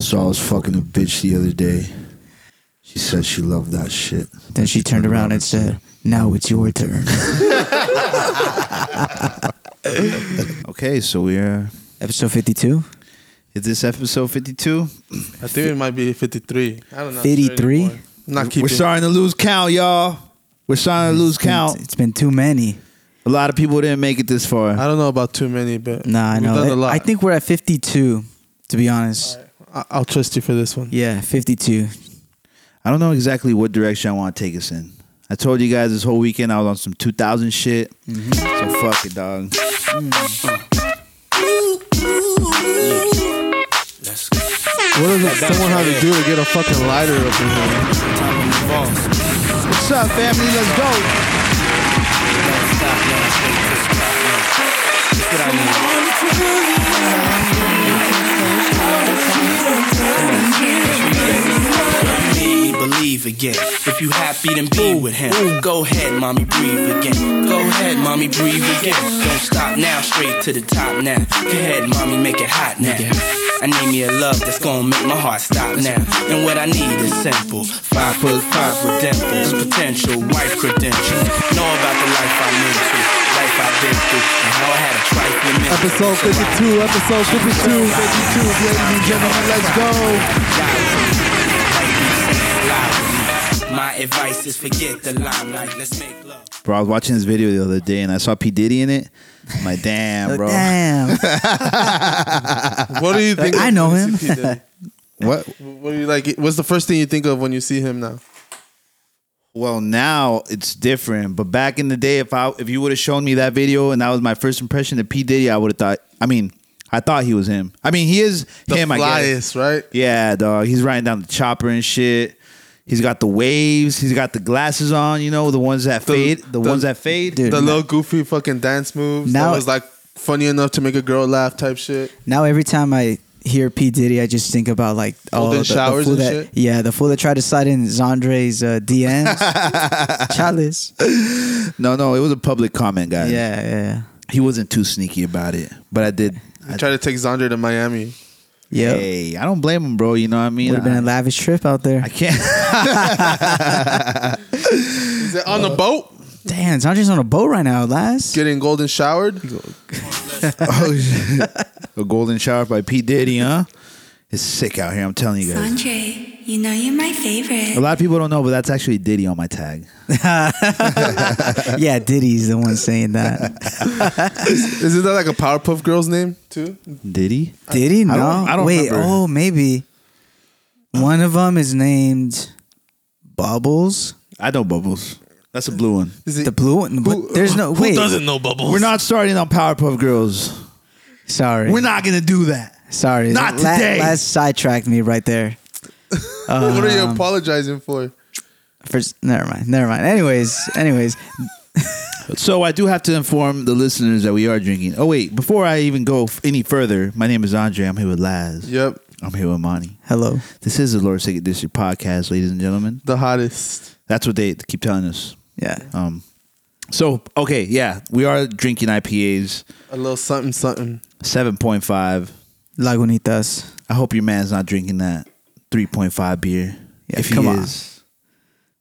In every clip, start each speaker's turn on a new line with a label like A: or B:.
A: So I was fucking a bitch the other day. She said she loved that shit.
B: Then she turned around and said, Now it's your turn.
A: Okay, so we're.
B: Episode 52?
A: Is this episode 52?
C: I think it might be 53. I don't know.
B: 53?
C: I'm Not keeping.
A: We're starting to lose count, y'all. We're starting to lose count.
B: It's been too many.
A: A lot of people didn't make it this far.
C: I don't know about too many, but
B: Nah, I
C: we've
B: know.
C: Done
B: I-
C: a lot.
B: I think we're at 52, to be honest.
C: I- I'll trust you for this one.
B: Yeah, 52.
A: I don't know exactly what direction I want to take us in. I told you guys this whole weekend I was on some 2000 shit. So fuck it, dog.
C: What does someone have to do to get a fucking lighter up in here?
A: What's up, family? Let's go.
D: me believe again. If you happy, then be with him. Go ahead, mommy, breathe again. Go ahead, mommy, breathe again. Don't stop now, straight to the top now. Go ahead, mommy, make it hot now. I need me a love that's gonna make my heart stop now. And what I need is simple. Five foot five with dimples, potential wife credentials. Know about the life I'm into, life I've been through, and how I had a trifling minute.
C: Episode 52, episode 52, 52, ladies and gentlemen, let's go.
D: My advice is forget the limelight. Let's make love.
A: Bro, I was watching this video the other day and I saw P. Diddy in it. I'm like, damn, bro.
B: Damn.
C: What do you think?
B: I
C: of
B: know
C: when you
B: him.
C: see P. Diddy?
A: What?
C: what do you like? What's the first thing you think of when you see him now?
A: Well, now it's different. But back in the day, if I if you would have shown me that video and that was my first impression of P Diddy, I would have thought. I mean, I thought he was him. I mean, he is
C: The
A: him. I guess.
C: flyest, right?
A: Yeah, dog. He's riding down the chopper and shit. He's got the waves. He's got the glasses on. You know, the ones that fade. The,
C: the-
A: ones that fade.
B: Dude.
C: The little goofy fucking dance moves.
B: Now-
C: that was like funny enough to make a girl laugh type shit.
B: Now every time I hear P Diddy, I just think about like oh
C: Golden
B: the, the
C: showers
B: fool
C: and
B: that
C: shit?
B: yeah the fool that tried to slide in Zandre's uh, DMs. Chalice.
A: No, no, it was a public comment,
B: Yeah,
A: guy.
B: yeah,
A: he wasn't too sneaky about it, but I did.
C: I tried to take Zandra to Miami.
B: yeah. Yep.
A: Hey, I don't blame him, bro. You know what I mean?
B: Would have been a
A: I,
B: lavish trip out there.
A: I can't.
C: Is it
B: Uh,
C: on the boat?
B: Damn, Zandre's on a boat right now, lass.
C: Getting golden showered?
A: Oh, shit. a golden shower by P Diddy, huh? It's sick out here. I'm telling you guys.
E: Sanjay, you know you're my
A: A
E: favorite.
A: lot of people don't know, but that's actually Diddy on my tag.
B: yeah, Diddy's the one saying that.
C: Isn't that like a Powerpuff Girls name too?
A: Diddy?
B: Diddy? No.
A: I don't- I don't
B: Wait.
A: remember.
B: Oh, maybe one of them is named Bubbles.
A: I know Bubbles. That's a blue one.
C: Is it
B: The blue one. But there's
A: uh,
B: no.
C: Who
B: Wait.
C: doesn't know Bubbles?
A: We're not starting on Powerpuff Girls.
B: Sorry.
A: We're not gonna do that.
B: Sorry.
A: Not
B: La-
A: today.
B: Last sidetracked me right there. Um,
C: What are you apologizing for?
B: First, never mind. Never mind. Anyways, anyways,
A: So I do have to inform the listeners that we are drinking. Oh wait, before I even go f- any further, my name is Andre. I'm here with Laz.
C: Yep,
A: I'm here with Monty.
B: hello.
A: This is the Lord Second District podcast, ladies and gentlemen.
C: the hottest.
A: That's what they keep telling us.
B: Yeah.
A: Um, so okay, yeah, we are drinking IPAs,
C: A little something, something.
A: seven point five.
B: Lagunitas.
A: I hope your man's not drinking that three point five beer.
B: Yeah, come on.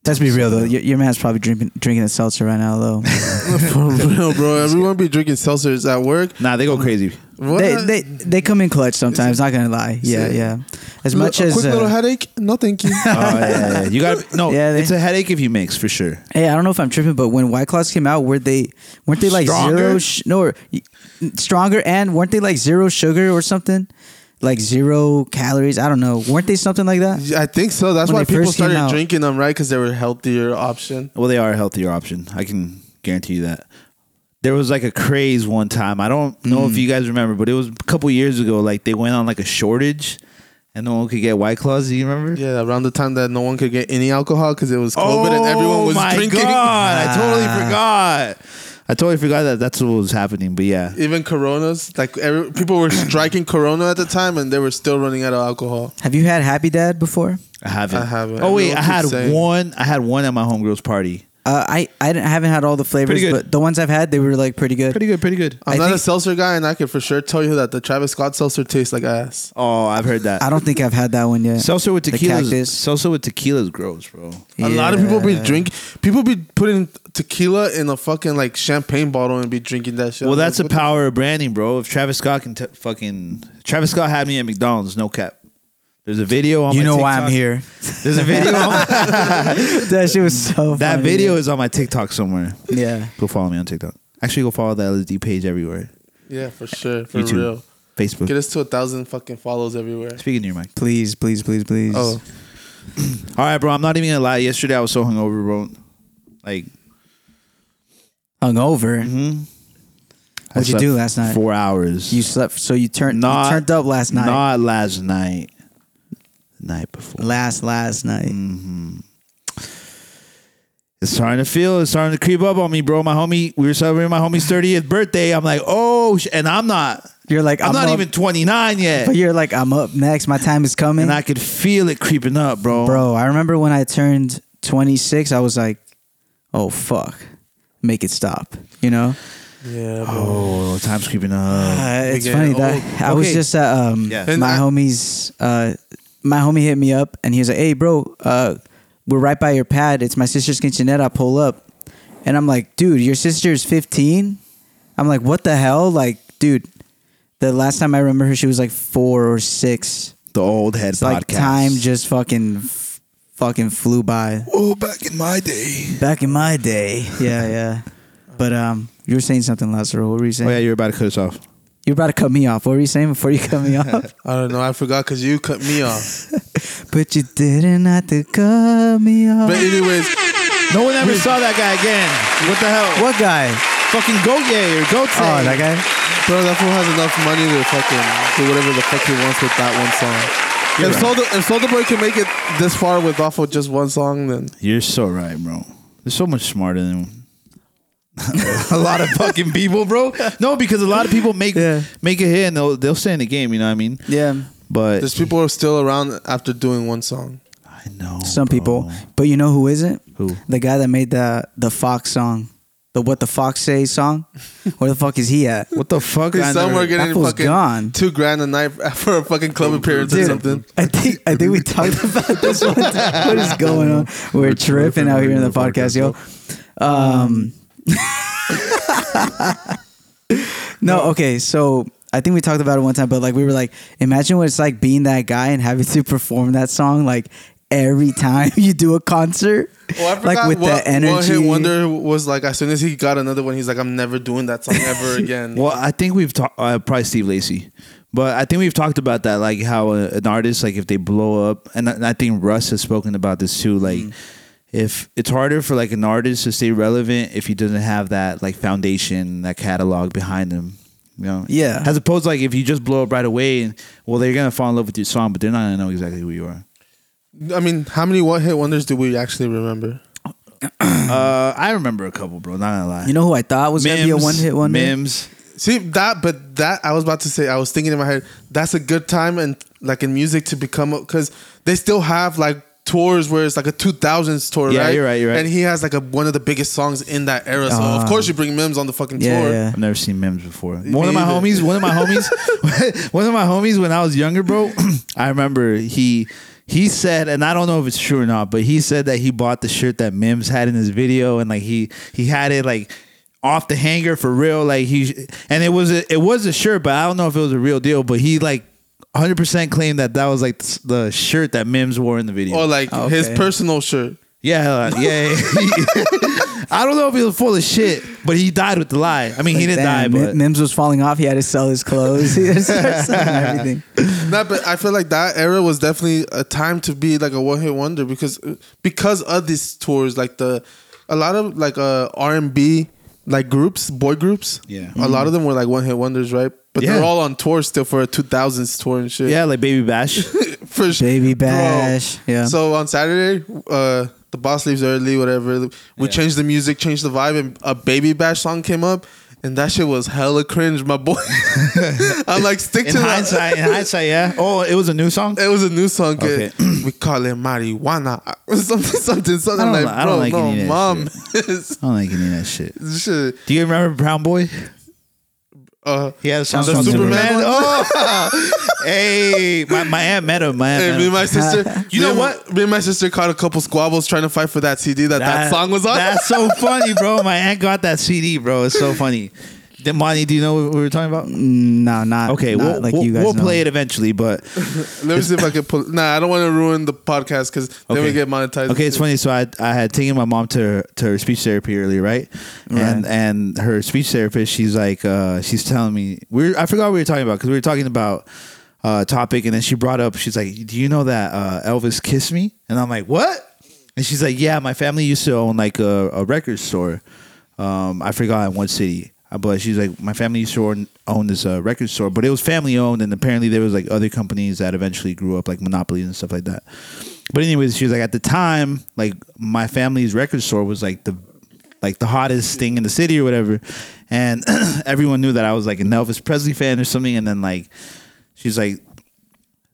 B: Let's be real though. Your, your man's probably drinking drinking a seltzer right now though.
C: For real, Oh, bro. Everyone be drinking seltzers at work.
A: nah, they go crazy.
C: What?
B: they they they come in clutch sometimes. Not gonna lie. Yeah,
C: it-
B: yeah. As
C: Li-
B: much
C: a
B: as
C: quick
B: uh,
C: little headache? No, thank you.
A: Oh yeah, yeah, yeah. you got to no.
B: Yeah, they-
A: it's a headache if you mix for sure.
B: hey, I don't know if I'm tripping, but when White Claws came out, were they weren't they like zero
A: Stronger?
B: sh- no or, stronger and weren't they like zero sugar or something? Like zero calories. I don't know. Weren't they something like that?
C: I think so. That's
B: When
C: why
B: they
C: people
B: first came
C: started
B: out.
C: drinking them, right? Because they were a healthier option.
A: Well, they are a healthier option. I can guarantee you that. There was like a craze one time. I don't know if you guys remember, but it was a couple years ago. Like they went on like a shortage, and no one could get White Claws. Do you remember?
C: Yeah, around the time that no one could get any alcohol because it was COVID and everyone
B: Oh
C: was
A: Oh my
C: drinking. Ah.
A: God, I totally forgot. I totally forgot that that's what was happening. But yeah,
C: Even Coronas, like every, people were striking Corona at the time, and they were still running out of alcohol.
B: Have you had Happy Dad before?
A: I haven't.
C: I haven't.
A: Oh wait,
C: Everyone
A: I had
C: keeps saying-
A: one. I had one at my homegirls party.
B: Uh, I I didn't- I haven't had all the flavors,
A: Pretty good.
B: but the ones I've had, they were like pretty good.
A: Pretty good, pretty good.
C: I'm
B: I
C: not a
B: think-
C: seltzer guy, and I can for sure tell you that the Travis Scott seltzer tastes like ass.
A: Oh, I've heard that.
B: I don't think I've had that one yet.
A: Seltzer with
B: The
A: tequila.
B: cactus.
A: Seltzer with tequila is gross, bro.
C: A lot of people be
B: Yeah.
C: drink. People be putting tequila in a fucking like champagne bottle and be drinking that shit.
A: Well,
C: I'm
A: that's the
C: like, what
A: power of branding, bro. If Travis Scott can t- fucking Travis Scott had me at McDonald's, no cap. There's a video on.
B: You
A: my
B: know why
A: TikTok.
B: I'm here.
A: There's a video. on-
B: that shit was so.
A: that
B: funny.
A: video is on my TikTok somewhere.
B: Yeah.
A: Go follow me on TikTok. Actually, go follow the LSD page everywhere.
C: the- Yeah, for sure, for
A: YouTube,
C: real.
A: Facebook.
C: Get us to a thousand fucking follows everywhere.
A: Speaking to your mic.
B: Please, please, please, please.
C: Oh,
A: All right, bro. I'm not even gonna lie. Yesterday I was so hungover, bro. Like,
B: hungover.
A: I
B: What'd you
A: slept
B: do last night?
A: Four hours.
B: You slept, so you turned.
A: Not-
B: you turned up last night.
A: Not last night. Night before.
B: last last night.
A: It's starting to feel. It's starting to creep up on me, bro. My homie. We were celebrating my homie's 30th birthday. I'm like, oh, sh-, and I'm not.
B: You're like
A: I'm, not
B: up-
A: even 29 yet,
B: But you're like I'm up next. My time is coming,
A: and I could feel it creeping up, bro.
B: bro. I remember when I turned 26, I was like, oh fuck, make it stop. You know.
C: yeah. Bro.
A: Oh, time's creeping up.
B: Uh, it's
C: get
B: funny
C: old.
B: that I was
A: Oh, Okay.
B: just at um
A: Yeah.
C: And
B: my
C: I-
B: homies uh my homie hit me up and he was like, "Hey bro, uh we're right by your pad. It's my sister's kitchenette. I pull up." And I'm like, "Dude, your sister's 15?" I'm like, "What the hell?" Like, dude, the last time I remember her she was like 4 or 6.
A: The old head
B: It's
A: podcast.
B: like time just fucking f- fucking flew by.
A: oh, back in my day.
B: Back in my day. Yeah, yeah. But um you were saying something, Lazaro. What were you
A: Oh
B: saying?
A: yeah, you're about to cut us off.
B: You're about to cut me off. What were you saying before you cut me off?
C: I don't know. I forgot because you cut me off.
B: but you didn't have to cut me off.
C: But anyways,
A: No one ever saw that guy again. What the hell?
B: what guy?
A: Fucking Goye or Gote.
B: Oh, that guy.
C: bro, that fool has enough money to fucking do whatever the fuck he wants with that one song.
A: You're
C: if
A: right.
C: Soldier if Soldier Boy can make it this far with off of just one song, then
A: You're so right, bro. They're so much smarter than a lot of fucking people, bro. No, because a lot of people make
B: Yeah.
A: make a hit and they'll they'll stay in the game. You know what I mean?
B: Yeah,
A: But
C: there's people are still around after doing one song.
A: I know
B: some
A: bro.
B: people. But you know who isn't?
A: Oh. Who?
B: The guy that made the the Fox song, the What the Fox Say song. Where the fuck is he at?
A: What the fuck? I
C: Because some
A: never-
C: were getting
B: that fool's
C: fucking
B: gone.
C: two grand a night for a fucking club appearance or something.
B: I think I think we talked about this one. time. What is going on? We're tripping out here in the podcast, yo. Um, no, okay, so I think we talked about it one time, but like we were like, imagine what it's like being that guy and having to perform that song like every time you do a concert,
C: Well, Oh, I forgot
B: like with
C: what,
B: that energy.
C: One Hit Wonder was like, as soon as he got another one, he's like, I'm never doing that song ever again.
A: Well, I think we've talked uh, probably Steve Lacy, but I think we've talked about that, like how uh an artist, like if they blow up, and I, and I think Russ has spoken about this too, like.
B: Mm-hmm.
A: If it's harder for like an artist to stay relevant if he doesn't have that like foundation, that catalog behind him, you know.
B: Yeah.
A: As opposed like if you just blow up right away, and well, they're gonna fall in love with your song, but they're not gonna know exactly who you are.
C: I mean, how many One Hit Wonders do we actually remember?
A: uh, I remember a couple, bro. Not gonna lie.
B: Mm-hmm. you know who I thought was gonna be a
A: Mims,
B: one hit wonder?
A: Mims.
C: See that, but that I was about to say. I was thinking in my head. That's a good time and like in music to become because they still have like tours where it's like a two thousands tour.
A: Yeah,
C: right?
A: you're right, you're right.
C: And he has like a, one of the biggest songs in that era. So of
B: Ah.
C: course you bring Mims on the fucking
B: Yeah,
C: tour.
B: yeah.
A: I've never seen memes before. One of my
C: either.
A: homies, one of my homies, one of my homies when I was younger, bro. I remember he he said, and I don't know if it's true or not, but he said that he bought the shirt that Mims had in his video, and like he he had it like off the hanger for real, like he and it was a, it was a shirt, but I don't know if it was a real deal, but he like. 100% claimed that that was like the s- the shirt that Mims wore in the video.
C: Or like
B: Oh,
C: his
B: okay.
C: personal shirt.
A: Yeah, uh, yeah. yeah. I don't know if he was full of shit, but he died with the lie. I mean, he
B: Like,
A: didn't
B: damn,
A: die,
B: Mi-
A: but
B: Mims was falling off. He had to sell his clothes. he had to start selling everything.
C: No, but I feel like that era was definitely a time to be like a one hit wonder because because of these tours, like the a lot of like uh R and B like groups, boy groups.
A: Yeah. Mm-hmm.
C: a lot of them were like one hit wonders, right? But
A: Yeah.
C: they're all on tour still for a two thousands tour and shit.
A: yeah, like Baby Bash.
C: for sure.
B: Baby Bash, yeah.
C: So on Saturday, uh, the boss leaves early, whatever. We changed the music, changed the vibe, and a Baby Bash song came up. and that shit was hella cringe, my boy. I'm like, stick
A: In
C: to that.
A: hindsight, in hindsight, yeah. Oh, it was a new song.
C: It was a new song. kid.
A: Okay.
C: we call it marijuana. something, something, something.
A: I don't
C: I'm
A: li- I don't
C: like, bro,
A: like any
C: no,
A: of that
C: mom.
A: I don't like any of that shit.
C: This shit.
A: Do you remember Brown Boy?
C: Uh,
A: He had a song
B: The
A: called
B: Superman
A: Superman.
C: one?
A: Oh, hey, my, my aunt met him. My aunt
C: and
A: met
C: me
A: him.
C: and my sister.
A: You
C: me
A: know
C: and-
A: what?
C: Me and my sister caught a couple squabbles trying to fight for that CD that that, song was on.
A: That's so funny, bro. My aunt got that CD, bro. It's so funny. Then, Monty, do you know what we were talking about?
B: No, not
A: Okay,
B: Not
A: we'll,
B: like
A: we'll,
B: you guys.
A: we'll
B: know.
A: play it eventually, but
C: Let me see if I can pull. Nah, I don't want to ruin the podcast because then we
A: Okay.
C: get monetized.
A: Okay, it's funny. So I I had taken my mom to her, to her speech therapy earlier, right? And
B: Right.
A: and her speech therapist, she's like, uh, she's telling me we're I forgot what we were talking about because we were talking about uh, topic, and then she brought up, she's like, do you know that uh, Elvis kissed me? And I'm like, what? And she's like, yeah, my family used to own like a, a record store. Um, I forgot in what city. Uh, But she's like, my family used to own- own this uh, record store, but it was family owned, and apparently there was like other companies that eventually grew up, like monopolies and stuff like that. But anyways, she was like, at the time, like my family's record store was like the like the hottest thing in the city or whatever, and everyone knew that I was like an Elvis Presley fan or something. And then like, she's like,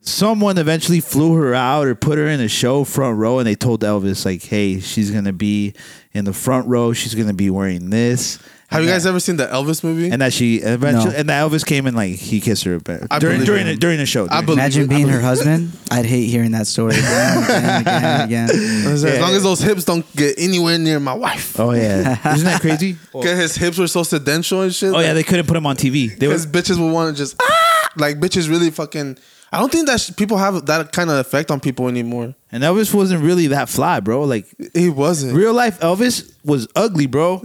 A: someone eventually flew her out or put her in a show front row, and they told Elvis like, hey, she's gonna be in the front row. She's gonna be wearing this.
C: Have you
A: And
C: guys
A: that-
C: ever seen the Elvis movie?
A: And that she eventually,
B: No.
A: and that Elvis came and like he kissed her but
C: I
A: during
C: believe
A: during
C: it.
A: the, during the show.
C: I
A: during-
C: believe
B: Imagine
C: it.
B: being her husband. I'd hate hearing that story again, again, again, again.
C: as
A: Yeah.
C: long as those hips don't get anywhere near my wife.
A: oh yeah, isn't that crazy?
C: Cause his hips were so sedential and shit.
A: Oh yeah, they couldn't put him on TV. They was
C: because bitches would want to just ah! like bitches really fucking. I don't think that sh- people have that kind of effect on people anymore.
A: And Elvis wasn't really that fly, bro. Like
C: He wasn't.
A: real life Elvis was ugly, bro.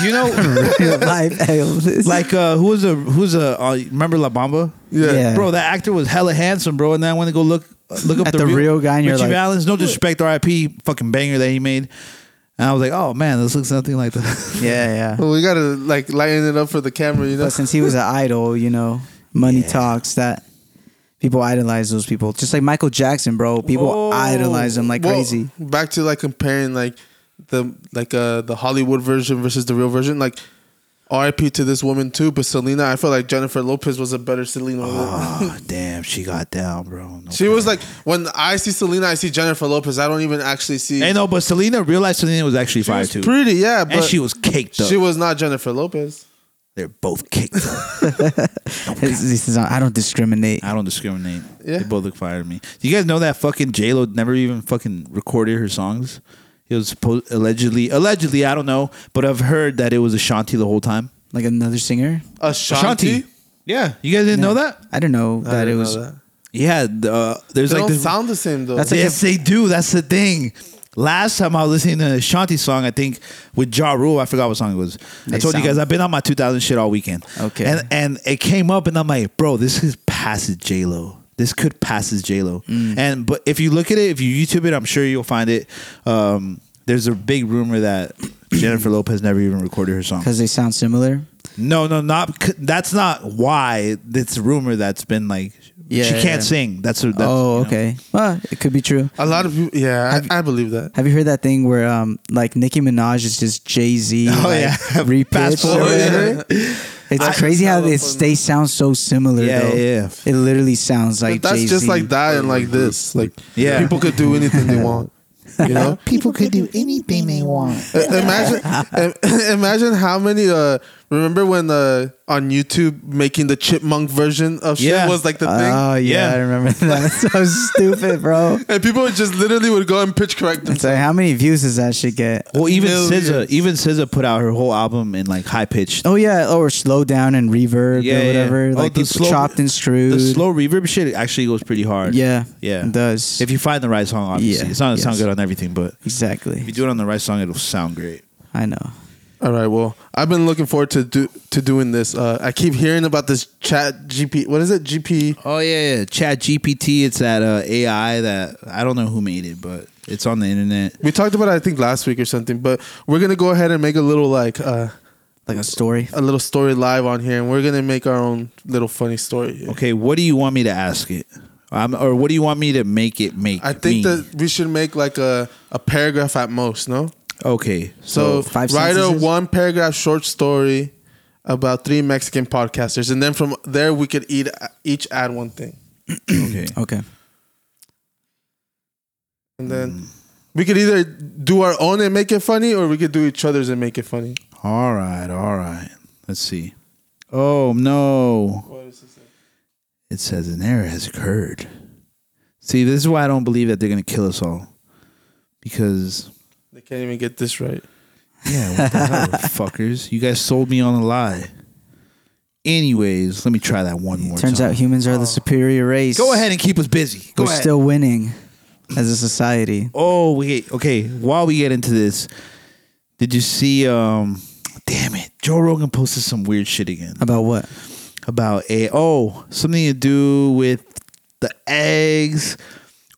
A: You know,
B: Real life Elvis.
A: like uh, who was a who's a uh, remember La Bamba?
C: Yeah.
B: Yeah.
A: bro, that actor was hella handsome, bro. And then I went to go look look up
B: At the real guy, and you're
A: Richie
B: like-
A: Valens. No disrespect, R.I.P. Fucking banger that he made. And I was like, oh man, this looks nothing like that.
B: yeah, yeah.
C: Well, we gotta like lighten it up for the camera, you know.
B: But since he was an idol, you know, money talks that people idolize those people. Just like Michael Jackson, bro. People
C: Oh.
A: Whoa.
B: idolize him like
C: Well,
B: crazy.
C: Back to like comparing like the like uh the Hollywood version versus the real version. Like R.I.P. to this woman too, but Selena. I feel like Jennifer Lopez was a better Selena.
A: oh damn, she got down, bro. No
C: she was like when I see Selena, I see Jennifer Lopez. I don't even actually see.
A: hey no, but Selena realized Selena was actually
C: she
A: fire
C: was
A: too,
C: pretty, yeah, but
A: and she was caked up.
C: she was not Jennifer Lopez.
A: They're both caked up.
B: This- this is not- I don't discriminate.
A: I don't discriminate.
C: Yeah.
A: They both look fire to me. Do you guys know that fucking J Lo never even fucking recorded her songs? It was supposed allegedly, allegedly, I don't know, but I've heard that it was Ashanti the whole time.
B: Like another singer.
C: Ashanti. Ashanti.
A: Yeah, you guys didn't know that?
B: I don't know that it
C: didn't
B: was.
C: know that.
A: Yeah, the- uh, there's
C: They
A: like
C: don't
A: this,
C: sound the same though.
B: That's like
A: yes, they do. That's the thing. Last time I was listening to an Ashanti song, I think with Ja Rule, I forgot what song it was. I
B: They
A: told
B: sound-
A: you guys I've been on my 2000 shit all weekend.
B: Okay.
A: and and it came up, and I'm like, bro, this is passes J Lo. This could pass as J Lo.
B: Mm.
A: And but if you look at it, if you YouTube it, I'm sure you'll find it. Um, there's a big rumor that Jennifer Lopez never even recorded her song.
B: Because they sound similar.
A: No, no, not c- that's not why. It's a rumor that's been like
B: Yeah,
A: she can't
B: yeah.
A: sing. That's, a, that's
B: oh,
A: you know.
B: okay. Well, it could be true.
C: a lot of people. Yeah, I, I believe that.
B: Have you heard that thing where um like Nicki Minaj is just Jay Z?
A: Oh,
B: like,
A: yeah. Fast
B: repitched or
A: forward.
B: whatever. It's
A: I-
B: crazy how they,
C: California.
B: they sound so similar.
A: Yeah,
B: though.
A: yeah,
B: It literally sounds like
C: But that's
B: Jay-Z.
C: just like that and like this. Like
A: Yeah.
C: people could do anything they want. You know,
A: People could do anything they want.
C: I- imagine im- imagine how many. Uh, remember when uh, on YouTube making the chipmunk version of shit
A: Yeah.
C: was like the
B: Oh yeah,
A: Yeah.
B: I remember that. so stupid, bro.
C: thing, and people would just literally would go and pitch correct them.
B: It's like how many views does that shit get?
A: Well, even
C: Millions.
A: SZA, even SZA put out her whole album in like high pitched.
B: Oh yeah, or slow down and reverb
A: Yeah,
B: or
A: yeah.
B: whatever.
A: Oh,
B: Like
A: the
B: people
A: slow-
B: chopped and screwed.
A: The slow reverb shit actually goes pretty hard.
B: yeah,
A: yeah.
B: it does.
A: If you find the right song, obviously
B: Yeah,
A: it's not gonna sound
B: yes.
A: good on everything, but
B: exactly,
A: if you do it on the right song, it'll sound great.
B: I know.
C: All right, well, I've been looking forward to do to doing this. Uh, I keep hearing about this Chat GP. What is it? GP.
A: Oh yeah, yeah. Chat GPT. It's that uh, AI that I don't know who made it, but it's on the internet.
C: We talked about it, I think, last week or something. But we're gonna go ahead and make a little like uh,
B: Like a story.
C: a little story live on here, and we're gonna make our own little funny story. here.
A: Okay, what do you want me to ask it? Um, or what do you want me to make it make?
C: I think
A: mean?
C: that we should make like a, a paragraph at most, no?
A: okay.
C: So,
B: five
C: write
B: sentences?
C: a one paragraph short story about three Mexican podcasters, and then from there we could eat, each add one thing,
A: Okay.
B: Okay.
C: and then
B: Mm.
C: we could either do our own and make it funny, or we could do each other's and make it funny.
A: All right. All right. Let's see. Oh no!
C: What is this?
A: It says an error has occurred. See, this is why I don't believe that they're gonna kill us all, because
C: They can't even get this right.
A: yeah, what the hell, fuckers! You guys sold me on a lie. Anyways, let me try that one more.
B: Turns
A: time.
B: out humans are the superior race.
A: Go ahead and keep us busy. Go
B: We're
A: ahead.
B: still winning as a society.
A: Oh, wait. Okay. While we get into this, did you see? um Damn it. Joe Rogan posted some weird shit again
B: About what?
A: about a oh something to do with the eggs.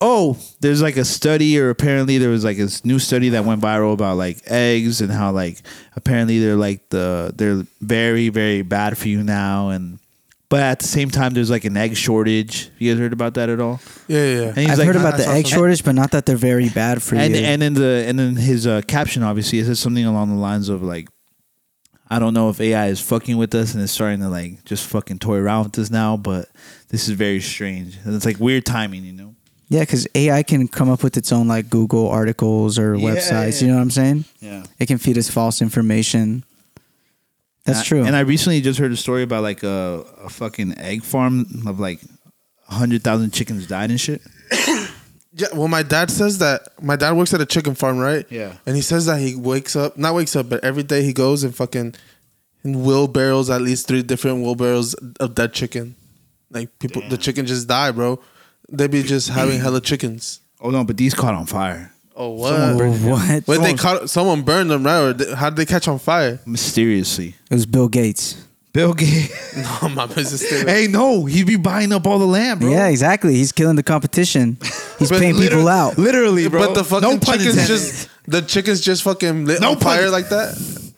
A: Oh, there's like a study, or apparently there was like this new study that went viral about like eggs and how like apparently they're like the they're very very bad for you now, and but at the same time there's like an egg shortage. You guys heard about that at all?
C: Yeah, yeah. yeah.
A: And he's
B: I've
A: like-
B: heard about
C: I
B: the
C: saw
B: egg
C: some-
B: shortage, but not that they're very bad for
A: and
B: you.
A: and in the and in his uh, caption, obviously, it says something along the lines of like, I don't know if AI is fucking with us and it's starting to like just fucking toy around with us now, but this is very strange and it's like weird timing, you know?
B: yeah, because AI can come up with its own like Google articles or
A: Yeah.
B: websites. You know what I'm saying?
A: Yeah,
B: It can feed us false information. That's true.
A: And I recently just heard a story about like a, a fucking egg farm of like hundred thousand chickens died and shit.
C: Yeah, well, my dad says that my dad works at a chicken farm, right?
A: Yeah.
C: And he says that he wakes up, not wakes up, but every day he goes and fucking in wheelbarrows, at least three different wheelbarrows of dead chicken. Like people, the chicken just die, bro. They be just having hella chickens.
A: Oh no, but these caught on fire.
C: Oh
B: Oh,
C: what?
B: what?
C: Wait, they caught someone burned them, right? Or they, how did they catch on fire?
A: Mysteriously,
B: It was Bill Gates.
A: Bill Gates.
C: No, my business. Hey,
A: hey, no, he'd be buying up all the land, bro.
B: Yeah, exactly. He's killing the competition. He's
C: But
B: paying people
C: literally-
B: out.
A: literally, bro.
C: but the fucking
A: no pun
C: chickens
A: intended.
C: just the chickens just fucking lit
A: No
C: on fire
A: pun-
C: like that,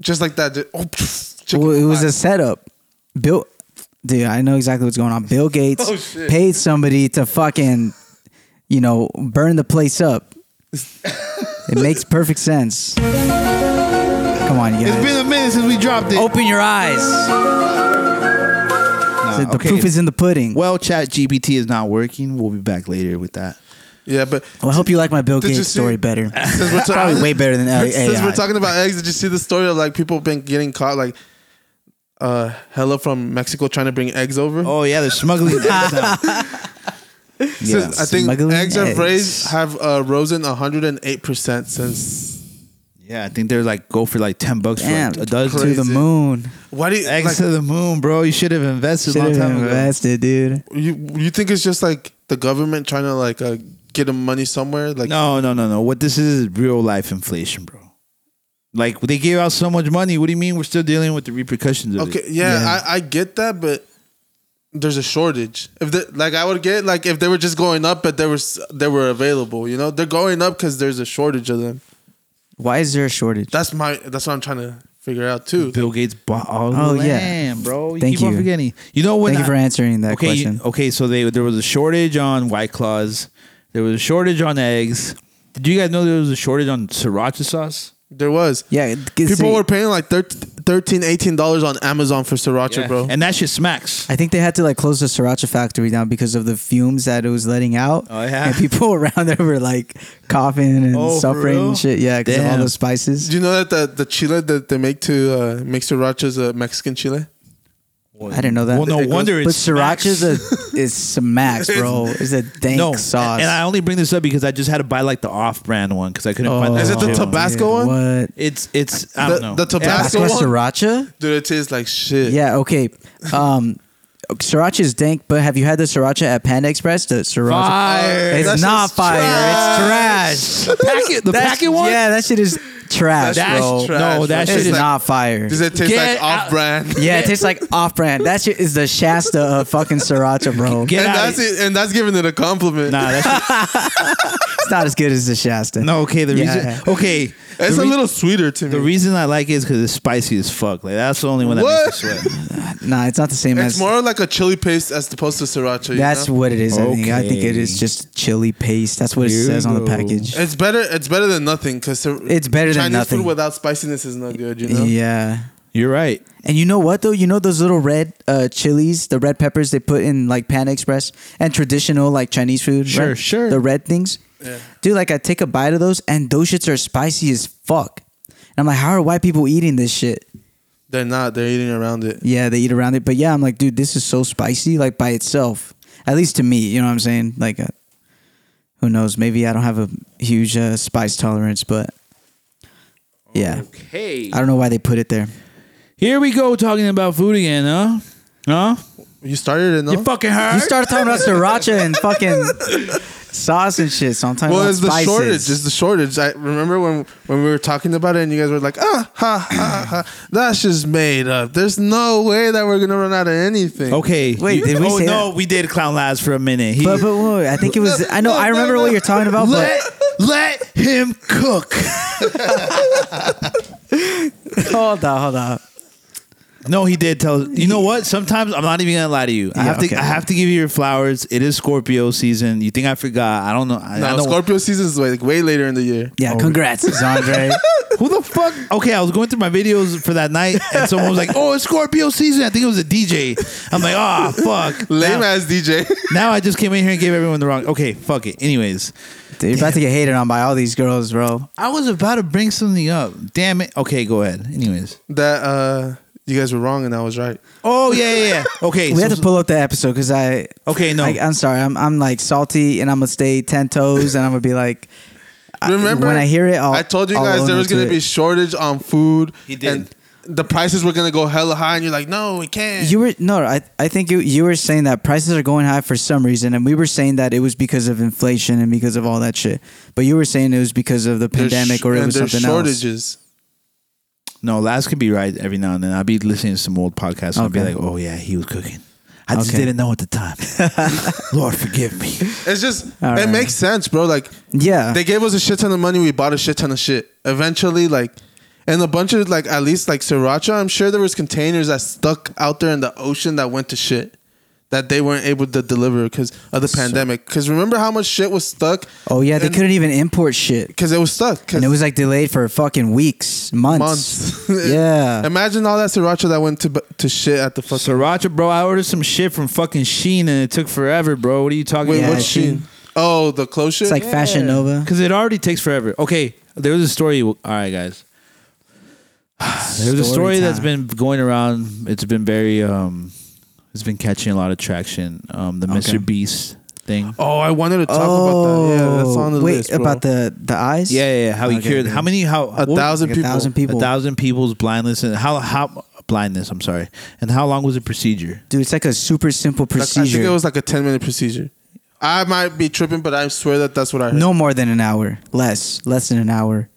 C: just like that. Just, oh, chicken
B: Well, it was
C: fire.
B: a setup. Bill, dude, I know exactly what's going on. Bill Gates
C: Oh, shit.
B: paid somebody to fucking, you know, burn the place up. it makes perfect sense. Come on, you
A: It's
B: guys.
A: been a minute since we dropped it.
B: Open your eyes.
A: Nah,
B: the
A: okay.
B: proof is in the pudding. Well,
A: well, Chat GPT is not working. We'll be back later with that.
C: yeah, but
B: I hope you like my Bill
C: Did you
B: Gates
C: see-
B: story better.
C: since we're talking-
B: Probably way better than AI.
C: Since we're talking about eggs, did you see the story of like people been getting caught like uh hella from Mexico trying to bring eggs over?
A: Oh yeah, they're smuggling eggs out. yeah.
C: Since I think
B: Smuggling
C: eggs, have
B: eggs.
C: raised have uh, risen 108% since
A: yeah, I think they're like go for like ten bucks
B: Damn,
A: for like, a dozen.
B: to the
C: Crazy.
B: moon.
C: why do you
A: Eggs
C: like,
A: to the moon, bro. You should have invested a
B: Should
A: long
B: have
A: time ago.
B: invested, dude.
C: you you think it's just like the government trying to like uh, get them money somewhere like
A: No, no, no, no. What this is is real life inflation, bro. Like they gave out so much money. What do you mean we're still dealing with the repercussions of
C: Okay,
A: it?
C: yeah, I, I get that, but there's a shortage. If the like, I would get like if they were just going up, but they were s- they were available. You know, they're going up because there's a shortage of them.
B: Why is there a shortage?
C: That's my that's what I'm trying to figure out too.
A: Bill Gates bought all the
B: Oh, yeah.
A: land, bro. You
B: Thank
A: keep on
B: you.
A: forgetting. You know when
B: Thank you
A: I-
B: for answering that
A: okay, you-
B: question.
A: okay, so they there was a shortage on White Claws. There was a shortage on eggs. Did you guys know there was a shortage on sriracha sauce?
C: There was
B: yeah, it-
C: people
B: see,
C: were paying like 13 13 18 dollars on Amazon for sriracha, bro.
A: And that shit smacks.
B: I think they had to like close the sriracha factory down because of the fumes that it was letting out.
A: Oh, yeah.
B: and people around there were like coughing and
A: Oh, for
B: suffering
A: real?
B: and shit. Yeah, because of all
A: Damn.
B: those spices.
C: Do you know that the, the chile that they make to uh, make sriracha is a Mexican chile?
B: I didn't know that.
A: Well, no
B: It
A: wonder
B: but
A: it's
B: sriracha's a is smacks, bro. It's a dank
A: no
B: sauce.
A: And I only bring this up because I just had to buy like the off-brand one because I couldn't find.
B: Oh,
A: That
C: Is it the
A: shit.
C: Tabasco? one?
B: What?
A: It's it's I don't know.
C: The, the Tabasco
B: Tabasco
C: one,
B: sriracha?
C: dude, it tastes like shit.
B: Yeah. Okay. Um, sriracha is dank, but have you had the sriracha at Panda Express? The sriracha.
A: Fire.
B: It's
C: That
B: not
C: shit's
B: fire. It's trash.
A: The packet, the
B: That's-
A: packet one.
B: Yeah, that shit is trash,
A: That's
B: bro.
A: trash, No, that
B: It's
A: shit is
C: like,
B: not fire.
C: Does it taste
A: Get
C: like
A: out-
C: off-brand?
B: Yeah, it tastes like off-brand. That shit is the Shasta of fucking sriracha, bro.
A: Get
C: and
A: out of
C: that's it. And that's giving it a compliment.
A: Nah, that's
B: It's not as good as the Shasta.
A: no okay. The
B: Yeah.
A: reason okay, the
C: It's a
A: rea-
C: little sweeter to me.
A: The reason I like it is because it's spicy as fuck. Like that's the only one that
C: What?
A: makes me sweat.
B: nah, it's not the same
C: it's
B: as.
C: more like a chili paste as opposed to sriracha. you
B: that's
C: know?
B: what it is. I think. I think it
A: Okay.
B: is just chili paste. That's what it
A: Here we
B: says on the
A: go.
B: package.
C: it's better. It's better than nothing because
B: It's better than
C: Chinese
B: nothing.
C: food without spiciness is no good. You know.
B: Yeah.
A: You're right.
B: And you know what though? You know those little red uh, chilies, the red peppers they put in like Pan Express and traditional like Chinese food.
A: Sure,
B: right?
A: sure.
B: The red things.
C: Yeah.
B: Dude, like I take a bite of those and those shits are spicy as fuck. And I'm like, how are white people eating this shit?
C: They're not. They're eating around it.
B: Yeah, they eat around it, but yeah, I'm like, dude, this is so spicy, like by itself. At least to me, you know what I'm saying? Like, uh, who knows? Maybe I don't have a huge uh, spice tolerance, but yeah,
A: Okay.
B: I don't know why they put it there.
A: Here we go talking about food again, huh? Huh?
C: You started it, no?
A: You fucking heard?
B: You started talking about sriracha and fucking sauce and shit. So I'm talking
C: well,
B: about
C: it's the
B: spices.
C: shortage. It's the shortage. I remember when when we were talking about it, and you guys were like, "Ah, ha, ha, ha. That's just made up. There's no way that we're gonna run out of anything."
A: okay.
B: Wait, did we
A: oh,
B: say
A: no, we did Clown Labs for a minute. He,
B: but but wait, I think it was. I know. I remember what you're talking about.
A: let,
B: But
A: let him cook.
B: hold on, hold on.
A: No, he did tell. You know what? Sometimes I'm not even gonna lie to you. I
B: Yeah,
A: have to.
B: okay.
A: I have to give you your flowers. It is Scorpio season. You think I forgot? I don't know. I, I
C: No,
A: don't-
C: Scorpio season is like way later in the year.
B: Yeah,
A: Oh.
B: congrats, Zandre.
A: Who the fuck? Okay, I was going through my videos for that night, and someone was like, "Oh, it's Scorpio season." I think it was a DJ. I'm like, "Ah, fuck."
C: Lame
A: now,
C: ass DJ.
A: now I just came in here and gave everyone the wrong. Okay, fuck it. Anyways,
B: Dude, you're about to get hated on by all these girls, bro.
A: I was about to bring something up. Damn it. Okay, go ahead. Anyways.
C: that uh, you guys were wrong, and I was right.
A: Oh yeah, yeah. yeah. Okay.
B: We
A: so-
B: had to pull up the episode because I.
A: Okay, no.
B: I, I'm sorry. I'm I'm like salty, and I'm gonna stay ten toes, and I'm gonna be like. I-
C: Remember
B: when I hear it? I'll,
C: I told you
B: I'll
C: guys
B: own
C: there was
B: up to
C: gonna
B: it.
C: be shortage on food.
A: He did.
C: And the prices were gonna go hella high, and you're like, "No, we can't."
B: You were no, I I think you you were saying that prices are going high for some reason, and we were saying that it was because of inflation and because of all that shit. But you were saying it was because of the
C: There's
B: pandemic
C: sh-
B: or it
C: and
B: was
C: there's
B: something else.
C: shortages.
A: No, Laz could be right every now and then. I'll be listening to some old podcasts and I'll be
B: Okay.
A: like, oh, yeah, he was cooking. I just
B: Okay.
A: didn't know at the time. Lord, forgive me.
C: It's just
B: All
C: it
B: right.
C: makes sense, bro. Like
B: Yeah,
C: they gave us a shit ton of money. We bought a shit ton of shit. Eventually, like, and a bunch of like at least like sriracha. I'm sure there was containers that stuck out there in the ocean that went to shit that they weren't able to deliver because of the pandemic. Because remember how much shit was stuck?
B: oh yeah, they couldn't even import shit,
C: because it was stuck. 'cause
B: and it was like delayed for fucking weeks, months.
C: months.
B: yeah,
C: Imagine all that sriracha that went to bu- to shit at the fucking.
A: Sriracha, bro, I ordered some shit from fucking Sheen and it took forever, bro. What are you talking
C: Wait,
B: Yeah,
A: about?
C: what's she? Oh, the close shit.
B: it's like Fashion Nova.
A: Because it already takes forever. Okay, there was a story. All right, guys. There was a story
B: Story
A: that's
B: time.
A: been going around. It's been very, um, it's been catching a lot of traction. Um, the
B: Okay.
A: Mr. Beast thing.
C: oh, I wanted to talk
B: oh,
C: about that. Yeah, that's on the
B: wait
C: list. bro.
B: about the the eyes.
A: Yeah, yeah, yeah. How he
B: Okay,
A: cured?
B: yeah.
A: How many? How
C: a
A: what-
C: thousand
B: Like a
C: people.
B: thousand people.
A: a thousand people's blindness and how how blindness. I'm sorry. And how long was the procedure?
B: Dude, it's like a super simple
C: Like, I
B: procedure.
C: think it was like a ten minute procedure. I might be tripping, but I swear that that's what I heard.
B: no more than an hour, less, less than an hour.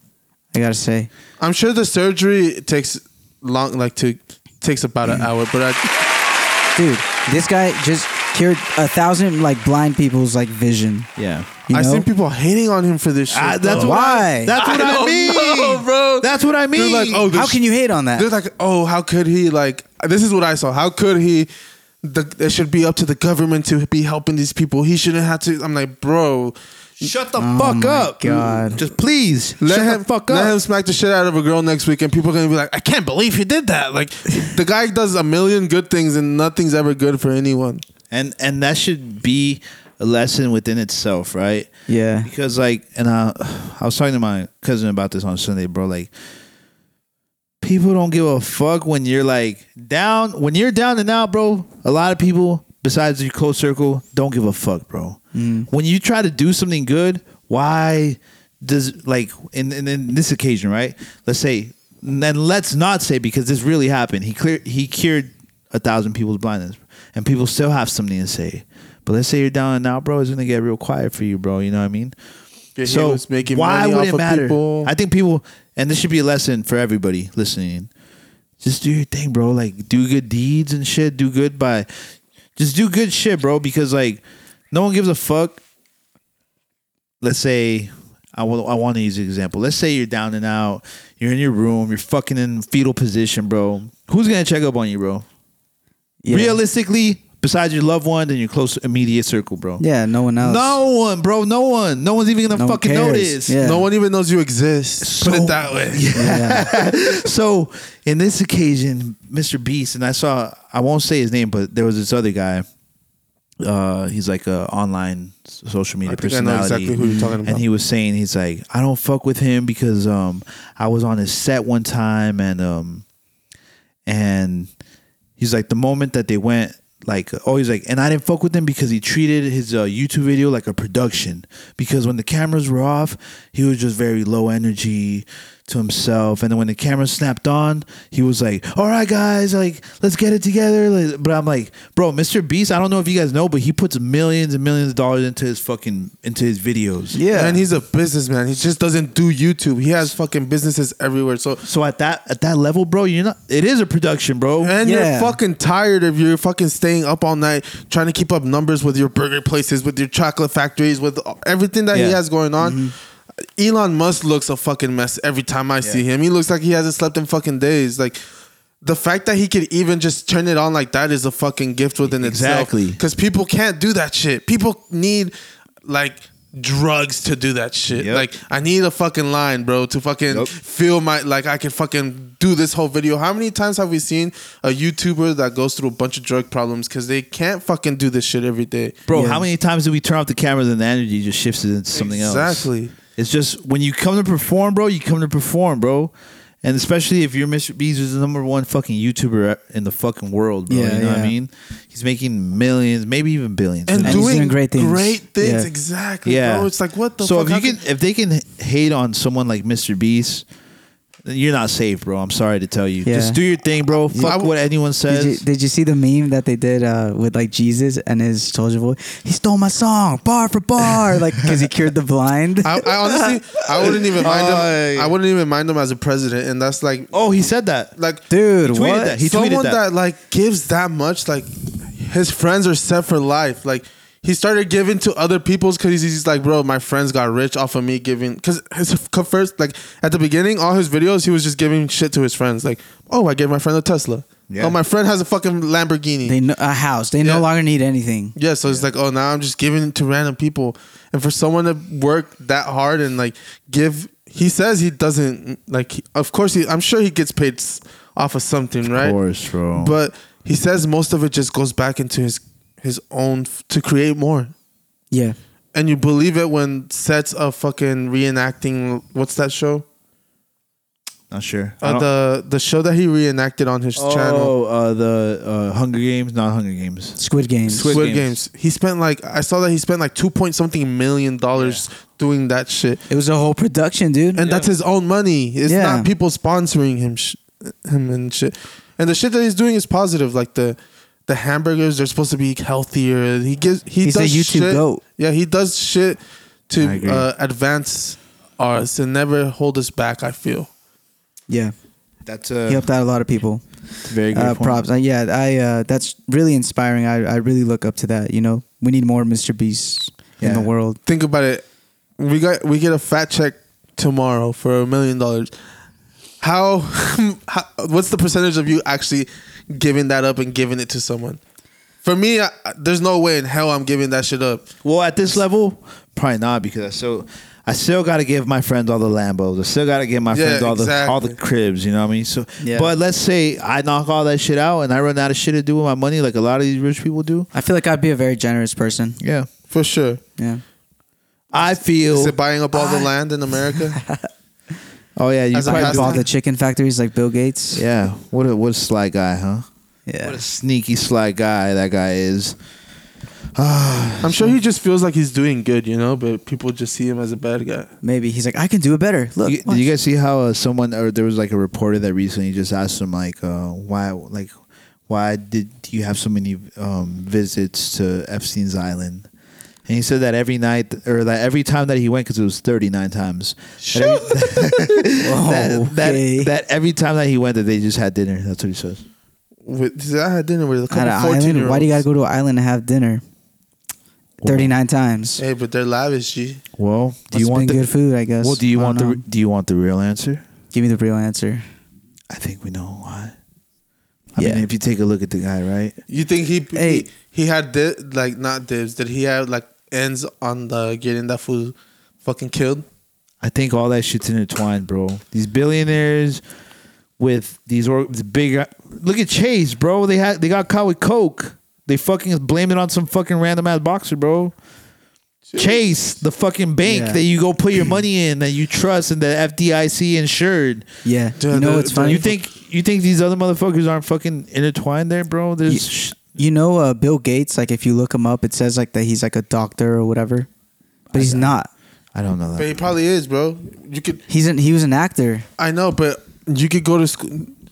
B: I gotta say.
C: I'm sure the surgery takes long, like to takes about an hour. But I,
B: dude this guy just cured a thousand like blind people's like vision
A: Yeah.
B: you know
C: I've seen people hating on him for this shit.
A: Ah, that's
C: bro.
A: what I-
B: Why?
A: that's what I,
C: don't
A: mean,
C: know, bro.
A: That's what I mean.
C: They're like, oh, this,
B: how can you hate on that
C: They're like, oh, how could he? Like, this is what I saw. How could he? The, it should be up to the government to be helping these people. He shouldn't have to. I'm like, bro,
A: shut the
B: Oh
A: fuck
B: my
A: up.
B: God.
A: Just please
C: let
A: shut
C: him
A: the fuck
C: let
A: up.
C: him smack the shit out of a girl next week, and people are gonna be like, I can't believe he did that. Like, the guy does a million good things, and nothing's ever good for anyone.
A: and and that should be a lesson within itself, right?
B: yeah
A: because like and I I was talking to my cousin about this on Sunday, bro. Like people don't give a fuck when you're like down when you're down and out, bro. A lot of people besides your close circle don't give a fuck, bro.
C: Mm.
A: When you try to do something good, why does like in in, in this occasion, right? Let's say and then let's not say because this really happened. He clear he cured a thousand people's blindness, and people still have something to say. But let's say you're down and out, bro. It's gonna get real quiet for you, bro. You know what I mean?
C: Yeah, he was making money off of people.
A: I think people, and this should be a lesson for everybody listening. Just do your thing, bro. Like do good deeds and shit. Do good by, just do good shit, bro. Because like, no one gives a fuck. Let's say I want I want to use an example. Let's say you're down and out. You're in your room. You're fucking in fetal position, bro. Who's gonna check up on you, bro?
B: yeah.
A: Realistically, besides your loved ones and your close immediate circle, bro.
B: Yeah, no one else.
A: No one, bro. No one. No one's even gonna
B: No one
A: fucking
B: cares.
A: notice.
B: Yeah.
C: No one even knows you exist. Put
A: So-
C: it that way.
B: Yeah.
A: so in this occasion, Mr. Beast and I saw I won't say his name, but there was this other guy. Uh, he's like a online s- social media
C: I think I know
A: personality,
C: exactly who you're talking
A: and
C: about.
A: he was saying he's like, I don't fuck with him because um, I was on his set one time and um, and he's like the moment that they went like oh he's like and i didn't fuck with him because he treated his uh, youtube video like a production because when the cameras were off he was just very low energy to himself and then when the camera snapped on he was like all right guys like let's get it together like, but i'm like bro mr beast i don't know if you guys know but he puts millions and millions of dollars into his fucking into his videos
B: Yeah.
C: And he's a businessman. He just doesn't do YouTube. He has fucking businesses everywhere. So
A: so at that at that level bro you're not it is a production bro
C: and
B: Yeah.
C: you're fucking tired of you're fucking staying up all night trying to keep up numbers with your burger places, with your chocolate factories, with everything that
A: Yeah. Mm-hmm.
C: he has going on. Elon Musk looks a fucking mess every time I see him. He looks like he hasn't slept in fucking days. Like the fact that he could even just turn it on like that is a fucking gift within
A: Exactly.
C: Because people can't do that shit. People need like drugs to do that shit.
A: Yep.
C: Like I need a fucking line, bro, to fucking
A: Nope.
C: feel my like I can fucking do this whole video. How many times have we seen a YouTuber that goes through a bunch of drug problems because they can't fucking do this shit every day?
A: Bro, how many times do we turn off the cameras and the energy just shifts it into something else?
C: Exactly.
A: It's just when you come to perform, bro, you come to perform, bro. And especially if you're Mr. Beast, who's the number one fucking YouTuber in the fucking world, bro.
B: Yeah,
A: you know what I
B: yeah.
A: mean? He's making millions, maybe even billions.
C: And,
B: he's
C: doing,
B: doing great things.
C: great things.
B: Yeah.
C: exactly.
A: yeah,
C: Bro, it's like what the
A: So
C: fuck?
A: if
C: How
A: you can, if they can hate on someone like Mr. Beast, then you're not safe, bro. I'm sorry to tell you.
B: Yeah.
A: Just do your thing, bro. Fuck what anyone says.
B: Did you, did you see the meme that they did uh, with like Jesus and his soldier boy? He stole my song bar for bar, like because he cured the blind.
C: I, I honestly, I wouldn't even mind him.
A: Oh,
C: I wouldn't even mind him as a president, and that's like,
A: oh, he said that.
C: like
B: Dude,
A: tweeted
B: what?
A: that. He tweeted
C: someone
A: that.
C: that. like gives that much like his friends are set for life like he started giving to other people's because he's, he's like bro my friends got rich off of me giving because his first like at the beginning all his videos he was just giving shit to his friends like oh i gave my friend a tesla
A: Yeah.
C: oh my friend has a fucking lamborghini
B: They know a house. They
C: Yeah.
B: no longer need anything.
C: yeah, so it's like, oh, now I'm just giving it to random people, and for someone to work that hard and like give, he says he doesn't like. he- Of course, he, I'm sure he gets paid s- off of something, right?
A: course, bro.
C: But he says most of it just goes back into his his own f- to create more,
B: Yeah.
C: and you believe it when sets of fucking reenacting. What's that show?
A: Not sure. I
C: Uh,
A: don't-
C: the the show that he reenacted on his channel.
A: Oh, uh, the uh, Hunger Games, not Hunger Games.
B: Squid Games.
A: Squid
C: Squid,
A: Games.
C: Games. He spent like I saw that he spent like two point something million dollars doing that shit.
B: It was a whole production, dude.
C: and that's his own money. It's
B: Yeah.
C: not people sponsoring him, sh- him and shit. And the shit that he's doing is positive. Like the the hamburgers, they're supposed to be healthier. He gives he
B: He's a
C: does
B: YouTube
C: shit-
B: goat.
C: Yeah, he does shit
A: I
C: to
A: agree.
C: uh, advance us and never hold us back. I feel.
B: yeah.
A: That's a
B: He helped out a lot of people.
A: very good
B: Uh, props. Uh, yeah, I. Uh, that's really inspiring. I, I really look up to that. You know, we need more Mr. Beasts in the
A: Yeah.
B: world.
C: Think about it. We got we get a fat check tomorrow for a million dollars. How, how? What's the percentage of you actually giving that up and giving it to someone? For me, I, I- there's no way in hell I'm giving that shit up.
A: Well, at this level, probably not because I still, I still got to give my friends all the Lambos. I still got to give my
C: Yeah,
A: friends all the all the
C: exactly.
A: cribs. You know what I mean? So,
B: Yeah.
A: but let's say I knock all that shit out and I run out of shit to do with my money, like a lot of these rich people do.
B: I feel like I'd be a very generous person.
A: Yeah,
C: For sure.
B: Yeah.
A: I feel.
C: Is it buying up all the land in America?
A: oh yeah, you
C: As a
A: probably.
C: pastor-
B: All the chicken factories, like Bill Gates.
A: yeah, what a what a sly guy, huh? What
B: Yeah.
A: a sneaky sly guy that guy is.
C: I'm sure he just feels like he's doing good, you know, but people just see him as a bad guy.
B: Maybe he's like, I can do it better. Look.
A: You, did
B: watch."
A: you guys see how uh, someone or there was like a reporter that recently just asked him like uh, why like why did you have so many um, visits to Epstein's Island? And he said that every night or that every time that he went because it was thirty nine times. that every- that, that-
B: Oh, Okay.
A: that every time that he went that they just had dinner. That's what he says.
C: With, I had dinner with a
B: At
C: couple
B: an
C: 14 year
B: island?
C: olds.
B: Why do you gotta go to an island to have dinner? Thirty nine times.
C: Hey, but they're lavish, G.
A: Well, do
B: Must've
A: you want
B: been
A: the
B: good food? I guess.
A: well? Do you
B: I
A: want
B: don't
A: the
B: know.
A: do you want the real answer?
B: Give me the real answer.
A: I think we know why. I
B: Yeah.
A: mean, if you take a look at the guy, right?
C: You think he
B: Hey.
C: he, he had di- like not dibs. Did he have like ends on the getting that fool fucking killed?
A: I think all that shit's intertwined, bro. These billionaires with these or the big look at Chase, bro. They had they got caught with coke. They fucking blame it on some fucking random ass boxer, bro. Chase, the fucking bank
B: Yeah.
A: that you go put your money in that you trust and that FDIC insured.
B: Yeah,
C: Dude,
B: you know
C: the-
B: what's
C: the-
B: funny?
A: You think you think these other motherfuckers aren't fucking intertwined there, bro? There's
B: You-
A: sh-
B: you know uh, Bill Gates? Like if you look him up, it says like that he's like a doctor or whatever, but he's not.
A: I don't know that.
C: But he probably is, bro. You could.
B: He's an, he was an actor.
C: I know, but you could go to school.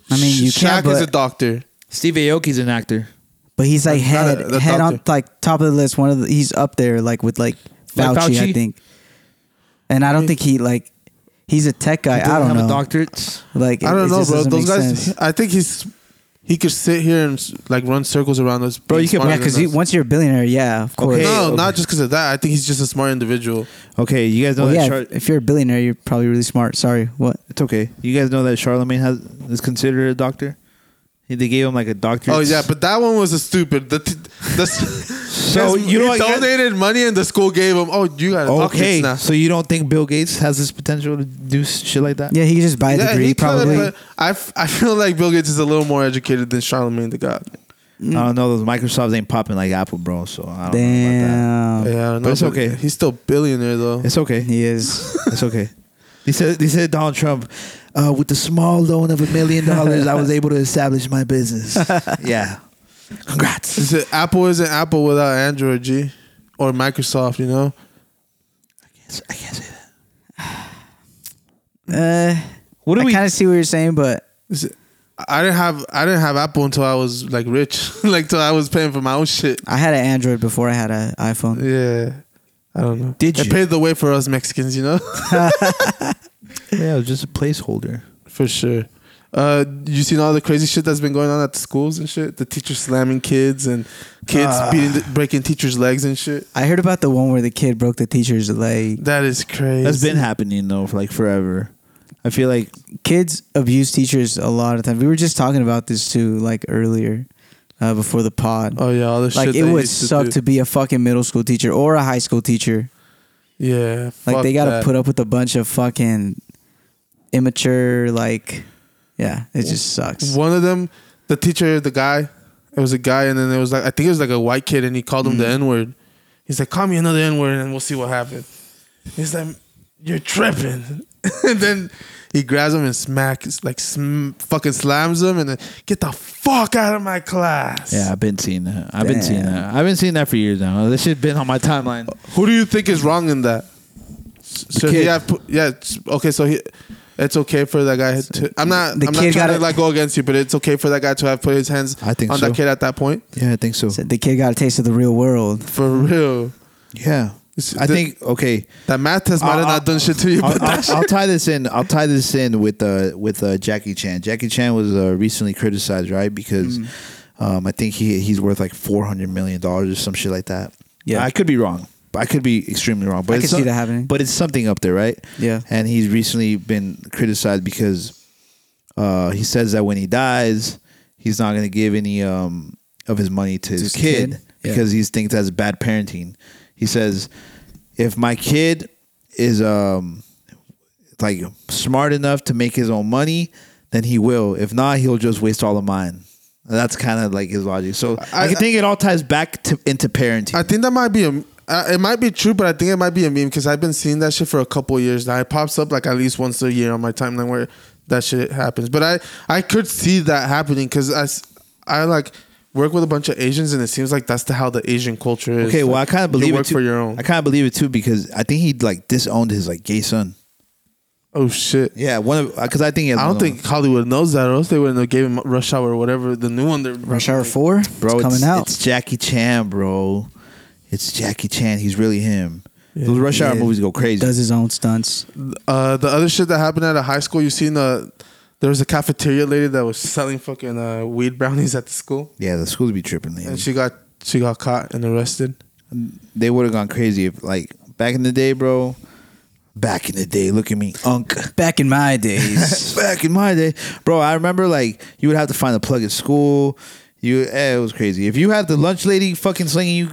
B: I mean, you
C: Shaq
B: can,
C: is
B: but-
C: a doctor.
A: Steve Aoki's an actor.
B: But he's like
C: That's not
B: head
C: a- that's
B: head on
C: doctor.
B: like top of the list. One of the, he's up there like with like Fauci,
A: Like
B: I
A: Fauci?
B: think. And I don't think he like he's a tech guy. I don't
A: have
B: know.
A: a doctorate.
B: Like
C: I
B: it
C: don't know,
B: just
C: bro.
B: doesn't
C: Those
B: make
C: guys.
B: sense.
C: I think he's. He could sit here and like run circles around us,
A: Bro,
C: being
A: you can-
C: smarter
B: Yeah,
C: than
B: because
C: us.
B: once you're a billionaire, yeah, of course.
A: Okay.
C: no,
A: okay.
C: not just because of that. I think he's just a smart individual.
A: Okay, you guys know
B: Well,
A: that
B: yeah,
A: chart.
B: if you're a billionaire, you're probably really smart. Sorry, what?
A: It's okay. You guys know that Charlemagne has is considered a doctor. He- They gave him like a doctor.
C: Oh yeah, but that one was a stupid. The, t- the s-
A: So,
C: his-
A: you know
C: he
A: what, you got-
C: donated money and the school gave him. Oh, you got a
A: okay.
C: doctorate now.
A: So you don't think Bill Gates has this potential to do s- shit like that?
B: Yeah, he could just buy a
C: Yeah,
B: degree,
C: he could,
B: probably.
C: but I, f- I feel like Bill Gates is a little more educated than Charlemagne the God.
A: I don't know. Those Microsofts ain't popping like Apple, bro. So I don't know about
B: Damn,
C: yeah, I don't
A: Oh. but
C: know,
A: it's okay.
C: He's still billionaire though.
A: that. It's okay.
B: he is.
A: It's okay. They said they said Donald Trump, uh, with the small loan of a million dollars, I was able to establish my business. yeah, congrats.
C: Is it- Apple isn't Apple without Android G or Microsoft. You know,
A: I can't say that.
B: Uh,
A: What do
B: I
A: we?
B: kind of see what you're saying, but
C: Is it- I didn't have I didn't have Apple until I was like rich, like till I was paying for my own shit.
B: I had an Android before I had an iPhone.
C: Yeah, I don't know.
A: Did
C: It
A: you?
C: paved the way for us Mexicans, you know.
A: yeah, it was just a placeholder.
C: For sure. Uh, you seen all the crazy shit that's been going on at the schools and shit? The teachers slamming kids and kids
A: Ah.
C: beating, the, breaking teachers' legs and shit.
B: I heard about the one where the kid broke the teacher's leg.
C: That is crazy.
A: That's been happening though for like forever. I feel like
B: kids abuse teachers a lot of times. We were just talking about this too, like earlier, uh, before the pod.
C: Oh yeah, all the shit.
B: like it
C: they
B: would
C: used to
B: suck
C: do.
B: to be a fucking middle school teacher or a high school teacher.
C: Yeah.
B: Like
C: fuck
B: they got to
C: that.
B: put up with a bunch of fucking immature, like, yeah, it just sucks.
C: One of them, the teacher, the guy, it was a guy, and then it was like I think it was like a white kid, and he called him the
B: Mm-hmm.
C: N word. He's like, "Call me another N word, and we'll see what happens." He's like, "You're tripping," and then he grabs him and smacks, like sm- fucking slams him, and then get the fuck out of my class.
A: yeah, I've been seeing that. I've been seeing
B: Damn.
A: that. I've been seeing that for years now. This shit been on my timeline.
C: Who do you think is wrong in that? So
A: kid.
C: he had, pu- yeah, it's- okay. So he, it's okay for that guy to. I'm not.
B: The
C: I'm
B: kid
C: not trying
B: gotta-
C: to like go against you, but it's okay for that guy to have put his hands
A: I think
C: on
A: so.
C: that kid at that point.
A: Yeah, I think so.
B: So the kid got a taste of the real world.
C: For real.
A: Yeah,
C: It's-
A: I
C: the-
A: think okay.
C: That math test might have
A: I'll-
C: not done shit to you,
A: I'll,
C: but
A: I'll- I'll tie this in. I'll tie this in with uh with uh, Jackie Chan. Jackie Chan was uh, recently criticized, right? Because
B: Mm.
A: um, I think he he's worth like four hundred million dollars or some shit like that.
B: Yeah.
A: I could be wrong. I could be extremely wrong. But
B: I
A: it's
B: could see
A: some-
B: that happening.
A: But it's something up there, right?
B: Yeah.
A: And he's recently been criticized because uh, he says that when he dies, he's not going to give any um, of his money to his,
B: his
A: kid,
B: kid? Yeah.
A: because he thinks that's bad parenting. He says, if my kid is um, like smart enough to make his own money, then he will. If not, he'll just waste all of mine. That's kind of like his logic. So I,
C: I-
A: think it all ties back to into parenting.
C: I think that might be a. Uh, it might be true, but I think it might be a meme because I've been seeing that shit for a couple years now. It pops up like at least once a year on my timeline where that shit happens. But I I could see that happening because I s- I, like work with a bunch of Asians and it seems like that's the, how the Asian culture is.
A: okay, well I
C: Like,
A: kind of
C: you
A: believe
C: work
A: it too.
C: for your own.
A: I kind of believe it too because I think he like disowned his like gay son.
C: oh shit.
A: Yeah, one of because I think he has
C: I
A: one
C: don't
A: of
C: think Hollywood knows that, or else they wouldn't have gave him Rush Hour or whatever the new one. they're-
B: Rush Hour 4?
A: bro.
B: it's coming
A: it's,
B: out.
A: It's Jackie Chan, bro. It's Jackie Chan. He's really him. Those Rush Hour
B: Yeah.
A: movies go crazy.
B: Does his own stunts.
C: Uh, the other shit that happened at a high school, you seen the there was a cafeteria lady that was selling fucking uh, weed brownies at the school,
A: yeah, the schools be tripping. man.
C: and she got she got caught and arrested.
A: they would have gone crazy if like back in the day, bro. Back in the day, look at me, Unc.
B: Back in my days.
A: back in my day, bro. I remember like you would have to find a plug at school. You, eh, it was crazy. If you had the lunch lady fucking slinging you,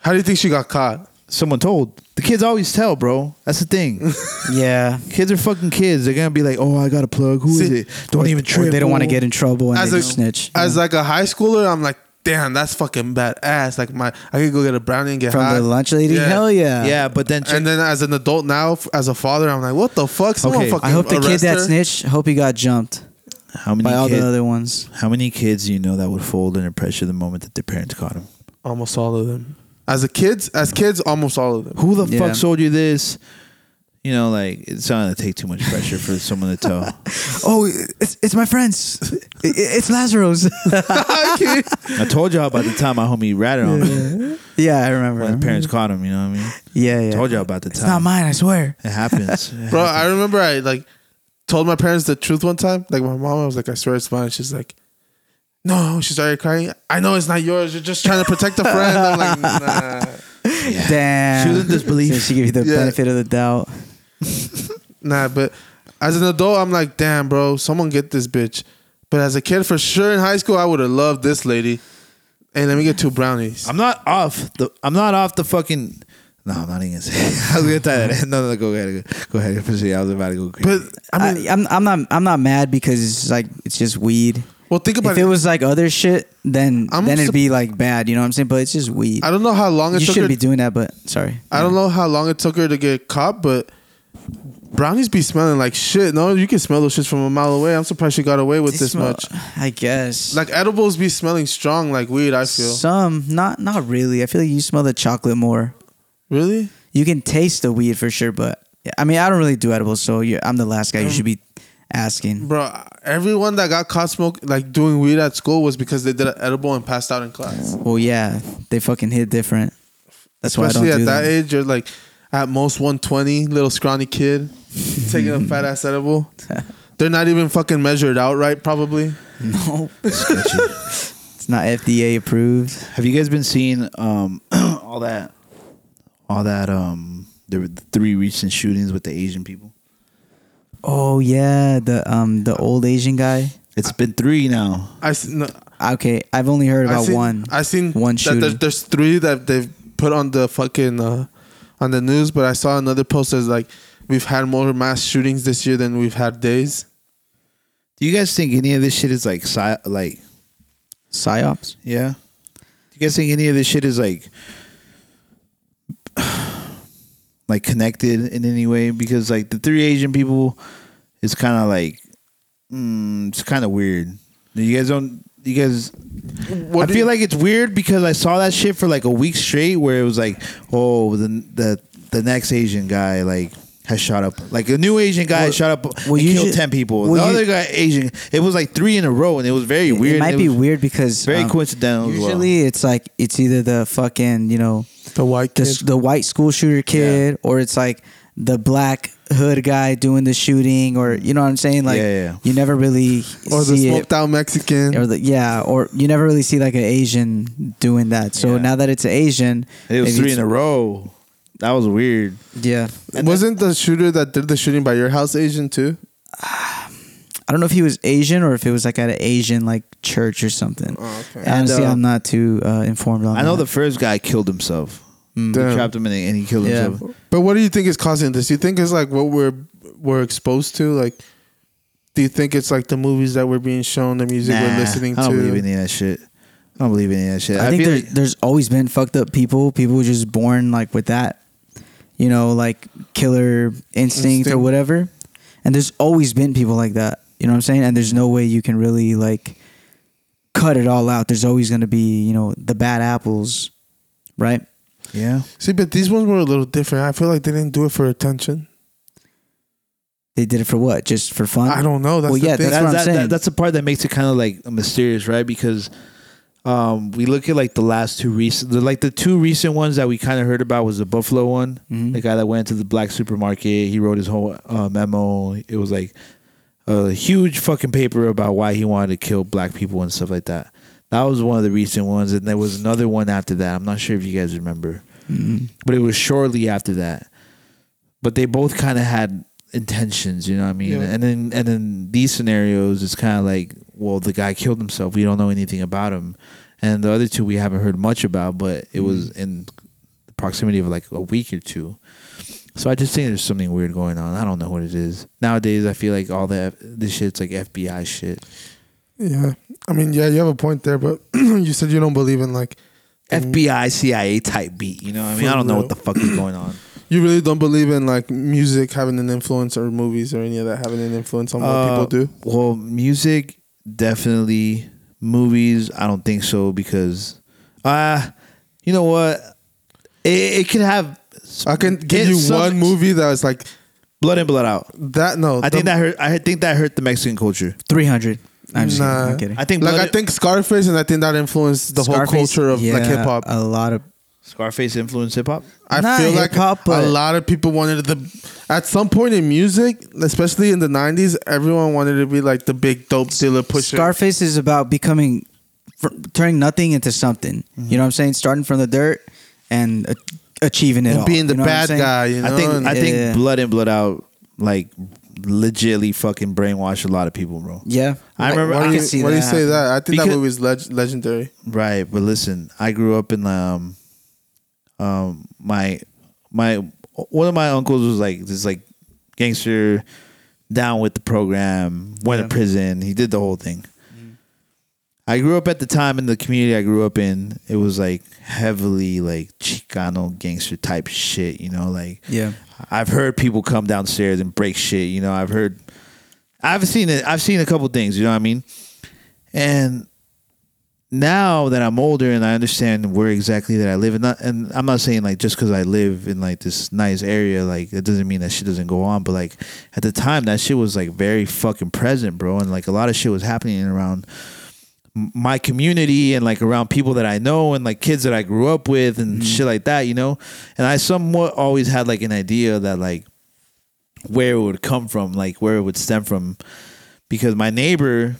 C: How do you think she got caught?
A: someone told. The kids always tell, bro. That's the thing.
B: Yeah.
A: kids are fucking kids. They're gonna be like, oh, I got a plug. Who is
C: See-
A: it? Don't even
B: Or
A: trip.
B: they don't want to
A: oh.
B: get in trouble and
C: as
B: they
C: a
B: just snitch.
C: as like a high schooler, I'm like, damn, that's fucking badass. Like my, I could go get a brownie and get
B: From
C: high.
B: the lunch lady?
C: Yeah.
B: Hell yeah.
A: Yeah, but then
C: And then as an adult now, f- as a father, I'm like, what the fuck? Someone
A: Okay.
C: fucking
B: I hope the kid
C: arrest
B: that
C: her.
B: snitched, hope he got jumped
A: how many
B: by all
A: kid-
B: the other ones.
A: how many kids do you know that would fold under pressure the moment that their parents caught them?
C: Almost all of them. As a kids, as kids, almost all of them.
A: Who the
B: Yeah.
A: fuck sold you this? You know, like it's not gonna take too much pressure for someone to tell.
B: Oh, it's, it's my friends. It- it's Lazaro's.
A: I told y'all about the time my homie ratted on me
B: yeah, I
A: when the
B: remember.
A: parents caught him. You know what I mean?
B: Yeah, yeah.
A: Told y'all about the
B: It's
A: time.
B: not mine, I swear.
A: It happens.
C: Bro, I remember I like told my parents the truth one time. Like my mom, I was like, I swear it's mine. She's like, no. She started crying. I know it's not yours. You're just trying to protect a friend. I'm like, nah.
B: Damn.
A: She was in disbelief.
B: So she gave you the
C: Yeah.
B: benefit of the doubt.
C: Nah, but as an adult, I'm like, damn, bro, someone get this bitch. But as a kid, for sure in high school, I would have loved this lady. Hey, let me get two brownies.
A: I'm not off the. I'm not off the fucking. No, I'm not even gonna say. I was gonna tie that. in. No, no, go ahead. Go ahead. I was about to go.
C: but
A: Crazy.
C: I mean,
B: I, I'm, I'm not. I'm not mad because it's like it's just weed.
C: well, think
B: If
C: about
B: it
C: it.
B: was like other shit, then
C: I'm
B: then
C: sup-
B: it'd be like bad. You know what I'm saying? But it's just weed.
C: I don't know how long it
B: you
C: took her.
B: shouldn't be doing that. But sorry.
C: I don't know how long it took her to get caught, but brownies be smelling like shit. No, you can smell those shits from a mile away. I'm surprised she got away with
B: They
C: this
B: smell-
C: much.
B: I guess.
C: Like edibles be smelling strong like weed. I feel
B: some, not not really. I feel like you smell the chocolate more.
C: really.
B: You can taste the weed for sure, but I mean, I don't really do edibles, so you I'm the last guy you should be asking.
C: Bro, everyone that got caught smoke like doing weed at school was because they did an edible and passed out in class.
B: Well, yeah, they fucking hit different. That's why I don't
C: Especially
B: do
C: at that
B: them.
C: age, you're like at most 120, little scrawny kid taking a fat ass edible. They're not even fucking measured out right, probably.
B: No,
A: Sketchy.
B: it's not FDA approved.
A: Have you guys been seeing um all that, all that um the the three recent shootings with the Asian people?
B: Oh yeah, the um the old Asian guy.
A: It's been three now.
C: I s- no,
B: Okay, I've only heard
C: I
B: about
C: seen,
B: one.
C: I seen
B: one
C: that there's,
B: shooting.
C: there's three that they've put on the fucking uh, on the news, but I saw another post that's like we've had more mass shootings this year than we've had days.
A: Do you guys think any of this shit is like sci- like
B: Psyops.
A: yeah? Do you guys think any of this shit is like like connected in any way? Because like the three Asian people is kind of like mm, it's kind of weird. You guys don't. You guys
C: What
A: I
C: do
A: feel
C: you-
A: like it's weird because I saw that shit for like a week straight, where it was like, oh, the the the next Asian guy like has shot up, like a new Asian guy
B: Well-
A: shot up
B: well,
A: and
B: you
A: killed
B: should-
A: ten people.
B: well,
A: the
B: you-
A: other guy Asian, it was like three in a row, and it was very weird.
B: It might
A: and
B: be
A: was
B: weird because
A: very
B: um,
A: coincidental. as well.
B: Usually, it's like it's either the fucking you know
C: the white
B: the
C: kid.
B: s- the white school shooter kid, or it's like the black hood guy doing the shooting, or you know what I'm saying? Like
A: Yeah, yeah.
B: you never really
C: or the
B: see it.
C: smoked out Mexican.
B: or the, yeah, or you never really see like an Asian doing that. So
A: Yeah.
B: now that it's an Asian,
A: it was
B: maybe
A: three
B: it's-
A: in a row. That was weird.
B: Yeah,
C: Wasn't the shooter that did the shooting by your house Asian too?
B: I don't know if he was Asian or if it was like at an Asian like church or something.
C: okay.
B: Honestly,
A: And, uh,
B: I'm not too uh, informed on.
A: I know
B: that.
A: the first guy killed himself. They
C: Damn.
A: trapped him in the, and he killed
B: Yeah.
A: himself.
C: But what do you think is causing this? Do you think it's like what we're we're exposed to? Like, do you think it's like the movies that we're being shown, the music
A: Nah,
C: we're listening
A: I don't
C: to?
A: believe any of that shit. I don't believe any of that shit.
B: I, think
A: feel
B: there's,
A: like-
B: there's always been fucked up people. People were just born like with that, you know, like killer instinct, or
C: Instinct.
B: whatever. And there's always been people like that. You know what I'm saying? And there's no way you can really like cut it all out. There's always going to be, you know, the bad apples, right?
A: yeah.
C: See, but these ones were a little different. I feel like they didn't do it for attention.
B: They did it for what? Just for fun?
C: I don't know. That's
B: Um, Well,
C: the
B: yeah,
C: thing.
B: that's what I'm
A: that,
B: saying.
A: that's the part that makes it kind of like mysterious, right? Because um, we look at like the last two recent, the, like the two recent ones that we kind of heard about was the Buffalo one,
B: Mhm.
A: the guy that went to the black supermarket. He wrote his whole uh, memo. It was like a huge fucking paper about why he wanted to kill black people and stuff like that. That was one of the recent ones, and there was another one after that. I'm not sure if you guys remember,
B: Mm.
A: but it was shortly after that. But they both kind of had intentions. You know what I mean?
C: Yeah.
A: And then and then these scenarios, it's kind of like, well, the guy killed himself. We don't know anything about him, and the other two we haven't heard much about, but it was in the proximity of like a week or two. So I just think there's something weird going on. I don't know what it is. Nowadays, I feel like all the this shit's like FBI shit.
C: Yeah, I mean, yeah, you have a point there, but you said you don't believe in like
A: FBI, CIA type beat. You know what I mean? I
C: For
A: don't know
C: real.
A: what the fuck is going on.
C: you really don't believe in like music having an influence or movies or any of that having an influence on what
A: Uh,
C: people do.
A: Well, music definitely. Movies, I don't think so because, uh you know what? It, it could have.
C: I can give
A: it's
C: you
A: some-
C: one movie that was like
A: Blood in, blood out.
C: that. No,
A: I think
C: the-
A: that hurt. I think that hurt the Mexican culture.
B: Three hundred. I'm just kidding.
C: Nah.
B: I'm kidding.
A: I think
C: like
A: Blood
C: I
A: in-
C: think Scarface, and I think that influenced the whole
B: Scarface,
C: culture of like
B: yeah,
C: hip hop.
B: A lot of
A: Scarface influenced hip hop.
C: I
B: Not
C: feel like
B: hip-hop,
C: a
B: but-
C: lot of people wanted the at some point in music, especially in the '90s, everyone wanted to be like the big dope dealer pusher.
B: Scarface is about becoming, fr- turning nothing into something.
A: Mm-hmm.
B: You know what I'm saying? Starting from the dirt and a- achieving it
C: and
B: all.
C: being the
B: You know what I'm
C: bad
B: saying?
C: guy. You know,
A: I think
C: and-
A: I think
B: Yeah.
A: Blood in, blood out like legitly fucking brainwashed a lot of people, bro.
B: Yeah,
A: I remember-
C: Why
A: I
C: do
A: can
C: you,
B: see
C: why do you
B: that
C: say that? I think that
A: Because-
C: movie is leg- legendary.
A: Right, but listen, I grew up in um, um, my my one of my uncles was like this like gangster, down with the program, went to prison. He did the whole thing. I grew up at the time in the community I grew up in. It was like heavily like Chicano gangster type shit, you know. Like
B: Yeah.
A: I've heard people come downstairs and break shit. You know, I've heard, I've seen it. I've seen a couple things. You know what I mean? And now that I'm older and I understand where exactly that I live, and not, and I'm not saying like just because I live in like this nice area, like it doesn't mean that shit doesn't go on. But like at the time, that shit was like very fucking present, bro, and like a lot of shit was happening around m- my community and like around people that I know and like kids that I grew up with and shit like that, you know. And I somewhat always had like an idea that like where it would come from, like where it would stem from, because my neighbor,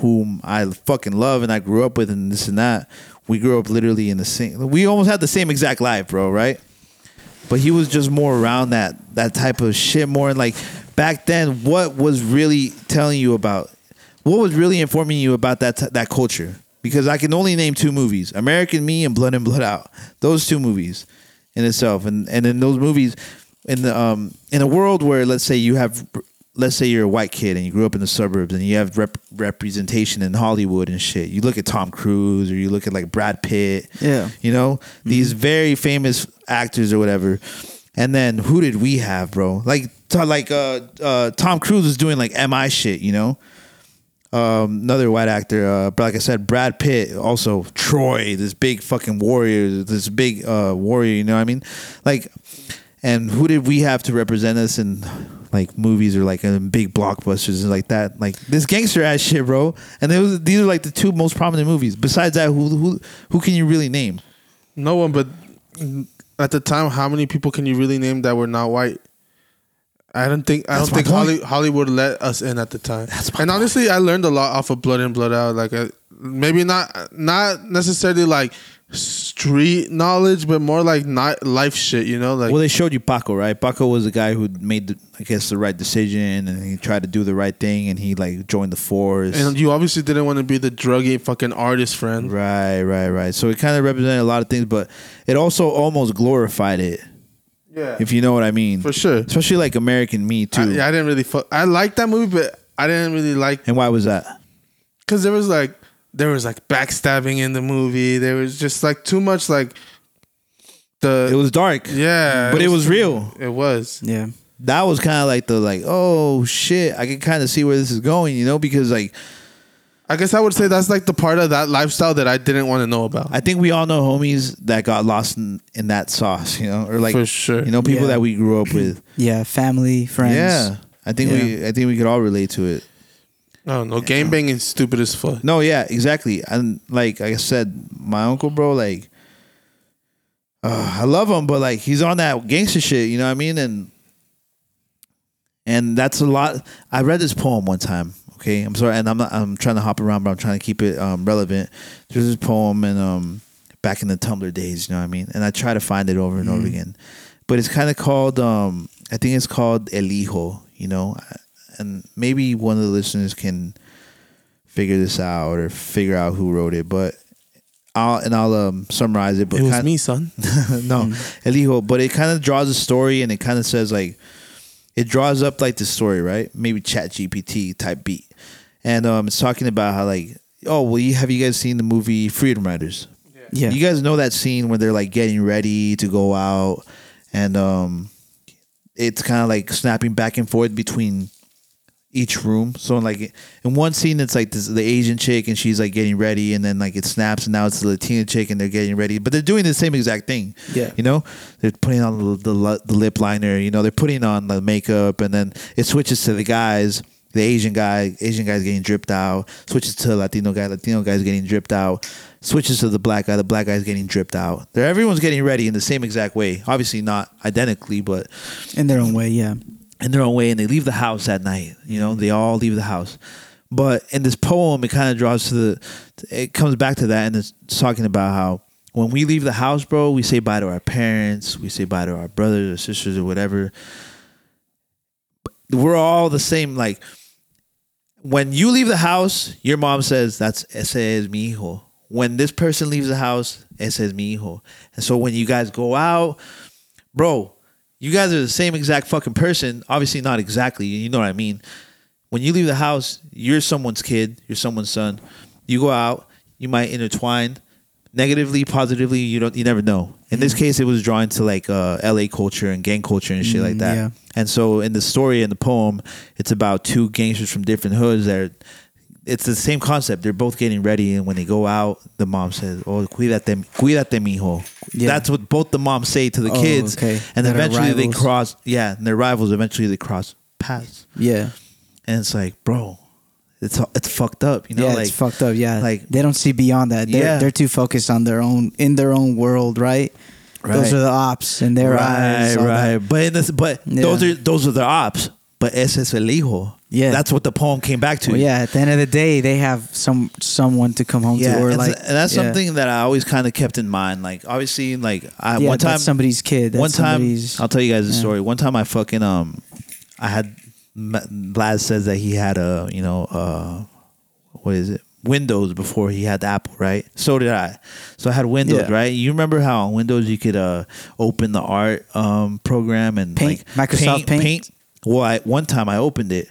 A: whom I fucking love and I grew up with and this and that, we grew up literally in the same. We almost had the same exact life, bro. Right? But he was just more around that that type of shit more. And like back then, what was really telling you about, what was really informing you about that that culture? Because I can only name two movies: American Me and Blood and Blood Out. Those two movies in itself, and and in those movies, in the um in a world where let's say you have let's say you're a white kid and you grew up in the suburbs and you have rep- representation in Hollywood and shit. You look at Tom Cruise or you look at like Brad Pitt.
B: Yeah.
A: You know, these very famous actors or whatever. And then who did we have, bro? Like to- like uh uh Tom Cruise was doing like MI shit, you know? Um, another white actor, uh, but like I said, Brad Pitt, also Troy, this big fucking warrior, this big uh, warrior. You know what I mean? Like, and who did we have to represent us in like movies or like in big blockbusters and like that? Like this gangster ass shit, bro. And it was, these are like the two most prominent movies. Besides that, who who who can you really name?
C: No one, but at the time, how many people can you really name that were not white? I don't think I
A: That's
C: don't
A: my
C: think
A: point.
C: Holly, Hollywood let us in at the time.
A: That's my
C: and
A: point.
C: honestly, I learned a lot off of Blood and Blood Out. Like I, maybe not not necessarily like street knowledge, but more like not life shit. You know, like
A: Well, they showed you Paco, right? Paco was the guy who made, the, I guess, the right decision, and he tried to do the right thing, and he like joined the force.
C: and you obviously didn't want to be the druggy fucking artist friend.
A: Right, right, right. So it kind of represented a lot of things, but it also almost glorified it,
C: Yeah,
A: if you know what I mean.
C: for sure.
A: Especially like American Me
C: I,
A: too.
C: yeah, I didn't really fuck. I liked that movie, but I didn't really like
A: And why was that?
C: because there was like there was like backstabbing in the movie. There was just like too much like the
A: It was dark.
C: yeah,
A: But it was real.
C: It was
B: yeah.
A: That was kind of like the like, oh shit, I can kind of see where this is going, you know, because like
C: I guess I would say that's like the part of that lifestyle that I didn't want to know about.
A: I think we all know homies that got lost in, in that sauce, you know, or like
C: For sure.
A: you know, people
B: Yeah.
A: that we grew up with.
B: Yeah, family, friends.
A: yeah. I think we I think we could all relate to it.
C: I don't know. Game banging stupid as fuck.
A: No, yeah, exactly. And like I said, my uncle, bro, like, uh, I love him, but like he's on that gangster shit, you know what I mean? And and that's a lot. I read this poem one time. Okay, I'm sorry, and I'm not, I'm trying to hop around, but I'm trying to keep it um, relevant. There's this poem, and um,
C: Mm.
A: back in the Tumblr days, you know what I mean. And I try to find it over and over again, but it's kind of called um, I think it's called El Hijo, you know, and maybe one of the listeners can figure this out or figure out who wrote it, but I'll and I'll um, summarize it. But
C: It was
A: kind-
C: me, son.
A: no, El Hijo. But it kind of draws a story and it kind of says like it draws up like the story, right? Maybe Chat GPT type beat. And um it's talking about how like, oh well you have you guys seen the movie Freedom Riders?
B: Yeah.
A: You guys know that scene where they're like getting ready to go out and um it's kind of like snapping back and forth between each room. So like in one scene, it's like this, the Asian chick and she's like getting ready, and then like it snaps, and now it's the Latina chick and they're getting ready, but they're doing the same exact thing.
B: Yeah.
A: you know, they're putting on the, the, li- the lip liner, you know, they're putting on the makeup, and then it switches to the guys. The Asian guy, Asian guy's getting dripped out. Switches to Latino guy, Latino guy's getting dripped out. Switches to the black guy, the black guy's getting dripped out. They're, everyone's getting ready in the same exact way. Obviously not identically, but
B: in their own way. Yeah,
A: in their own way and they leave the house at night you know they all leave the house but in this poem it kind of draws to the it comes back to that and it's talking about how when we leave the house bro we say bye to our parents we say bye to our brothers or sisters or whatever we're all the same like when you leave the house your mom says that's ese es mi hijo when this person leaves the house ese es mi hijo and so when you guys go out bro, you guys are the same exact fucking person. Obviously, not exactly. You know what I mean. When you leave the house, you're someone's kid. You're someone's son. You go out. You might intertwine negatively, positively. You don't. You never know. In this case, it was drawn to like uh, L.A. culture and gang culture and shit like that.
B: yeah.
A: And so, in the story in the poem, it's about two gangsters from different hoods that are. It's the same concept. They're both getting ready, and when they go out, the mom says, "Oh, cuídate, cuídate, mijo."
B: Yeah.
A: That's what both the moms say to the
B: Oh,
A: kids,
B: okay.
A: and
B: That are
A: eventually they
B: rivals.
A: cross. Yeah, and they're rivals. Eventually they cross paths,
B: yeah,
A: and it's like, bro, it's it's fucked up. You know,
B: yeah.
A: like
B: it's fucked up. Yeah,
A: like-
B: like they don't see beyond that. They're,
A: Yeah.
B: they're too focused on their own in their own world. Right.
A: Right.
B: Those are the ops in their
A: right,
B: eyes. all that.
A: right. But in this, but
B: Yeah.
A: those are those are the ops. But ese es el hijo.
B: Yeah.
A: that's what the poem came back to.
B: Well, yeah. At the end of the day, they have some someone to come home
A: Yeah,
B: to, or
A: and,
B: like
A: and that's
B: yeah.
A: something that I always kind of kept in mind. Like, obviously, like I,
B: Yeah,
A: one time
B: that's somebody's kid. That's
A: one time,
B: somebody's-
A: I'll tell you guys a
B: yeah.
A: story. One time, I fucking um, I had M- Vlad says that he had a you know uh, what is it Windows before he had Apple, right? So did I. So I had Windows,
B: Yeah.
A: right? You remember how on Windows you could uh open the art um program and
B: Paint,
A: like
B: Microsoft Paint.
A: Well, I, one time I opened it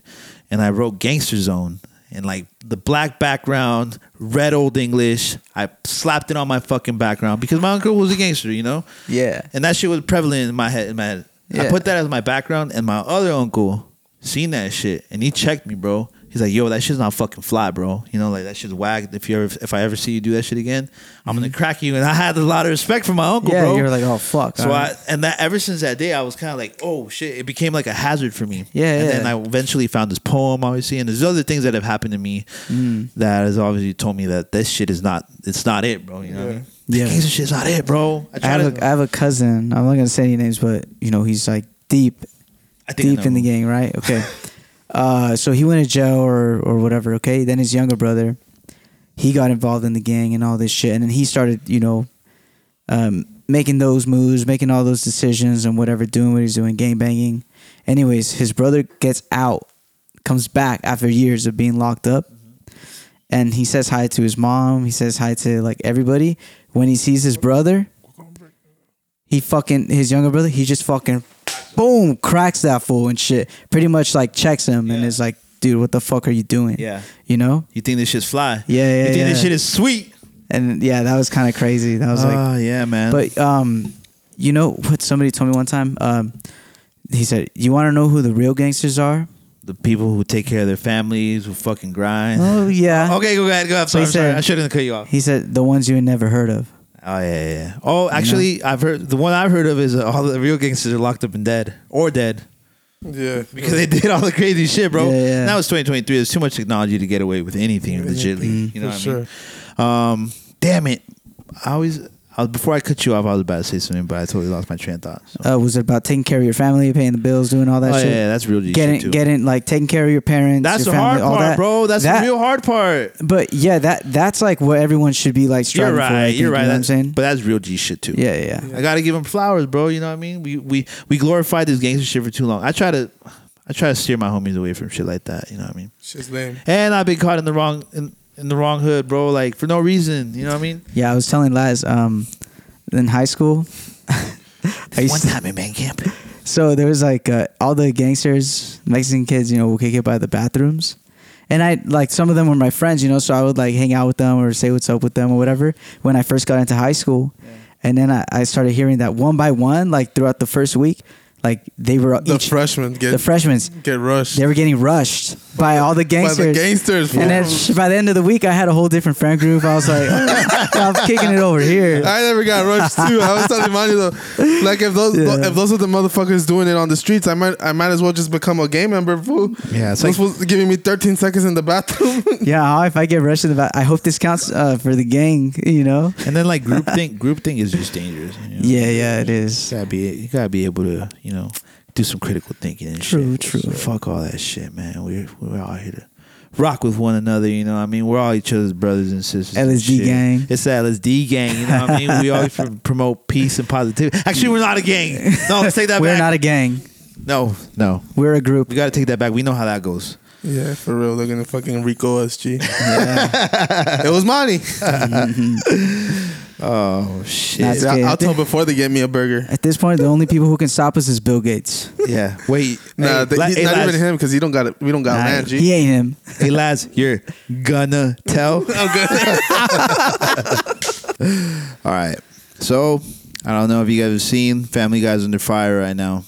A: and I wrote Gangster Zone and like the black background, red old English. I slapped it on my fucking background because my uncle was a gangster, you know.
B: Yeah.
A: And that shit was prevalent in my head. In my head. I
B: Yeah.
A: put that as my background, and my other uncle seen that shit, and he checked me, bro. He's like, "Yo, that shit's not fucking fly, bro. You know, like that shit's whack. If you ever, if I ever see you do that shit again, I'm gonna crack you." And I had a lot of respect for my uncle,
B: Mm-hmm. yeah.
A: bro.
B: You're like, oh fuck.
A: so
B: all
A: I
B: right.
A: and that ever since that day, I was kind of like, "Oh shit!" It became like a hazard for me.
B: Yeah,
A: And
B: yeah.
A: then I eventually found this poem, obviously, and there's other things that have happened to me
B: Mm.
A: that has obviously told me that this shit is not, it's not it, bro. You know, what I mean?
B: Yeah.
A: This shit's not it, bro. I,
B: I
A: tried
B: have
A: to-
B: a, I have a cousin. I'm not gonna say any names, but you know he's like deep,
A: I think I
B: deep
A: know
B: in the
A: who.
B: gang, right? Okay. uh, so he went to jail or or whatever. Okay. Then his younger brother, he got involved in the gang and all this shit, and then he started, you know, um, making those moves, making all those decisions, and whatever, doing what he's doing, gang banging. Anyways, his brother gets out, comes back after years of being locked up and he says hi to his mom. He says hi to like everybody. When he sees his brother, he fucking his younger brother. He just fucking boom cracks that fool and shit. Pretty much like checks him and
A: Yeah.
B: is like, dude, what the fuck are you doing?
A: Yeah.
B: you know.
A: You think this shit's fly?
B: Yeah, yeah,
A: You think this
B: yeah.
A: shit is sweet?
B: And yeah, that was kind of crazy. That was like,
A: oh yeah, man.
B: But um, you know what somebody told me one time? Um, he said, "You want to know who the real gangsters are?"
A: the people who take care of their families, who fucking grind.
B: Oh yeah.
A: Okay, go ahead, go ahead. I'm sorry,
B: he
A: I'm sorry.
B: said-
A: I shouldn't have cut you off.
B: He said the ones you had never heard of.
A: Oh yeah, yeah, yeah. Oh, actually, I've heard the one I've heard of is uh, all the real gangsters are locked up and dead or dead
C: Yeah,
A: because they did all the crazy shit, bro.
B: Yeah, yeah.
A: Now it's 2023. There's too much technology to get away with anything legitly. You know
C: for
A: what
C: sure.
A: I mean? Um, damn it! I always. I I was, before I cut you off, I was about to say something, but I totally lost my train of thought. So.
B: Uh, was it about taking care of your family, paying the bills, doing all that
A: oh, yeah,
B: shit?
A: yeah, that's real G shit
B: getting
A: too.
B: getting like taking care of your parents.
A: that's
B: your
A: the hard
B: family, all
A: part,
B: that.
A: bro. That's
B: that,
A: the real hard part.
B: But yeah, that that's like what everyone should be like striving
A: You're
B: for. I
A: right.
B: think,
A: You're
B: you
A: right.
B: know what I'm
A: That's-
B: saying.
A: But that's real G shit too.
B: yeah, yeah, yeah.
A: I gotta give him flowers, bro. You know what I mean? We we we glorified this gangster shit for too long. I try to I try to steer my homies away from shit like that. You know what I mean?
C: Shit's lame.
A: And I've been caught in the wrong in, in the wrong hood, bro. Like for no reason. You know what I mean?
B: Yeah, I was telling Laz um, in high school. I used to,
A: in band camp.
B: so there was like uh, all the gangsters, Mexican kids, you know, will kick it by the bathrooms. And I like some of them were my friends, you know, so I would like hang out with them or say what's up with them or whatever when I first got into high school. And then I, I started hearing that one by one, like throughout the first week, like they were
C: The
B: each,
C: freshmen get
B: the freshmen,
C: get rushed
B: they were getting rushed by all the
C: by
B: gangsters.
C: the gangsters.
B: And then
C: fool.
B: sh- by the end of the week, I had a whole different friend group. I was like, I'm kicking it over here.
C: I never got rushed too. I was telling Manny though, like if those
B: Yeah.
C: if those are the motherfuckers doing it on the streets, I might I might as well just become a gang member. Fool.
A: Yeah, it's
C: those
A: like-
C: fools giving me 13 seconds in the bathroom.
B: Yeah, how if I get rushed in the back, I hope this counts uh, for the gang. You know?
A: And then like group think group think is just dangerous. You know?
B: Yeah, yeah, it
A: You
B: is.
A: gotta be you gotta be able to you know do some critical thinking and
B: True,
A: shit.
B: true.
A: So fuck all that shit, man. We're we're all here to rock with one another. You know, what I mean, we're all each other's brothers and sisters. and
B: LSD
A: shit.
B: gang.
A: It's the LSD gang. You know what I mean? We always pr- promote peace and positivity. Actually, we're not a gang. No, let's take that
B: We're
A: back.
B: not a gang.
A: no, no.
B: We're a
A: We
B: group.
A: gotta take that back. We know how that goes.
C: yeah, for real, they're gonna fucking Rico SG. it was Monty.
A: Oh
B: That's
A: shit.
C: Yeah,
B: good.
C: I'll tell before they get me a burger.
B: At this point, the only people who can stop us is Bill Gates.
A: yeah. Wait.
C: Nah,
A: Hey,
C: they,
A: la-
C: he's
A: hey,
C: not
A: lads.
C: even him because he don't got it. We don't got
B: Nah,
C: man. G.
B: he ain't him.
A: Hey, lads, you're gonna tell. All right. So I don't know if you guys have seen Family Guy's under fire right now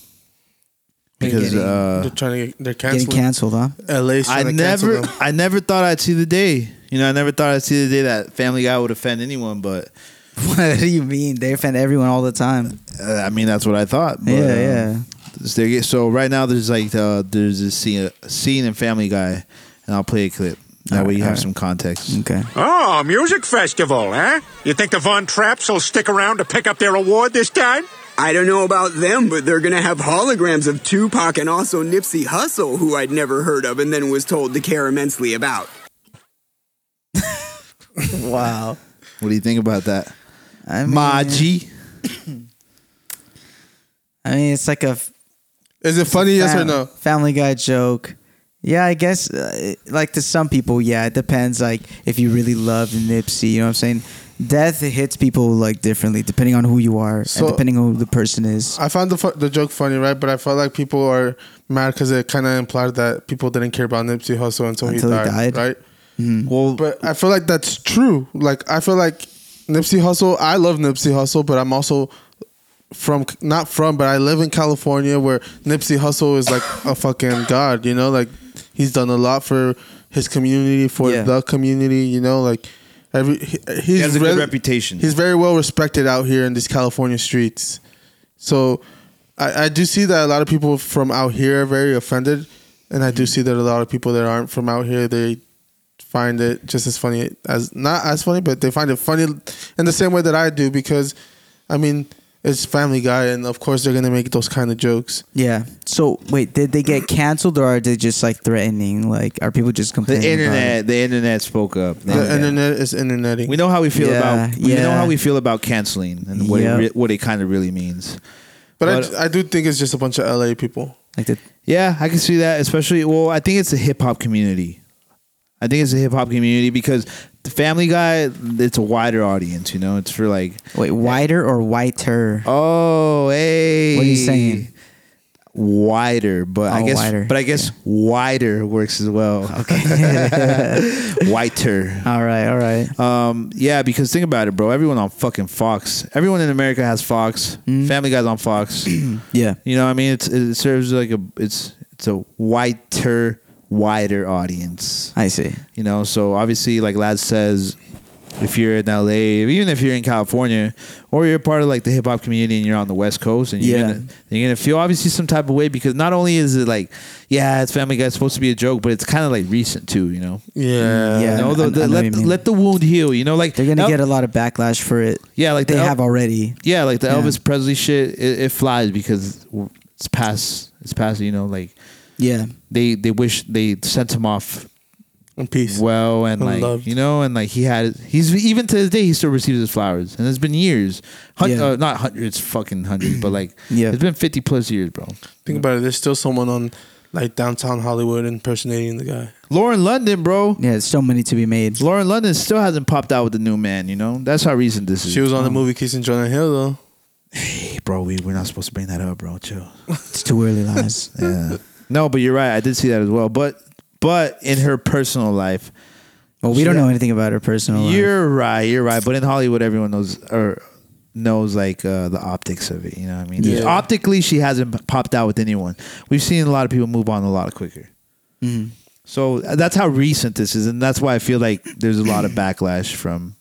A: because
B: Getting-
A: uh,
C: They're trying to get, they're
B: Getting
C: canceling.
B: canceled, huh?
C: LA's
A: I
C: trying to cancel
A: never,
C: them.
A: I never thought I'd see the day. You know, I never thought I'd see the day that Family Guy would offend anyone. But
B: What do you mean? They offend everyone all the time.
A: uh, I mean, that's what I thought. But,
B: yeah,
A: um,
B: yeah.
A: they- So right now, there's like uh, there's this scene, scene in Family Guy, and I'll play a clip. That
B: All
A: way, you
B: right,
A: have
B: all
A: some context.
B: Okay.
E: Oh, music festival, huh? You think the Von Trapps will stick around to pick up their award this time?
F: I don't know about them, but they're gonna have holograms of Tupac and also Nipsey Hussle, who I'd never heard of and then was told to care immensely about.
B: Wow.
A: What do you think about that,
B: I mean,
A: Maji?
B: I mean, it's like a f-
C: Is it funny? Yes or
B: fam-
C: no?
B: Family Guy joke. Yeah, I guess uh, it- like to some people, yeah, it depends. Like if you really love Nipsey, you know what I'm saying. Death hits people like differently depending on who you are
C: So-
B: and depending on who the person is.
C: I found the fu- the joke funny, right? But I felt like people are mad because it kind of implied that people didn't care about Nipsey Hussle until,
B: Until
C: he,
B: he
C: died,
B: died. Mm-hmm.
C: right?
A: Well,
C: But I feel like that's true. Like I feel like Nipsey Hussle. I love Nipsey Hussle, but I'm also from not from, but I live in California where Nipsey Hussle is like a fucking god. You know, like he's done a lot for his community, for
B: Yeah.
C: the community. You know, like every he, he's
A: He has a good
C: rel-
A: reputation.
C: He's very well respected out here in these California streets. So I, I do see that a lot of people from out here are very offended, and I do
A: Mm-hmm.
C: see that a lot of people that aren't from out here they find it just as funny as not as funny, but they find it funny in the same way that I do because, I mean, it's Family Guy, and of course they're gonna make those kind of jokes.
B: Yeah. So wait, did they get canceled or are they just like threatening? Like, are people just
A: the
B: complaining? about it?
A: internet, the internet spoke up.
C: The internet is interneting.
A: We know how we feel
B: Yeah,
A: about we
B: yeah.
A: know how we feel about canceling and what
B: Yeah.
A: it re- what it kind of really means.
C: but
A: but-
C: I, I do think it's just a bunch of LA people.
B: Like the
A: Yeah, I can see that. Especially, well, I think it's a hip hop community. I think it's a hip hop community because the Family Guy, it's a wider audience. You know, it's for like,
B: wait, whiter or whiter?
A: oh, hey,
B: What are you saying?
A: Wider, but I
B: Oh,
A: guess,
B: wider.
A: but I guess wider works as well. Okay, whiter.
B: All right, all right.
A: Um, yeah, because think about it, bro. Everyone on fucking Fox. Everyone in America has Fox.
B: Hmm.
A: Family Guy's on Fox. you
B: yeah.
A: know, what I mean, it's it serves like a it's it's a whiter, wider audience.
B: I see.
A: You know, so obviously, like Lad says, if you're in LA, even if you're in California, or you're part of like the hip hop community and you're on the West Coast, and you're
B: Yeah.
A: gonna, you're gonna feel obviously some type of way because not only is it like, yeah, it's Family Guy, it's supposed to be a joke, but it's kind of like recent too, you know.
B: Yeah.
C: Yeah.
A: You know,
B: I-
A: the-
B: I
A: Uh, the-
B: know what
A: let,
B: you
A: the,
B: mean.
A: let the wound heal. You know, like
B: They're gonna
A: El-
B: get a lot of backlash for it.
A: Yeah, like the
B: they
A: El-
B: have already.
A: yeah, like the
B: Yeah.
A: Elvis Presley shit. It, it flies because it's past. It's past. You know, like
B: Yeah,
A: they they wish they sent him off
C: And peace.
A: well and like
C: Unloved.
A: you know and like he had he's even to this day he still receives his flowers and it's been years Hun-
B: Yeah.
A: uh, not hundreds fucking hundreds but like
B: Yeah.
A: it's been 50 plus years bro
C: Think about it. There's still someone on like downtown Hollywood impersonating the guy.
A: Lauren London bro
B: yeah. There's so many to be made.
A: Lauren London still hasn't popped out with the new man you know that's how recent this is
C: She was on the movie Kissing Jonah Hill though.
A: hey bro we, we're not supposed to bring that up bro chill
B: It's too early, lies.
A: yeah no but you're right I did see that as well but but in her personal life
B: Well, we don't know anything about her personal life.
A: You're right. You're right. But in Hollywood, everyone knows or knows like uh, the optics of it. You know what I mean?
C: Yeah.
A: Optically, she hasn't popped out with anyone. We've seen a lot of people move on a lot quicker.
C: Mm-hmm.
A: So uh, that's how recent this is, and that's why I feel like there's a lot of backlash from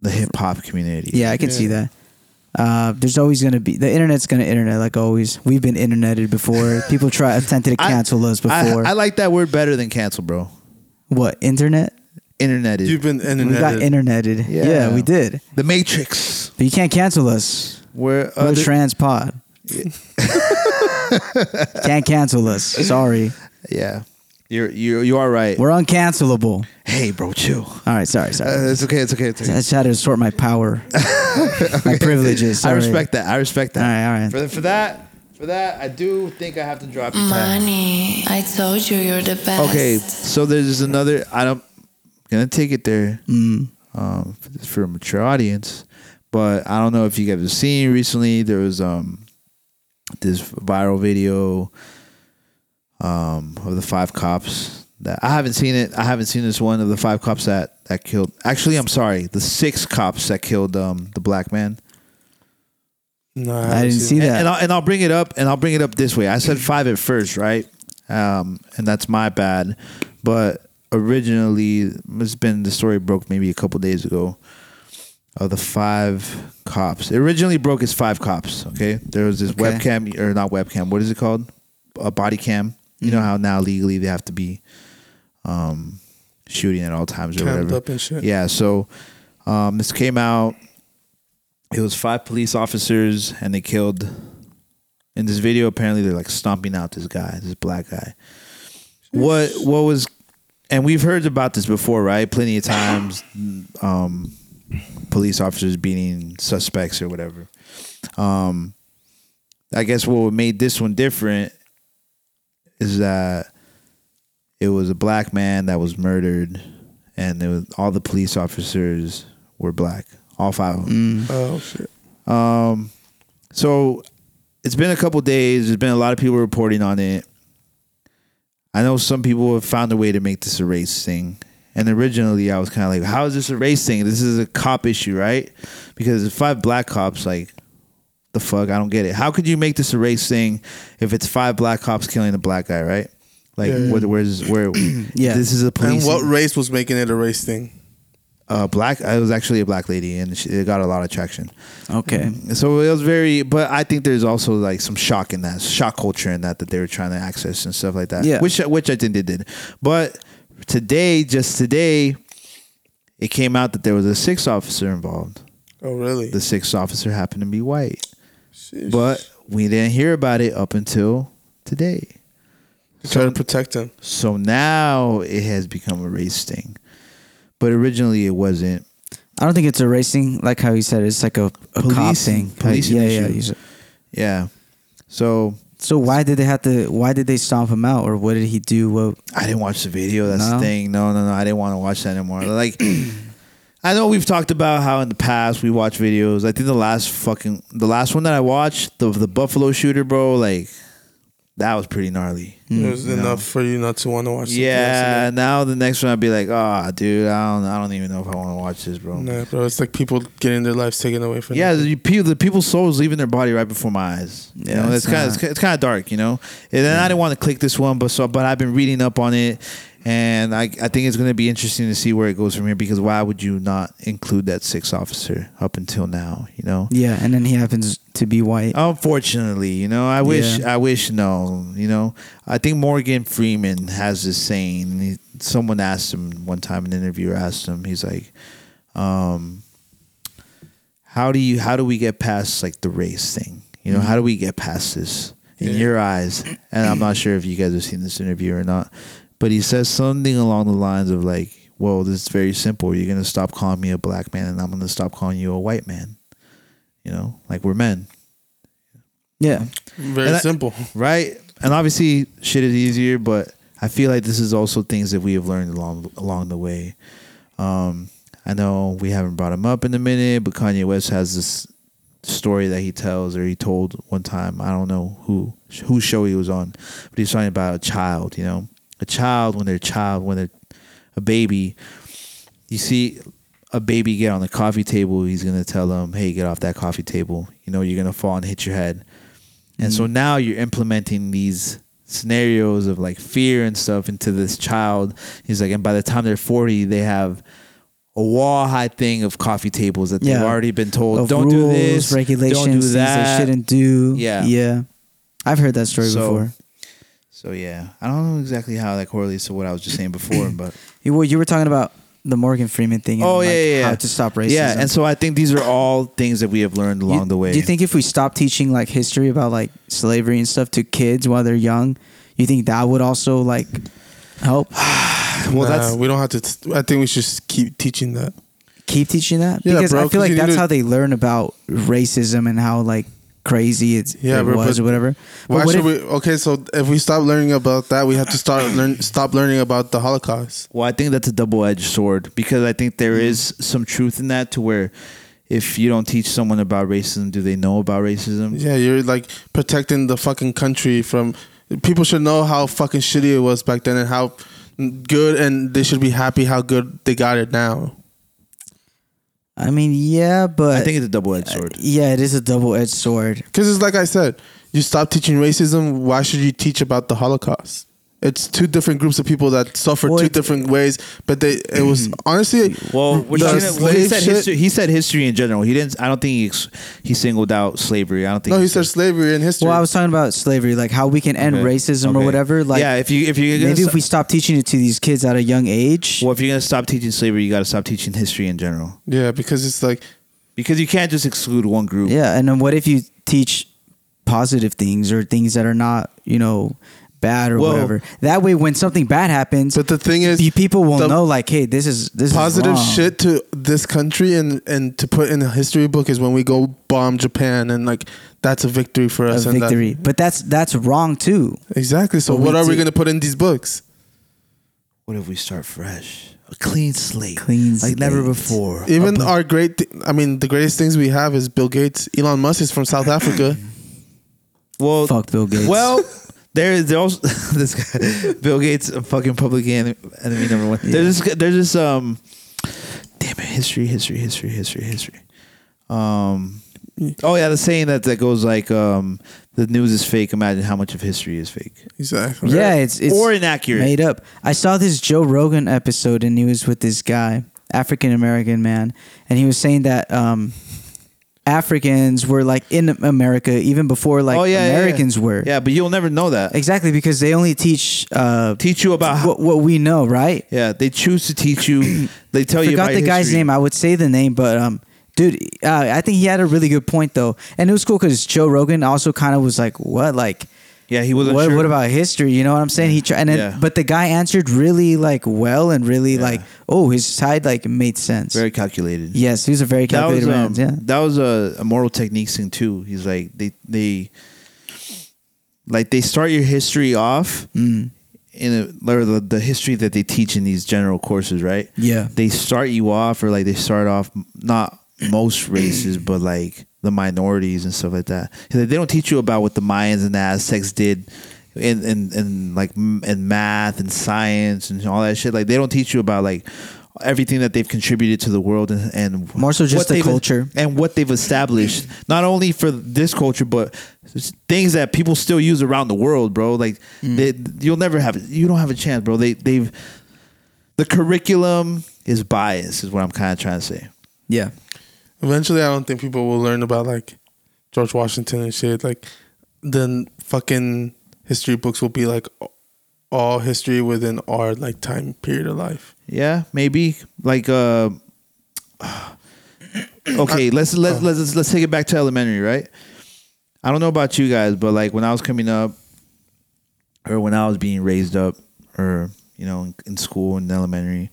A: the hip hop community.
B: Yeah, I can see that. Uh, there's always gonna be the internet's gonna internet like always. We've been interneted before. People try attempted to
A: I-
B: cancel us
A: I-
B: before.
A: I, like that word better than cancel, bro.
B: what internet?
A: Internet is
C: You've been in
B: We got interneted.
A: Yeah.
B: Yeah. we did.
A: the Matrix.
B: But you can't cancel us.
A: Where
B: We're
A: other-
B: trans pod. can't cancel us. Sorry,
A: yeah, you're you you are right.
B: we're uncancelable.
A: hey, bro, chill.
B: All right, sorry,
A: Uh,
B: sorry.
A: it's okay. It's okay. It's okay.
B: I just had to sort my power, my privileges.
A: I
B: sorry.
A: respect that. I respect that.
B: All right, all right.
A: For, for that, for that, I do think I have to drop you. Ty.
G: Money, I told you you're the best.
A: Okay, so there's another. I don't gonna take it there. Um, for, this- for a mature audience, but I don't know if you guys have seen recently. There was um this viral video um of the five cops that I haven't seen it. I haven't seen this one of the five cops that that killed. Actually, I'm sorry, the six cops that killed um the black man.
C: No, I,
B: I
C: haven't
B: didn't
C: seen
B: see
C: it.
A: And-
B: that.
A: And, I'll, and I'll bring it up, and I'll bring it up this way. I said five at first, right? Um, and that's my bad. But originally, it's been the story broke maybe a couple days ago of the five cops. It originally broke as five cops. Okay, there was this
B: Okay.
A: webcam or not webcam. What is it called? A body cam. You
C: Mm-hmm.
A: know how now legally they have to be um, shooting at all times or
C: Cammed
A: whatever.
C: up and shit.
A: Yeah. So um, this came out. It was five police officers, and they killed. In this video, apparently they're like stomping out this guy, this black guy. What what was, and we've heard about this before, right? Plenty of times, um, police officers beating suspects or whatever. Um, I guess what made this one different is that it was a black man that was murdered, and it was, all the police officers were black, all five of them.
C: Oh shit.
A: Um, so it's been a couple days. There's been a lot of people reporting on it. I know some people have found a way to make this a race thing. And originally, I was kind of like, "How is this a race thing? This is a cop issue, right?" Because if five black cops, like, the fuck, I don't get it. How could you make this a race thing if it's five black cops killing a black guy, right? Like, where, where's where?
B: Yeah.
A: this is a police.
C: And what race was making it a race thing?
A: uh, black? It was actually a black lady, and she, it got a lot of traction.
B: Okay.
A: So it was very, but I think there's also like some shock in that shock culture in that that they were trying to access and stuff like that.
B: Yeah.
A: which which I think they did. But today, just today, it came out that there was a sixth officer involved.
C: Oh really?
A: The sixth officer happened to be white,
C: Sheesh.
A: but we didn't hear about it up until today.
C: try to protect him.
A: So now it has become a race thing, but originally it wasn't.
B: I don't think it's a racing like how you said. It's like a, a cop
A: Police-
B: thing.
A: policing
B: like,
A: issue.
B: you said-
A: Yeah. So
B: So why did they have to? Why did they stomp him out? Or what did he do? What?
A: I didn't watch the video. That's the
B: No?
A: thing. No, no, no. I didn't want to watch that anymore. Like, I know we've talked about how in the past we watch videos. I think the last fucking the last one that I watched, the the Buffalo shooter, bro. Like, that was pretty gnarly.
C: It was enough for you not to want to watch. something
A: Yeah.
C: else.
A: Now the next one, I'd be like, oh, dude, I don't, I don't even know if I want to watch this, bro.
C: Nah, bro. It's like people getting their lives taken away from.
A: Yeah,
C: them.
A: the, people, the people's souls leaving their body right before my eyes. You
B: Yeah,
A: know, it's
B: it's
A: kind
B: not-
A: of it's, kind of dark, you know. And then I didn't want to click this one, but so but I've been reading up on it, And I, I think it's going to be interesting to see where it goes from here because why would you not include that sixth officer up until now? You know,
B: Yeah, and then he happens to be white.
A: Unfortunately, you know, I wish,
B: Yeah.
A: I wish no, you know, I think Morgan Freeman has this saying. and he- Someone asked him one time, an interviewer asked him, he's like, um, how do you, how do we get past like the race thing? You know,
B: Mm-hmm.
A: how do we get past this in your eyes? And I'm not sure if you guys have seen this interview or not, but he says something along the lines of like, well, this is very simple. You're going to stop calling me a black man and I'm going to stop calling you a white man. You know, like we're men
B: Yeah,
C: Very
A: And I-
C: simple.
A: right? And obviously, shit is easier, but I feel like this is also things that we have learned along along the way. Um, I know we haven't brought him up in a minute, but Kanye West has this story that he tells or he told one time. I don't know who whose show he was on, but he's talking about a child. You know, a child when they're a child when they're a baby. You see a baby get on the coffee table, he's gonna tell them, "Hey, get off that coffee table." You know, you're gonna fall and hit your head. And
B: Mm.
A: so now you're implementing these scenarios of like fear and stuff into this child. He's like, and by the time they're 40, they have a wall high thing of coffee tables that
B: Yeah.
A: they've already been told,
B: Of
A: don't do this,
B: regulations,
A: don't do
B: things
A: that.
B: they shouldn't do.
A: Yeah.
B: yeah. I've heard that story
A: So-
B: before.
A: So yeah, I don't know exactly how that correlates to what I was just saying before, but
B: You, well, you were talking about the Morgan Freeman thing. And
A: oh
B: like,
A: yeah, yeah, yeah,
B: how to stop racism.
A: Yeah, and so I think these are all things that we have learned
B: You-
A: along the way.
B: Do you think if we stop teaching like history about like slavery and stuff to kids while they're young, you think that would also like help
A: Well, that's
C: Nah, we don't have to. t- I think we should just keep teaching that.
B: keep teaching that?
C: Yeah,
B: because
C: bro,
B: I feel
C: 'cause
B: like
C: you need
B: that's
C: to-
B: how they learn about racism and how like crazy it's,
C: Yeah,
B: it
C: bro,
B: was
C: but
B: or whatever. But
C: Why
B: what
C: should
B: if-
C: we? Okay, so if we stop learning about that, we have to start learn stop learning about the Holocaust.
A: Well, I think that's a double edged sword because I think there is some truth in that to where if you don't teach someone about racism, do they know about racism?
C: Yeah, you're like protecting the fucking country from. People should know how fucking shitty it was back then and how good, and they should be happy how good they got it now.
B: I mean, yeah, but
A: I think it's a double edged sword.
B: yeah, it is a double edged sword.
C: Because it's like I said, you stop teaching racism. Why should you teach about the Holocaust? It's two different groups of people that suffered
B: Well,
C: two
B: it-
C: different ways, but they it was honestly
A: Well, we're
C: the
A: talking, well, he
C: slave
A: said
C: shit-
A: history. He said history in general. He didn't. I don't think he ex- he singled out slavery. I don't think.
C: No, he said slavery in history.
B: Well, I was talking about slavery, like how we can end
A: Okay.
B: racism or
A: Okay.
B: whatever. Like,
A: yeah, if you if you
B: maybe if we stop teaching it to these kids at a young age,
A: well, if you're gonna stop teaching slavery, you got to stop teaching history in general
C: yeah, because it's like
A: because you can't just exclude one group.
B: Yeah, and then what if you teach positive things or things that are not, you know, bad or
A: Well-
B: whatever? That way, when something bad happens,
C: But the thing is,
B: the people will
C: the
B: know, like, hey, this is this
C: positive
B: is wrong.
C: shit to this country and and to put in the history book is when we go bomb Japan and like that's a victory for
B: A
C: us. and that-
B: victory, but that's that's wrong too.
C: exactly. So
B: But we
C: what are we
B: do-
C: gonna put in these books?
A: What if we start fresh, a clean slate,
B: Clean
A: like never
B: slate.
A: before?
C: Even our great, th- I mean, the greatest things we have is Bill Gates, Elon Musk is from South Africa.
A: Well,
B: Fuck Bill Gates.
A: Well, there is there also this guy, Bill Gates, a fucking public en- enemy number one. There's this, there's this um, damn it, history, history, history, history, history. Um, oh yeah, the saying that that goes like um, the news is fake. Imagine how much of history is fake.
C: Exactly.
B: yeah, it's it's
A: or inaccurate.
B: made up. I saw this Joe Rogan episode, and he was with this guy, African American man, and he was saying that um, Africans were like in America even before like
A: oh yeah, yeah, yeah.
B: Americans were.
A: Yeah, but you'll never know that.
B: Exactly, because they only teach uh,
A: Teach you about how,
B: what, what we know, right?
A: yeah. They choose to teach you. They tell you
B: Forgot
A: Oh, about
B: the guy's
A: history.
B: name. I would say the name, but um, dude, uh, I think he had a really good point though, and it was cool because Joe Rogan also kind of was like, "What, like,
A: Yeah, he was.
B: what, what about history?" You know what I'm saying? He tried, and then,
A: Yeah.
B: but the guy answered really like well and really like, "Oh, his side like made sense."
A: very calculated?
B: yes, he was a very
A: that was
B: calculated man.
A: um,
B: Yeah,
A: that was a, a moral techniques thing too. He's like they they like they start your history off
B: Mm.
A: in a, or the, the history that they teach in these general courses, right?
B: Yeah.
A: they start you off or like they start off m- not most races, but like the minorities and stuff like that. He's like, they don't teach you about what the Mayans and the Aztecs did. And, and and like m- and math and science and all that shit like they don't teach you about like everything that they've contributed to the world and, and
B: More so just
A: what
B: the
A: they've-
B: culture.
A: and what they've established, not only for this culture, but things that people still use around the world, bro. Like
B: Mm.
A: they, you'll never have you don't have a chance, bro. They they've the curriculum is biased, is what I'm kind of trying to say.
B: Yeah.
C: Eventually, I don't think people will learn about like George Washington and shit. Like, then fucking history books will be like all history within our like time period of life.
A: Yeah, maybe like uh okay, let's let's let's let's take it back to elementary, right? I don't know about you guys, but like when I was coming up or when I was being raised up or you know in, in school in elementary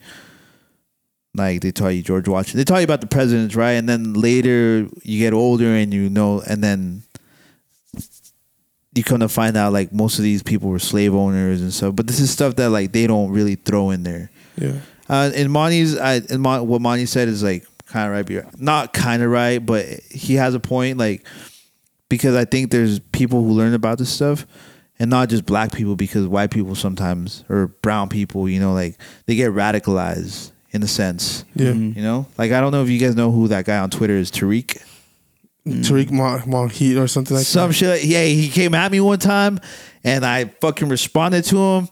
A: like they taught you George Washington. They taught you about the presidents, right? And then later you get older and you know and then you come to find out like most of these people were slave owners and stuff. But this is stuff that like they don't really throw in there.
C: Yeah.
A: Uh, and Monty's, I, and Mon, what Monty said is like kind of right, be right. not kind of right, but he has a point. Like because I think there's people who learn about this stuff, and not just black people, because white people sometimes or brown people, you know, like they get radicalized in a sense.
C: Yeah.
A: You know, like I don't know if you guys know who that guy on Twitter is, Tariq.
B: Mm.
C: Tariq Mah- Mahid or something like
A: Some
C: that.
A: shit. Yeah, he came at me one time, and I fucking responded to him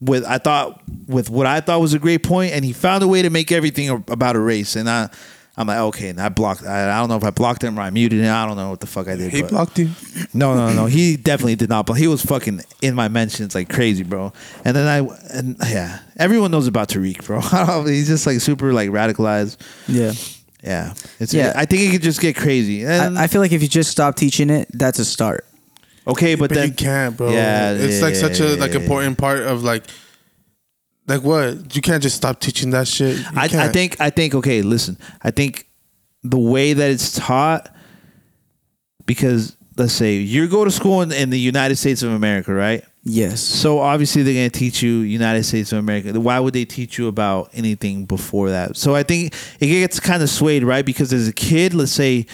A: with I thought with what I thought was a great point, and he found a way to make everything a- about a race. And I, I'm like, okay, and I blocked. I, I don't know if I blocked him or I muted him. I don't know what the fuck I did.
C: He
A: but-
C: blocked you.
A: no, no, no. He definitely did not. But he was fucking in my mentions like crazy, bro. And then I and yeah, everyone knows about Tariq, bro. He's just like super like radicalized.
B: Yeah.
A: Yeah, it's
B: Yeah.
A: I think it could just get crazy. And,
B: I, I feel like if you just stop teaching it, that's a start.
A: okay, but,
C: But
A: then
C: you can't, bro.
A: Yeah, yeah,
C: It's like
A: yeah,
C: such
A: yeah,
C: a like
A: yeah,
C: important part of like like what? You can't just stop teaching that shit. You
A: I, I
C: can't.
A: think I think okay, listen. I think the way that it's taught because let's say you go to school in, in the United States of America, right?
B: Yes.
A: So obviously they're going to teach you United States of America. Why would they teach you about anything before that? So I think it gets kind of swayed, right? Because as a kid, let's say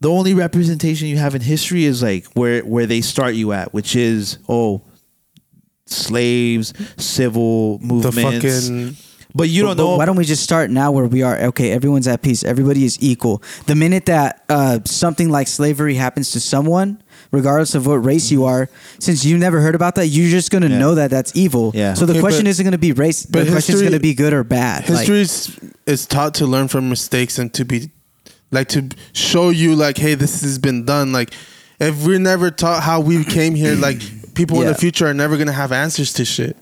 A: the only representation you have in history is like where where they start you at, which is oh slaves, civil
C: the
A: movements.
C: fucking
A: but you don't
B: But
A: know
B: why don't we just start now where we are? Okay, everyone's at peace. Everybody is equal. The minute that uh, something like slavery happens to someone, regardless of what race you are, since you never heard about that, you're just gonna
A: Mm-hmm. Yeah.
B: know that that's evil.
A: Yeah.
B: So the
C: Okay,
B: question
C: but-
B: isn't gonna be race. The
C: but
B: question is
C: history-
B: gonna be good or bad. Like,
C: history is is taught to learn from mistakes and to be like to show you like hey this has been done like if we're never taught how we came here like people in
B: Yeah.
C: the future are never gonna have answers to shit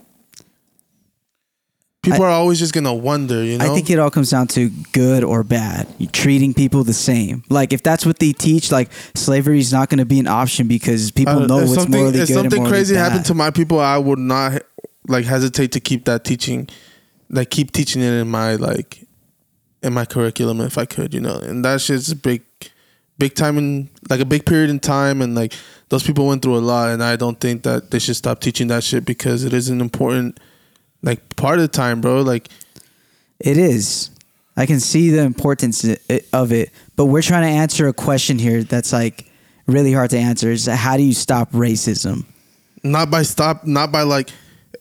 C: people are always just gonna wonder you know
B: I think it all comes down to good or bad. You're treating people the same. Like if that's what they teach, like slavery is not going to be an option because people
C: Uh,
B: know
C: if
B: what's
C: something,
B: morally
C: if
B: good. and
C: something
B: morally
C: crazy
B: bad.
C: happened to my people i would not like hesitate to keep that teaching like keep teaching it in my like in my curriculum if i could you know and that shit's a big big time in like a big period in time and like those people went through a lot and i don't think that they should stop teaching that shit because it is an important like part of the time bro like
B: It is. I can see the importance i- i- of it, but we're trying to answer a question here that's like really hard to answer. Is how do you stop racism?
C: not by stop not by like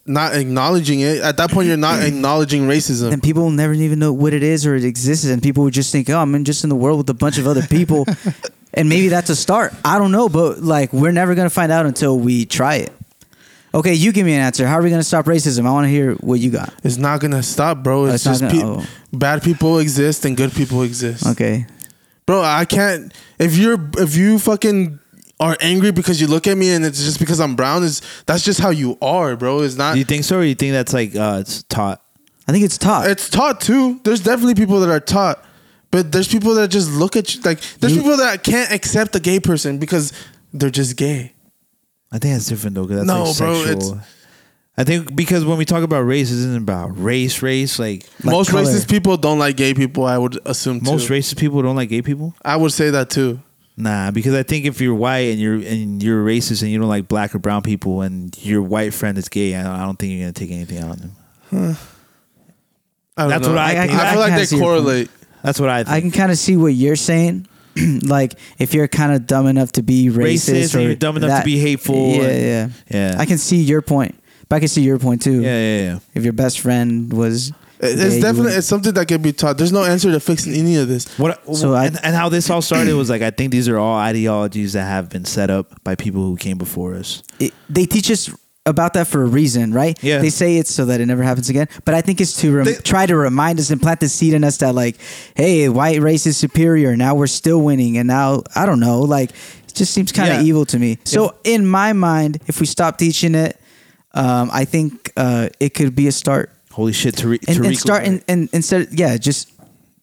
C: not acknowledging it at that point you're not acknowledging racism
B: And people will never even know what it is or it exists, and people would just think, "Oh, I'm in- just in the world with a bunch of other people." and maybe that's a start. I don't know, but like we're never gonna find out until we try it. Okay, you give me an answer. How are we gonna stop racism? I want to hear what you got.
C: It's not gonna stop, bro.
B: it's
C: It's,
B: not
C: just
B: gonna-
C: pe-
B: oh.
C: bad people exist and good people exist,
B: Okay,
C: bro. I can't. If you're if you fucking are angry because you look at me and it's just because I'm brown, is that's just how you are, bro. It's not.
A: Do you think so, or you think that's like uh, it's taught?
B: I think it's tough.
C: it's taught too. There's definitely people that are taught, but there's people that just look at you like there's people that can't accept a gay person because they're just gay.
A: I think that's different though. 'cause That's
C: No,
A: like
C: bro,
A: sexual.
C: it's-
A: I think because when we talk about race, it isn't about race. Race like
B: Like
C: Most
B: color.
C: racist people don't like gay people. I would assume
A: most
C: too.
A: racist people don't like gay people.
C: I would say that too.
A: Nah, because I think if you're white and you're and you're racist and you don't like black or brown people and your white friend is gay, I don't, I don't think you're gonna take anything out of them.
C: I don't
A: That's
C: know.
A: what I
C: I,
A: think.
C: I,
A: I
C: feel
B: kinda
C: like
B: see
C: they
B: your point.
C: correlate.
A: That's what I
B: I
A: think.
B: can kind of see what you're saying. like if you're kind of dumb enough to be racist,
A: Racist and
B: or
A: you're dumb enough to
B: that-
A: be hateful
B: Yeah,
A: and-
B: yeah,
A: yeah.
B: I can see your point, but I can see your point too.
A: yeah, yeah, yeah.
B: If your best friend was
C: It-
B: Yeah,
C: It's
B: you
C: definitely
B: wouldn't-
C: it's something that can be taught. There's no answer to fixing any of this.
A: What,
B: So I-
A: and, and how this all started was like I think these are all ideologies that have been set up by people who came before us.
B: it, they teach us about that for a reason, right?
A: Yeah.
B: They say it so that it never happens again. But I think it's to rem- try to remind us and plant the seed in us that, like, hey, white race is superior. Now we're still winning. And now, I don't know, like, it just seems kind of
A: Yeah.
B: evil to me. So, in my mind, if we stop teaching it, um, I think uh, it could be a start.
A: Holy shit, Tariq.
B: And,
A: Tariq
B: and
A: was
B: start,
A: right.
B: and, and instead, yeah, just.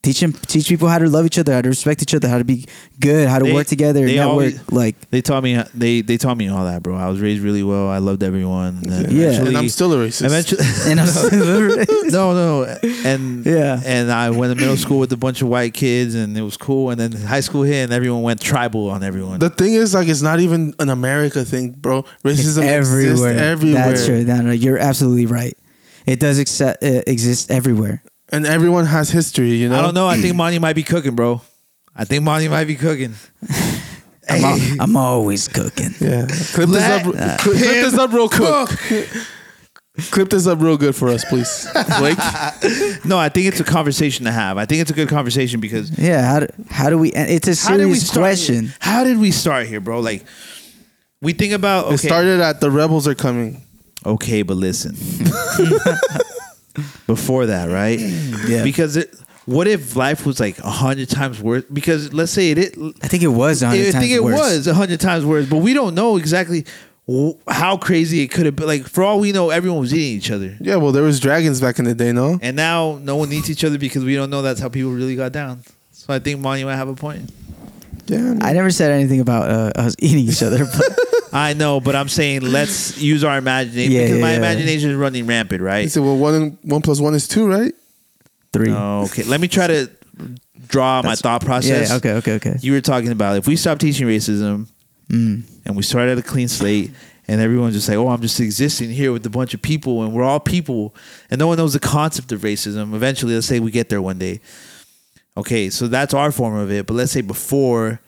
B: Teach, 'em- teach people how to love each other, how to respect each other, how to be good, how to
A: They-
B: work together,
A: they
B: network.
A: always-
B: like,
A: They taught me they they taught me all that, bro. I was raised really well. I loved everyone. And then
B: Yeah. And
A: eventually-
C: I'm still a racist.
A: Eventually,
B: and I'm
A: no, no, and
B: Yeah.
A: and I went to middle school with a bunch of white kids, and it was cool. And then high school hit, and everyone went tribal on everyone.
C: The thing is, like, it's not even an America thing, bro. Racism exists
B: everywhere.
C: everywhere,
B: That's true. No, no, you're absolutely right. It does accept, uh, exist everywhere.
C: and everyone has history. You know,
A: I don't know. I think Monty might be cooking, bro. I think Monty might be cooking.
B: I'm, al- I'm always cooking.
C: Yeah, clip
A: Let
C: this up. Clip, clip this up real quick. clip this up real good for us, please. Blake,
A: No, I think it's a conversation to have. I think it's a good conversation because
B: Yeah. How do, how do we? and It's a
A: how did we
B: serious
A: start?
B: question.
A: Here? How did we start here, bro? Like we think about okay,
C: it started at the rebels are coming.
A: okay, but listen. Before that, right?
B: Yeah.
A: Because it, what if life was like a hundred times worse? Because let's say it, it
B: I think it was a
A: I
B: hundred times
A: think it
B: worse.
A: was a hundred times worse, but we don't know exactly w- how crazy it could have been. Like for all we know, everyone was eating each other,
C: Yeah, well, there was dragons back in the day, no?
A: and now no one eats each other because we don't know that's how people really got down. So I think Monty might have a point.
C: Yeah,
B: I never said anything about uh, us eating each other. But
A: I know, but I'm saying let's use our imagination
B: Yeah,
A: because my
B: yeah.
A: imagination is running rampant,
C: he
A: right?
C: said, "Well, one and one plus one is two, right?"
B: three.
A: Okay, let me try to draw my thought process.
B: Yeah. Okay. Okay. Okay.
A: You were talking about if we stop teaching racism and we start at a clean slate and everyone's just like, oh, I'm just existing here with a bunch of people and we're all people and no one knows the concept of racism. Eventually, let's say we get there one day. Okay, so that's our form of it. But let's say before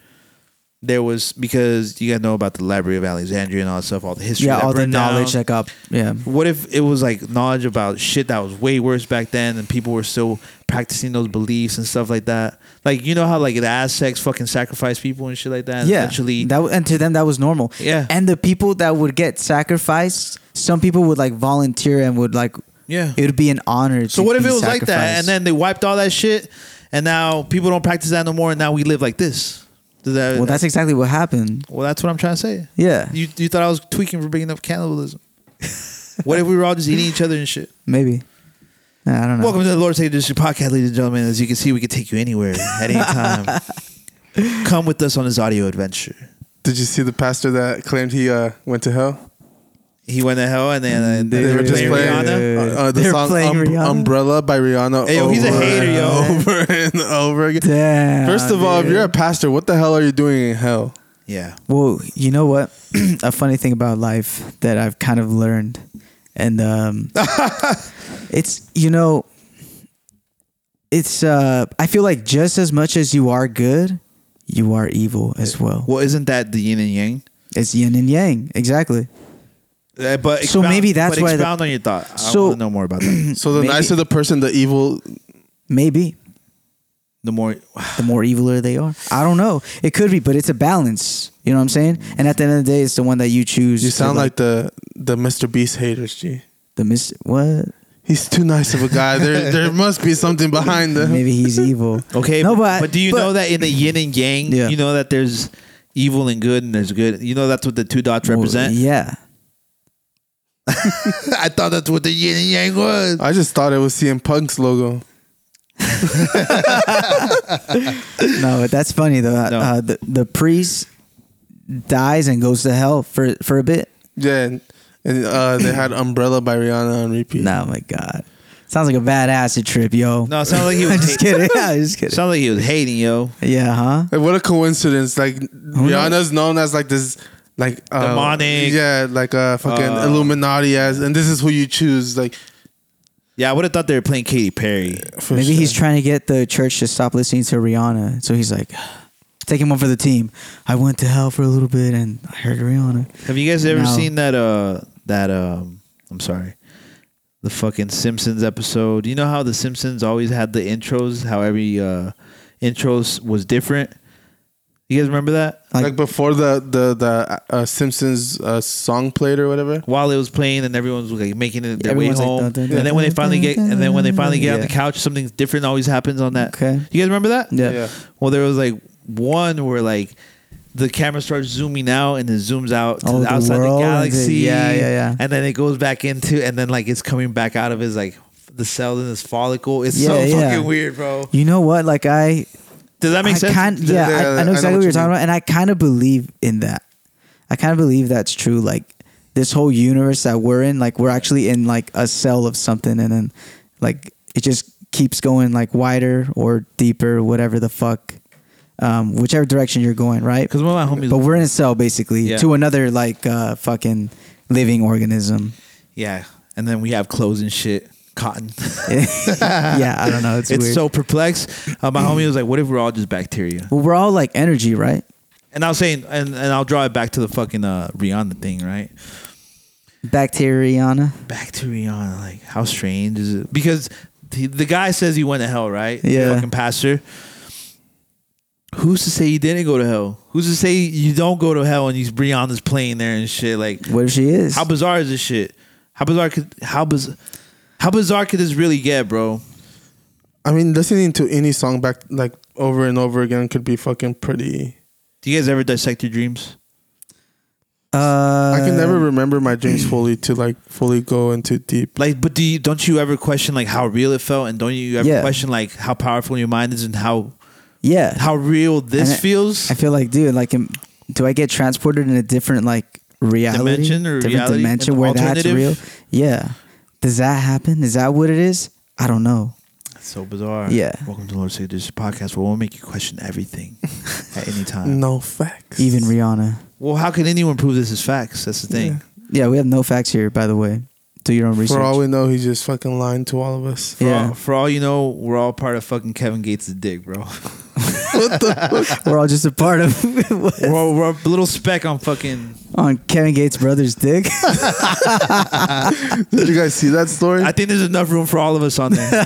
A: there was, because you guys know about the Library of Alexandria and all that stuff, all the history.
B: yeah.
A: that
B: All the
A: burned
B: knowledge
A: down
B: that got. Yeah.
A: what if it was like knowledge about shit that was way worse back then and people were still practicing those beliefs and stuff like that like you know how like the aztecs fucking sacrificed people and shit like that and
B: Yeah.
A: eventually
B: that w- and to them that was normal.
A: Yeah.
B: And the people that would get sacrificed, some people would like volunteer and would like.
A: Yeah.
B: It would be an honor.
A: so
B: to
A: what if
B: be
A: it was like that
B: sacrificed.
A: and then they wiped all that shit and now people don't practice that no more and now we live like this Does that,
B: Well, that's exactly what happened.
A: well that's what i'm trying to say
B: Yeah,
A: you, you thought i was tweaking for bringing up cannibalism what if we were all just eating each other and shit
B: maybe. Nah, I don't know.
A: Welcome to the Lord's Day District podcast, ladies and gentlemen. As you can see, we can take you anywhere at any time. Come with us on this audio adventure.
C: Did you see the pastor that claimed he uh, went to hell?
A: He went to hell and then uh,
B: Mm, They
A: they
B: were
A: were
B: just
A: playing
B: playing-
A: Rihanna.
C: uh, uh, the
B: They were
C: song
B: playing
C: Um-
B: Rihanna?
C: "Umbrella" by Rihanna.
A: Hey, yo, he's a
C: over
A: hater, yo.
C: and Over and over again.
B: Damn.
C: First of all, if
B: dude.
C: you're a pastor, what the hell are you doing in hell?
A: Yeah.
B: well, you know what? a funny thing about life that I've kind of learned, and um, it's you know, it's uh, I feel like just as much as you are good, you are evil as well.
A: Well, isn't that the yin and yang?
B: It's yin and yang, exactly.
A: Uh, but
B: So maybe that's
A: but
B: why the-
A: Expound on your thought. I
B: So-
A: want to know more about that.
C: So the
B: Maybe-
C: nicer the person, the evil.
B: Maybe
A: The more
B: the more eviler they are. I don't know. It could be, but it's a balance. You know what I'm saying? And at the end of the day, it's the one that you choose.
C: You
B: to,
C: sound like the the Mr. Beast haters, G.
B: the mis. What?
C: He's too nice of a guy. There, there must be something behind them.
B: Maybe he's evil.
A: okay.
B: No,
A: but,
B: but
A: but do you know that in the yin and yang,
B: Yeah.
A: you know that there's evil and good, and there's good. You know that's what the two dots
B: Well,
A: represent.
B: yeah.
A: I thought that's what the yin and yang was.
C: I just thought it was CM Punk's logo.
B: No, but that's funny though.
A: No.
B: Uh, the the priest dies and goes to hell for for a bit.
C: Yeah, and, and uh, they had "Umbrella" by Rihanna on repeat.
B: No, my God, sounds like a bad acid trip, yo.
A: No, it sounded like he
B: I'm
A: was.
B: just
A: hate-
B: kidding. Yeah, I'm just kidding.
A: sounded like he was hating, yo.
B: yeah, huh?
C: Like, what a coincidence! Like Rihanna's known as like this, like uh,
A: Demonic.
C: Yeah, like uh, fucking
A: Uh,
C: Illuminati as, and this is who you choose. Like
A: Yeah, I would have thought they were playing Katy Perry.
C: for
B: Maybe
C: sure.
B: he's trying to get the church to stop listening to Rihanna. So he's like, taking one for the team. I went to hell for a little bit and I heard Rihanna.
A: Have you guys ever
B: No.
A: seen that? Uh, that um, I'm sorry, the fucking Simpsons episode. You know how the Simpsons always had the intros, how every uh, intros was different. You guys remember that?
C: Like, before the the the uh, Simpsons uh, song played or whatever.
A: While it was playing, and everyone's like making it their way
B: Everyone's like,
A: home,
B: dun, dun,
A: and then when they
B: dun,
A: finally
B: dun,
A: get,
B: dun,
A: and then when they finally get on
B: Yeah.
A: the couch, something different always happens on that.
B: Okay.
A: you guys remember that?
B: Yeah.
C: Yeah.
A: Well, there was like one where like the camera starts zooming out and it zooms out to
B: Oh,
A: the
B: the
A: outside the
B: world and the-
A: galaxy.
B: yeah, yeah, yeah.
A: And then it goes back into and then like it's coming back out of his like the cell in his follicle. It's so
B: Yeah, yeah.
A: fucking weird, bro.
B: You know what? Like I,
A: Does that make
B: I
A: sense?
B: kind
C: Th-
B: yeah,
C: yeah,
B: I,
C: I
B: I
C: know
B: know exactly
C: what
B: what
C: you
B: you're talking
C: mean.
B: about, and I kind of believe in that. I kind of believe that's true. Like this whole universe that we're in, like we're actually in like a cell of something, and then like it just keeps going like wider or deeper, whatever the fuck, um, whichever direction you're going, right?
A: 'Cause one of my homies-
B: but we're in a cell basically
A: Yeah.
B: to another like uh, fucking living organism.
A: yeah. And then we have clothes and shit. Cotton. It's,
B: yeah, I don't know. It's, weird.
A: so perplexed. Uh, my homie was like, "What if we're all just bacteria?"
B: well, we're all like energy, right?
A: And I was saying, and, and I'll draw it back to the fucking uh, Rihanna thing, right?
B: Bacteriana.
A: back to Rihanna. Like, how strange is it? Because the, the guy says he went to hell, right? The
B: Yeah.
A: fucking pastor. Who's to say he didn't go to hell? Who's to say you don't go to hell and you Rihanna's playing there and shit? Like,
B: What if she is?
A: how bizarre is this shit? How bizarre could how biz, how bizarre could this really get, bro?
C: I mean, listening to any song back like over and over again could be fucking pretty.
A: Do you guys ever dissect your dreams?
B: uh,
C: I can never remember my dreams fully to like fully go into deep.
A: Like, but do you don't you ever question like how real it felt, and don't you ever
B: Yeah.
A: question like how powerful your mind is and how
B: Yeah.
A: how real this
B: And I-
A: feels?
B: I feel like, dude, like, am, do I get transported in a different like reality,
A: Dimension or
B: different
A: reality?
B: dimension
A: An
B: where that's
A: alternative?
B: real? Yeah. Does that happen? Is that what it is? I don't know.
A: So bizarre.
B: Yeah.
A: Welcome to the Lord Say This podcast where we'll make you question everything at any time.
C: No facts.
B: Even Rihanna.
A: Well, how can anyone prove this is facts? That's the thing.
B: Yeah, we have no facts here, by the way. Do your own research.
C: for all we know, he's just fucking lying to all of us.
A: For,
B: Yeah.
A: all, for all you know, we're all part of fucking Kevin Gates' dick, bro.
B: We're all just a part of
A: we're, all- we're a little speck on fucking.
B: on Kevin Gates' brother's dick.
C: Did you guys see that story?
A: I think there's enough room for all of us on there.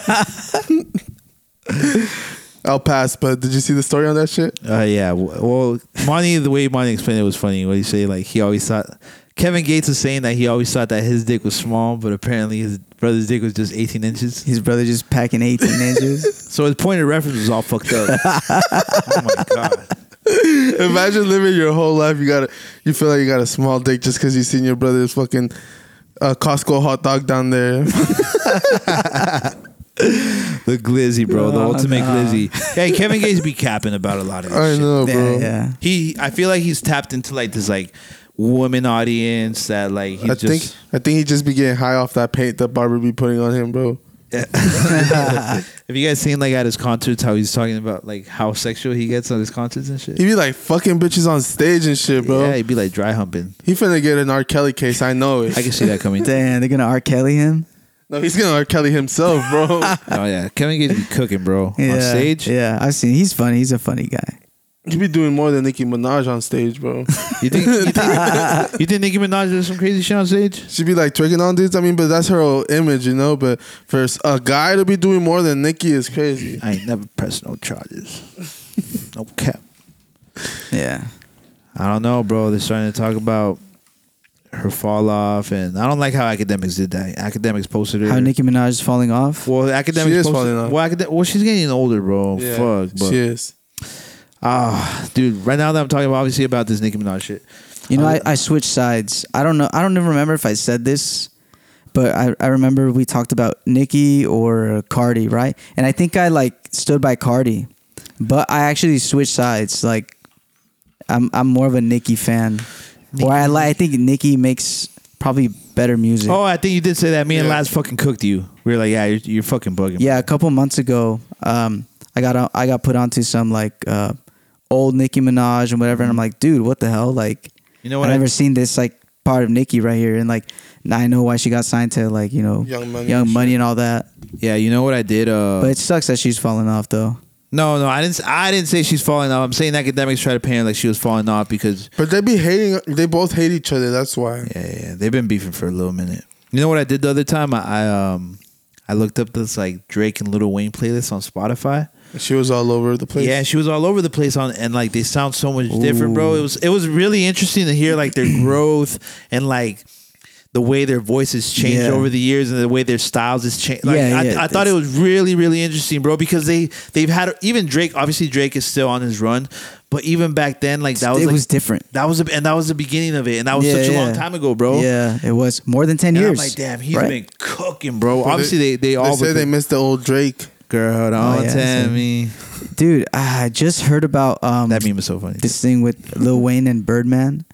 C: I'll pass. But did you see the story on that shit?
A: uh, yeah. w- Well, Monty, the way Monty explained it was funny. What he say, like he always thought Kevin Gates was saying that he always thought that his dick was small, but apparently his brother's dick was just 18 inches.
B: His brother just packing 18 inches.
A: So his point of reference was all fucked up. oh my god.
C: Imagine living your whole life. You got a, you feel like you got a small dick just because you seen your brother's fucking uh, Costco hot dog down there.
A: The glizzy, bro. the
B: Oh,
A: ultimate
B: God.
A: glizzy. Hey, Kevin Gates be capping about a lot of this
C: I
A: shit.
C: know, bro.
B: yeah, yeah.
A: He, I feel like he's tapped into like this like woman audience that like he's
C: I
A: just.
C: think I think he just be getting high off that paint that Barber be putting on him, bro.
A: Have you guys seen like at his concerts how he's talking about like how sexual he gets on his concerts and shit?
C: He be like fucking bitches on stage and shit, bro.
A: Yeah, he'd be like dry humping.
C: He finna get an R. Kelly case. I know it.
A: I can see that coming. oh
B: Damn, they're going to R. Kelly him?
C: no, he's gonna R. Kelly himself, bro.
A: Oh, yeah, Kevin Gates be cooking, bro,
B: Yeah.
A: on stage.
B: Yeah, I've seen. He's funny. He's a funny guy.
C: he be doing more than Nicki Minaj on stage, bro.
A: You think you think, you think Nicki Minaj does some crazy shit on stage?
C: she be like twerking on dudes. I mean, but that's her whole image, you know. But for s- a guy to be doing more than Nicki is crazy.
A: I ain't never pressed no charges. No cap.
B: Yeah.
A: I don't know, bro. They're starting to talk about her fall off, and I don't like how academics did that. Academics posted her.
B: How Nicki Minaj is falling off.
A: well, academics
C: She is
A: posted,
C: falling off.
A: Well, acad- well, she's getting older, bro.
C: Yeah,
A: Fuck,
C: she
A: but
C: is.
A: ah, dude. Right now that I'm talking about, obviously about this Nicki Minaj shit.
B: You know, I, I switched sides. I don't know. I don't even remember if I said this, but I, I remember we talked about Nicki or Cardi, right? And I think I like stood by Cardi, but I actually switched sides. Like, I'm I'm more of a Nicki fan. Or I like. I think Nicki makes probably better music.
A: Oh, I think you did say that. Me and
C: Yeah.
A: Laz fucking cooked you. We were like, yeah, you're, you're fucking bugging.
B: Yeah, a couple months ago, um, I got on, I got put onto some like uh, old Nicki Minaj and whatever, and I'm like, dude, what the hell? Like,
A: Mm-hmm. You know what
B: I
A: I-
B: never seen this like part of Nicki right here, and like now I know why she got signed to like you know
C: Young Money
B: Young
C: and
B: Money and all that.
A: yeah. You know what I did? Uh,
B: But it sucks that she's falling off though.
A: no, no, I didn't. s- I didn't say she's falling off. I'm saying academics try to paint her like she was falling off because
C: But they be hating. They both hate each other. That's why.
A: yeah, yeah, yeah, they've been beefing for a little minute. You know what I did the other time? I, I um I looked up this like Drake and Little Wayne playlist on Spotify.
C: She was all over the place.
A: Yeah, she was all over the place on, and like they sound so much different, bro. It was it was really interesting to hear like their growth and like the way their voices changed
B: Yeah.
A: over the years and the way their styles has changed. Like,
B: Yeah,
A: I,
B: yeah,
A: I thought it
B: that's-
A: was really really interesting, bro, because they they've had even Drake. Obviously, Drake is still on his run, but even back then, like that was
B: it
A: like,
B: was different.
A: That was the- and that was the beginning of it, and that was
B: Yeah,
A: such a long
B: yeah.
A: time ago, bro.
B: Yeah, it was more than ten
A: And
B: years.
A: I'm like, damn, he's
B: right?
A: been cooking, bro.
C: But
A: Obviously, they they, all
C: say
A: but
C: they
A: the-
C: missed the old Drake.
A: girl. Don't
B: Oh, yeah,
A: tell
B: same.
A: me
B: dude. I just heard about um
A: that meme is so funny.
B: this thing with Lil Wayne and Birdman.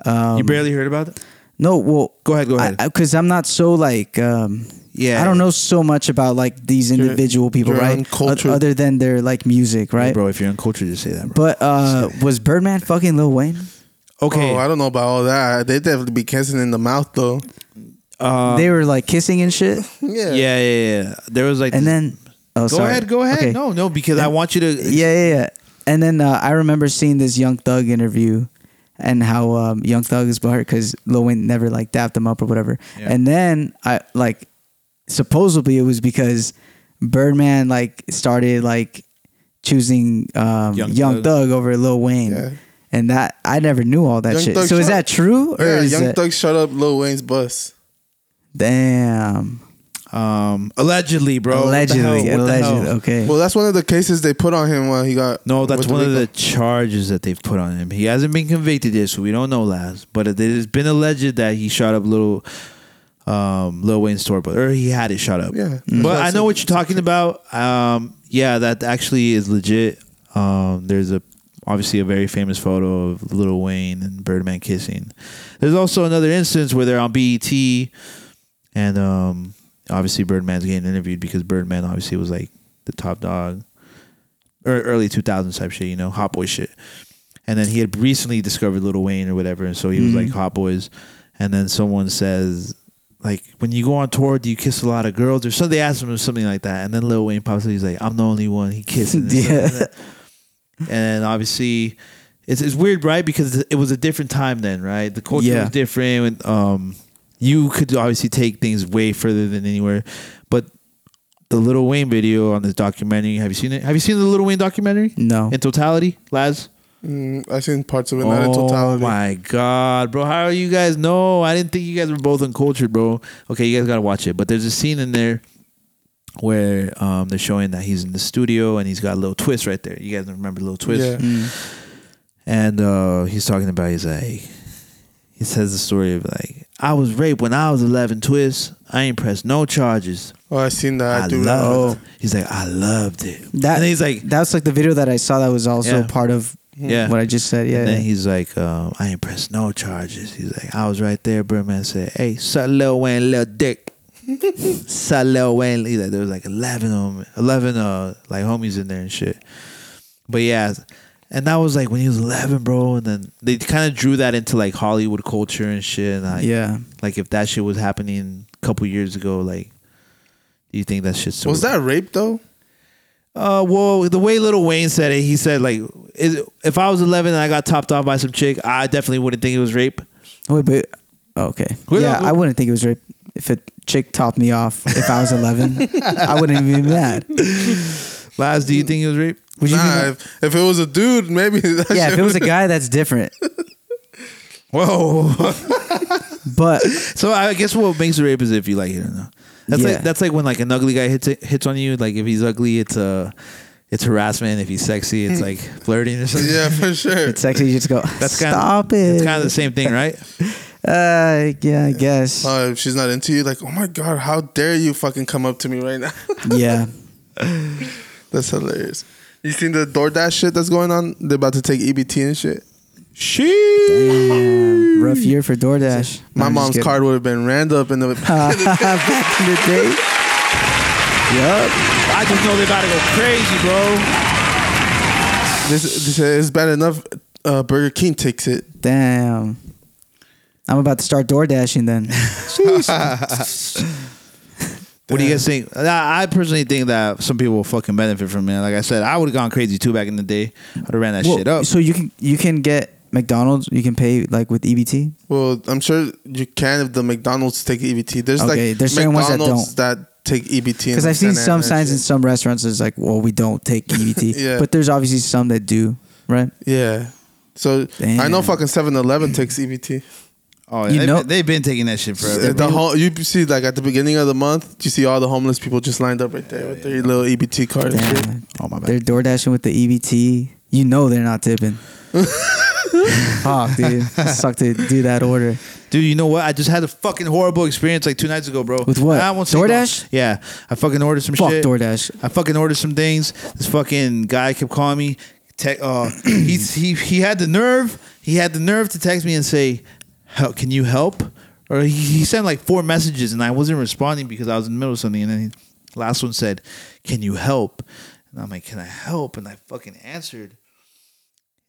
A: you
B: Um,
A: barely heard about it.
B: No, well,
A: Go ahead, go ahead.
B: Because I'm not so like, um,
A: Yeah.
B: I don't know so much about like these individual people,
C: you're
B: right?
C: uncultured.
B: O- Other than their like music,
A: Hey,
B: right?
A: bro, if you're uncultured, just say that, bro.
B: But uh, was Birdman fucking Lil Wayne?
A: okay,
C: Oh, I don't know about all that. They definitely be kissing in the mouth though.
B: they were like kissing and shit,
A: uh, yeah. yeah, yeah, There was like,
B: and then oh,
A: go
B: sorry.
A: ahead, go ahead.
B: Okay.
A: No, no, because I want you to.
B: yeah, yeah, yeah. And then uh, I remember seeing this Young Thug interview and how um, Young Thug is butthurt because Lil Wayne never like dapped him up or whatever.
A: Yeah.
B: And then I like supposedly it was because Birdman like started like choosing um,
A: Young
B: Young,
A: Thug.
B: Thug. over Lil Wayne.
C: Yeah.
B: And that I never knew all that
C: Young
B: shit.
C: Thug
B: so is
C: shot-
B: that true or
C: yeah,
B: is
C: Young
B: that,
C: Thug shut up Lil Wayne's bus.
B: damn
A: Um, allegedly, bro. What the hell?
B: allegedly
A: What the hell?
B: allegedly okay
C: Well, that's one of the cases they put on him while he got.
A: No, that's
C: with the
A: one of
C: Rico.
A: the charges that they've put on him. He hasn't been convicted yet, so we don't know last. But it has been alleged that he shot up little um Lil Wayne's store, but or he had it shot up.
C: Yeah. Mm.
A: But I know what you're talking about. Um yeah, that actually is legit. Um there's a obviously a very famous photo of Lil Wayne and Birdman kissing. There's also another instance where they're on BET and um obviously Birdman's getting interviewed because Birdman obviously was like the top dog or early 2000s type shit, you know, Hot Boy shit. And then he had recently discovered Lil Wayne or whatever, and so he was
B: Mm.
A: like Hot Boys. And then someone says, like, when you go on tour, do you kiss a lot of girls? Or something, they asked him something like that. And then Lil Wayne pops up, he's like, I'm the only one he kisses.
B: Yeah.
A: And then obviously, it's, it's weird, right? Because it was a different time then, right? The culture
B: Yeah.
A: was different. And, um, you could obviously take things way further than anywhere, but the Little Wayne video on this documentary. Have you seen it? Have you seen the Little Wayne documentary?
B: No.
A: In totality, Laz?
C: Mm, I seen parts of it, not in totality.
A: Oh my god, bro! How are you guys? No, I didn't think you guys were both uncultured, bro. Okay, you guys gotta watch it. But there's a scene in there where um, they're showing that he's in the studio and he's got a little twist right there. You guys remember little twist?
C: Yeah.
A: And uh, he's talking about he's like he says the story of like I was raped when I was 11. Twist. I ain't pressed no charges.
C: Oh, I seen that. I,
A: I
C: do
A: loved.
C: remember
A: He's like, I loved it.
B: that
A: and he's like,
B: that's like the video that I saw that was also
A: Yeah.
B: part of
A: Yeah.
B: what I just said yeah
A: and then he's like, um, I ain't pressed no charges. He's like, I was right there. Birdman said, Hey, suck Lil Wayne, Lil Dick. suck Lil Wayne. He's like, there was like eleven of 'em- eleven uh like homies in there and shit. But yeah, and that was like when he was eleven, bro. And then they kind of drew that into like Hollywood culture and shit. And like,
B: Yeah.
A: like if that shit was happening a couple years ago, like, do you think that shit's
C: that. Was that rape though?
A: uh, well, the way Little Wayne said it, he said like, is, if I was 11 and I got topped off by some chick, I definitely wouldn't think it was rape.
B: Wait, but oh, okay.
A: We're
B: yeah,
A: not-
B: I wouldn't think it was rape if a chick topped me off if I was 11. I wouldn't even be mad.
A: Laz, do you
B: Mm.
A: think it was rape?
B: Would you? be
C: Nah,
B: mad?
C: if, if it was a dude, maybe. That
B: yeah, if
C: shit
B: it was a
C: would-
B: guy, that's different.
A: Whoa!
B: But
A: so I guess what makes it rape is if you like it or not. That's
B: Yeah.
A: like that's like when like an ugly guy hits it, hits on you. Like if he's ugly, it's uh, it's harassment. If he's sexy,
B: Mm.
A: it's like flirting or something.
C: Yeah, for sure.
B: it's actually just go.
A: That's kinda,
B: stop
A: It's
B: it.
A: kind of the same thing, right?
B: uh, yeah, I guess.
C: Uh, if she's not into you, like, oh my god, how dare you fucking come up to me right now?
B: yeah.
C: that's hilarious. You seen the DoorDash shit that's going on? They're about to take EBT and shit.
A: she.
B: Damn, rough year for DoorDash. No,
C: My
B: I'm just
C: mom's
B: kidding.
C: card would have been rammed up in the.
B: back in the day. Yup.
A: I just know they about to go crazy, bro.
C: this, this is bad enough. Uh, Burger King takes it.
B: Damn. I'm about to start door dashing then.
A: What do you guys think? I I personally think that some people will fucking benefit from it. Like I said, I would have gone crazy too back in the day. I'd have ran that
B: Well,
A: shit up.
B: So you can you can get McDonald's, you can pay like with E EBT.
C: Well, I'm sure you can if the McDonald's take EBT. There's
B: Okay,
C: like
B: there's certain ones that
C: McDonald's that, take E EBT.
B: Because I've seen some signs in some restaurants that's like, well, we don't take EBT.
C: Yeah.
B: But there's obviously some that do, right?
C: Yeah. So I know
B: Damn.
C: fucking 7-Eleven takes E EBT.
A: Oh,
B: You
A: they,
B: know-
A: they've been taking that shit forever.
C: Uh, The whole, you see, like at the beginning of the month, you see all the homeless people just lined up right there with their little EBT card. and shit.
B: Damn.
A: Oh my
B: They're
A: bad.
B: door dashing with the EBT. You know they're not tipping. Fuck, dude. Suck to do that order.
A: Dude, you know what? I just had a fucking horrible experience like two nights ago, bro.
B: With what?
A: I won't say
B: DoorDash?
A: no. Yeah, I fucking ordered some
B: Fuck
A: shit.
B: DoorDash.
A: I fucking ordered some things. This fucking guy kept calling me. Te- uh, he, he he had the nerve. He had the nerve to text me and say, "Help! Can you help?" Or he, he sent like four messages and I wasn't responding because I was in the middle of something. And then he, last one said, "Can you help?" And I'm like, "Can I help?" And I fucking answered.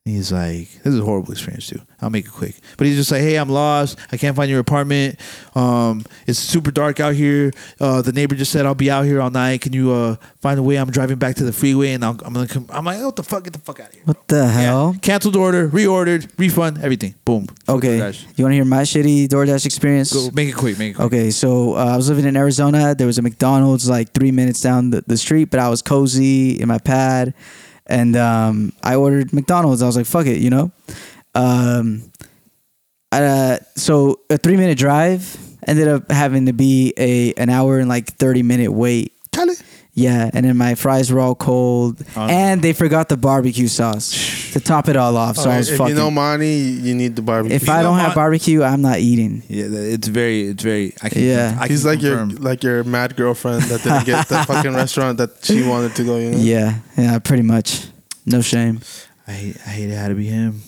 A: He's like, this is a horrible experience too. I'll make it quick. But he's just like, hey, I'm lost. I can't find your apartment. Um, it's super dark out here. Uh, the neighbor just said I'll be out here all night. Can you uh find a way? I'm driving back to the freeway and I'll, I'm gonna come. I'm like, what the fuck? Get the fuck out of here.
B: What the hell?
A: Yeah. Canceled order, reordered, refund, everything. Boom.
B: Okay.
A: DoorDash.
B: You want to hear my shitty DoorDash experience?
A: Go make it quick. Make it quick.
B: Okay, so uh, I was living in Arizona. There was a McDonald's like three minutes down the, the street, but I was cozy in my pad, and um, I ordered McDonald's. I was like, "Fuck it," you know. Um, uh, so a three minute drive ended up having to be a an hour and like thirty minute wait. Yeah, and then my fries were all cold, and they forgot the barbecue sauce to top it all off. So I was
C: Oh, if
B: fucking.
C: you know money, you need the barbecue.
B: if I
A: know
B: don't
A: my-
B: have barbecue, I'm not eating.
A: Yeah, that- it's very, it's very. I can,
B: Yeah.
A: I can
C: He's like
A: confirm.
C: your like your mad girlfriend that didn't get the fucking restaurant that she wanted to go. You know?
B: Yeah, yeah, pretty much. No shame.
A: I hate, I hate it had to be him.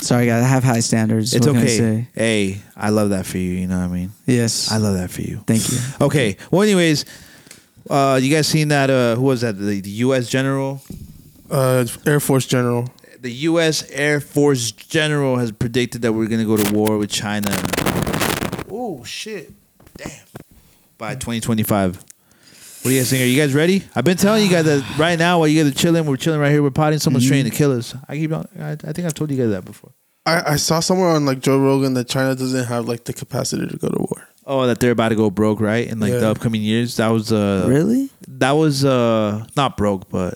B: Sorry, guys. I have high standards.
A: It's
B: what can I
A: okay.
B: say?
A: Hey, I love that for you. You know what I mean?
B: Yes.
A: I love that for you.
B: Thank you.
A: Okay. Well, anyways, uh, you guys seen that? Uh, who was that? The, the U.S. General,
C: Uh, Air Force General.
A: the U.S. Air Force General has predicted that we're gonna go to war with China. Oh shit! Damn. By 2025. What do you guys think? Are you guys ready? I've been telling you guys that right now, while you guys are chilling, we're chilling right here. We're potting. Someone's trying to kill us. I keep on. I, I think I've told you guys that before.
C: I, I saw somewhere on like Joe Rogan that China doesn't have like the capacity to go to war.
A: Oh, that they're about to go broke, right? In like the
C: Yeah.
A: upcoming years. That was uh
B: really?
A: that was uh not broke, but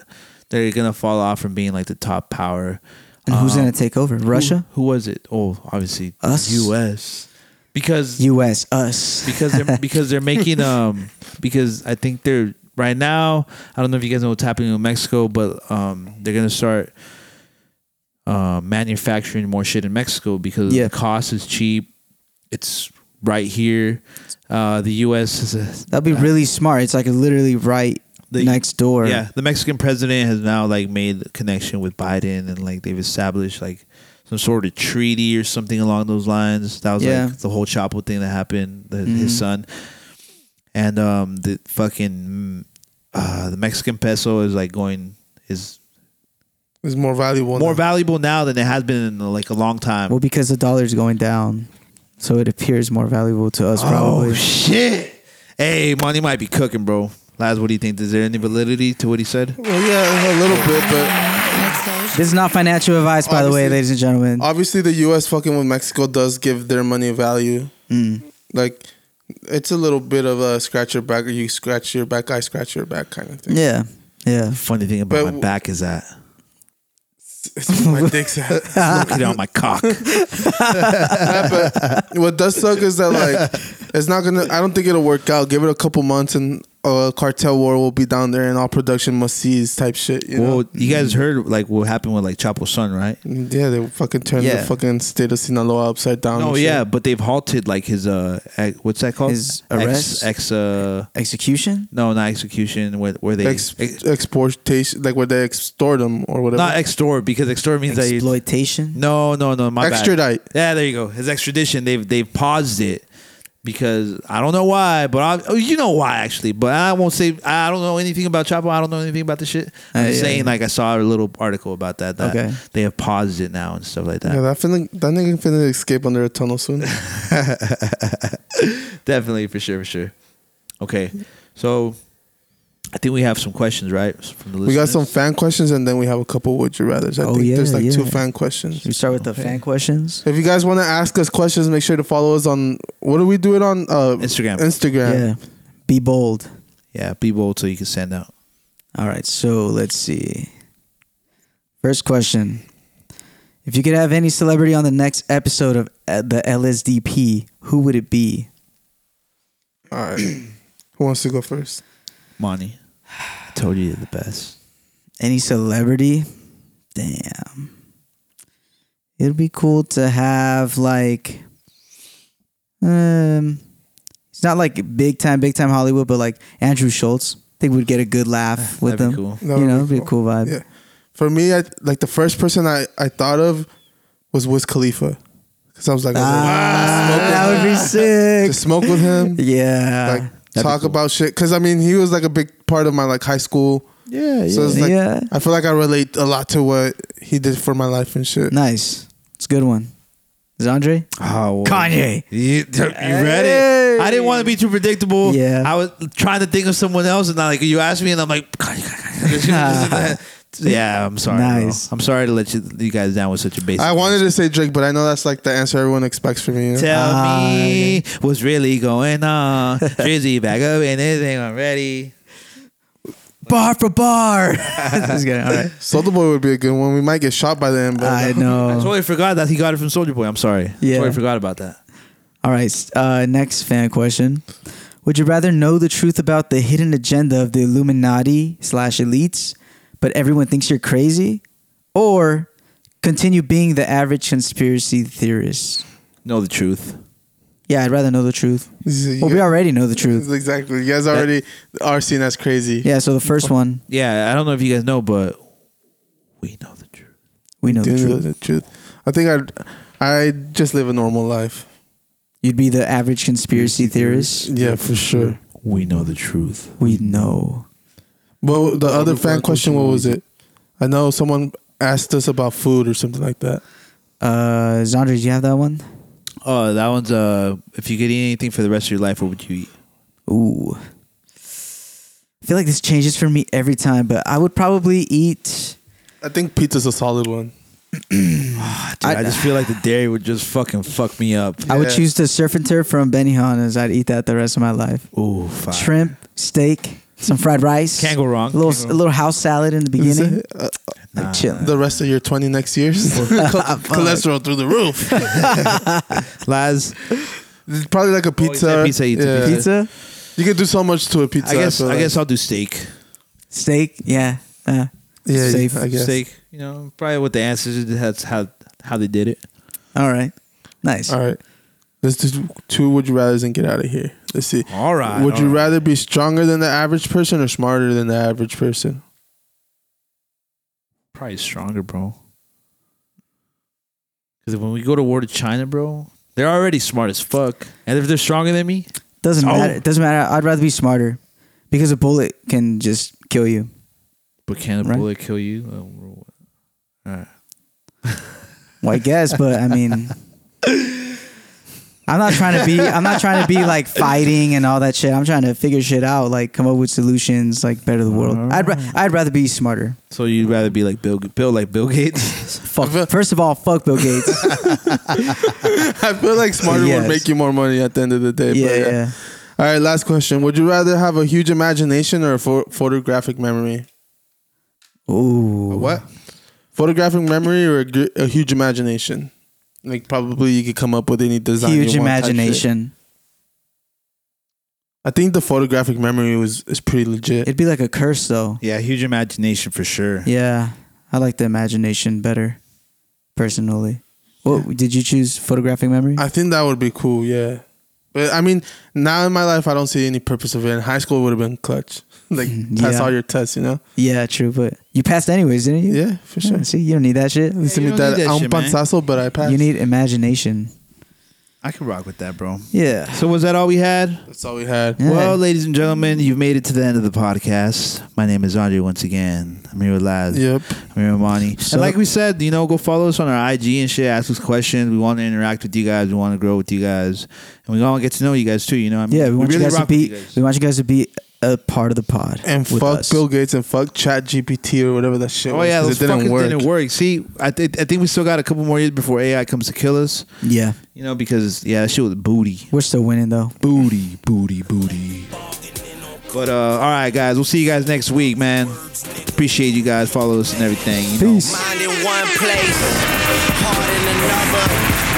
A: they're gonna fall off from being like the top power.
B: And who's
A: Um,
B: gonna take over? Russia?
A: Who, who was it? Oh, obviously
B: Us?
A: U.S. Because
B: U.S. Us.
A: because they're because they're making um because I think they're right now. I don't know if you guys know what's happening in Mexico, but um they're gonna start uh manufacturing more shit in Mexico because
B: Yeah.
A: the cost is cheap. It's right here. Uh, the U.S. is a,
B: That'd be really smart. It's like literally right
A: The-
B: next door.
A: Yeah, the Mexican president has now like made a connection with Biden, and like they've established like some sort of treaty or something along those lines. That was
B: Yeah. Mm-hmm.
A: like the whole Chapo thing that happened. The, His son and um, the fucking uh, the Mexican peso is like going is
C: It's more valuable.
A: more
C: now.
A: valuable now than it has been in like a long time.
B: Well, because the dollar's going down, so it appears more valuable to us. Probably.
A: Oh shit! Hey, money might be cooking, bro. Laz, what do you think? Is there any validity to what he said?
C: Well, yeah, a little bit, but
B: this is not financial advice, by the way,
C: Obviously-
B: ladies and gentlemen.
C: obviously the U.S. fucking with Mexico does give their money value.
B: Mm.
C: Like, it's a little bit of a scratch your back, or you scratch your back, I scratch your back kind of thing.
B: yeah. Yeah.
A: Funny thing about
C: But-
A: my back is that
C: It's where my dick's at.
A: looking on my cock.
C: what does suck is that like it's not gonna. I don't think it'll work out. Give it a couple months and uh, cartel war will be down there and all production must cease type shit. You
A: Well,
C: know? Mm.
A: you guys heard like what happened with like Chapo's son, right?
C: yeah, they fucking turned
A: Yeah.
C: the fucking state of Sinaloa upside down.
A: No,
C: and Oh, shit.
A: yeah, but they've halted like his uh, ex, what's that called?
B: His
A: Ex-
B: arrest?
A: Ex, uh,
B: Execution.
A: no, not execution. Where, where they
C: Ex-
A: ex-
C: exportation, like where they extort them or whatever.
A: not extort because extort means that you.
B: Exploitation.
A: No, no, no. My bad.
C: Extradite.
A: Yeah, there you go. His extradition. They've they've paused it because I don't know why, but I, oh, you know why actually. But I won't say I don't know anything about Chapo. I don't know anything about this shit. I'm
B: Uh,
A: just
B: yeah,
A: saying
B: yeah.
A: like I saw a little article about that. That
B: Okay.
A: they have paused it now and stuff like that.
C: yeah, that finna, that nigga finna escape under a tunnel soon.
A: Definitely, for sure, for sure. Okay, so I think we have some questions, right? From the
C: We got
A: listeners?
C: some fan questions, and then we have a couple would you rather's. I
B: Oh,
C: think
B: yeah,
C: there's like two
B: yeah.
C: fan questions.
B: Should we start with the fan questions?
C: If you guys want to ask us questions, make sure to follow us on what do we do it on uh,
A: Instagram.
C: Instagram.
B: Yeah. Be bold.
A: Yeah, be bold so you can send out.
B: All right, so let's see. First question. If you could have any celebrity on the next episode of uh, the LSDP, who would it be?
C: All right. Who wants to go first?
A: Money. I told you you're the best.
B: Any celebrity? Damn. It'd be cool to have like um it's not like big time big time Hollywood, but like Andrew Schultz. I think we'd get a good laugh with
A: Eh, That'd
B: them.
A: be cool.
C: That
B: you
C: would
B: know,
C: be
B: it'd be a cool vibe.
C: Yeah. For me, I, like the first person I, I thought of was Wiz Khalifa. Because I was like,
B: Ah, that would be sick.
C: just smoke with him.
B: yeah.
C: Like, talk about shit. Because I mean, he was like a big part of my like high school.
A: Yeah, yeah.
C: So it's like,
B: Yeah.
C: I feel like I relate a lot to what he did for my life and shit.
B: Nice. It's a good one. Is Andre?
A: Oh, well.
B: Kanye.
A: You, you read
B: Hey.
A: it. I didn't want to be too predictable.
B: Yeah.
A: I was trying to think of someone else, and I, like you asked me, and I'm like, Kanye, Kanye, Kanye. yeah, I'm sorry. bro.
B: Nice.
A: I'm sorry to let you, you guys down with such a basic.
C: I wanted to say Drake, but I know that's like the answer everyone expects from me. You know?
A: Tell me what's really going on. Drizzy back up and anything already.
B: Bar for bar. Just kidding. All right.
C: Soldier Boy would be a good one. We might get shot by the end, but
B: I
A: I
B: know.
A: totally forgot that he got it from Soldier Boy. I'm sorry.
B: Yeah.
A: I totally forgot about that.
B: All right. s- Uh, next fan question. Would you rather know the truth about the hidden agenda of the Illuminati slash elites, but everyone thinks you're crazy? Or continue being the average conspiracy theorist?
A: Know the truth.
B: Yeah, I'd rather know the truth.
C: You
B: Well, we
C: guys-
B: already know the truth.
C: exactly. You guys already are seen as crazy.
B: Yeah, so the first one,
A: Yeah, I don't know if you guys know, but we know the truth.
B: we know
C: Do
B: the
C: know
B: truth.
C: the truth. I think I, I just live a normal life.
B: You'd be the average conspiracy theorist.
C: Yeah, for sure.
A: We know the truth.
B: We know.
C: Well, the other fan question, what was it? I know someone asked us about food or something like that.
B: Uh, Zandra, do you have that one?
A: Oh, that one's uh if you could eat anything for the rest of your life, what would you eat?
B: Ooh. I feel like this changes for me every time, but I would probably eat.
C: I think pizza's a solid one.
A: Dude,
B: I-
A: I, just feel like the dairy would just fucking fuck me up.
B: I would
C: Yeah.
B: choose the surf and turf from Benihana's. I'd eat that the rest of my life.
A: Ooh, fuck.
B: Shrimp, steak, some fried rice.
A: Can't go wrong.
B: A little,
A: Can't go
B: a little house salad in the beginning.
C: Uh,
B: Like chilling.
C: the rest of your 20 next years, cholesterol through the roof.
A: Laz,
C: It's Probably like a
A: you
C: pizza.
A: said pizza, you
C: yeah.
A: said
B: Pizza,
C: You can do so much to a pizza.
A: I guess
C: feel
A: I
C: like.
A: guess I'll do steak.
B: steak. Yeah. Uh,
C: Yeah,
B: safe.
C: I guess.
A: Steak. You know, probably what the ancestors did. That's how how they did it.
B: all right. Nice.
A: Uh,
C: All right. Let's do two would you rather's and get out of here. Let's see.
A: All right,
C: Would
A: all
C: you
A: right.
C: rather be stronger than the average person or smarter than the average person?
A: Probably stronger, bro. Because when we go to war to China, bro, they're already smart as fuck. And if they're stronger than me,
B: Doesn't
A: Oh.
B: matter. Doesn't matter. I'd rather be smarter because a bullet can just kill you.
A: but can a
B: Right.
A: bullet kill you? Um,
B: Well, I guess, but I mean, I'm not trying to be. I'm not trying to be like fighting and all that shit. I'm trying to figure shit out, like come up with solutions, like better the world. I'd ra- I'd rather be smarter.
A: So you'd rather be like Bill, Bill like Bill Gates?
B: Fuck. First of all, fuck Bill Gates.
C: I feel like smarter
B: Yes.
C: would make you more money at the end of the day.
B: yeah,
C: but
B: yeah.
C: All right, last question. Would you rather have a huge imagination or a pho- photographic memory?
B: Ooh.
C: What? Photographic memory or a, gr- a huge imagination? Like probably you could come up with any design. you
B: Huge
C: want type shit.
B: imagination.
C: I think the photographic memory was is pretty legit.
B: It'd be like a curse, though.
A: yeah, huge imagination for sure.
B: Yeah, I like the imagination better, personally. What did you choose? Photographic memory.
C: I think that would be cool, yeah. But I mean, now in my life, I don't see any purpose of it. In high school, would have been clutch. like pass
B: Yeah.
C: all your tests, you know?
B: yeah, true, but you passed anyways, didn't you?
C: Yeah, for sure.
B: Yeah, see, you don't need that shit.
C: Listen
A: you
C: to
A: don't
C: that.
A: need that
C: I'm
A: shit, man.
C: panzazo, but I passed.
B: You need imagination.
A: I can rock with that, bro.
B: Yeah.
A: So was that all we had?
C: That's all we had.
B: Yeah.
A: Well, ladies and gentlemen, you've made it to the end of the podcast. My name is Andre once again. I'm here with Laz.
C: Yep.
A: I'm here with Monty.
B: So-
A: and like we said, you know, go follow us on our IG and shit. Ask us questions. We want to interact with you guys. We want to grow with you guys. And we want to get to know you guys too, you know what I mean?
B: Yeah, we want you
A: really
B: guys to
A: rock with
B: be. We want you guys to be a part of the pod.
C: And
B: with
C: fuck
B: us.
C: Bill Gates and fuck Chat GPT or whatever that shit
A: Oh
C: was.
A: yeah,
C: 'cause
A: those
C: it didn't
A: fuckers
C: work.
A: didn't work. See, I think I think we still got a couple more years before AI comes to kill us.
B: Yeah,
A: You know, because yeah, that shit was booty,
B: we're still winning though.
A: booty, booty, booty. But uh, all right, guys, we'll see you guys next week, man. Appreciate you guys. Follow us and everything. You know.
B: Peace.
D: Mind in one place, heart in another.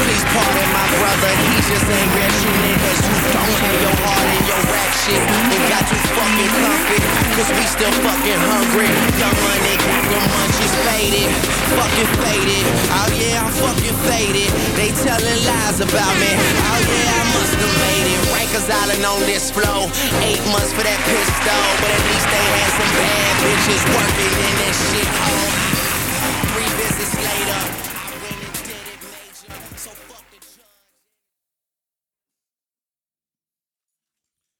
D: Please pardon my brother, he just ain't rich. You niggas who don't have your heart in your rap shit. It got too fucking comfy, cause we still fucking hungry. Young money got them munchies faded, fucking faded. Oh yeah, I'm fucking faded. They telling lies about me. Oh yeah, I must have made it. Rikers Island on this flow. Eight months for that pistol, but at least they had some bad bitches working in that shit. Oh, revisit.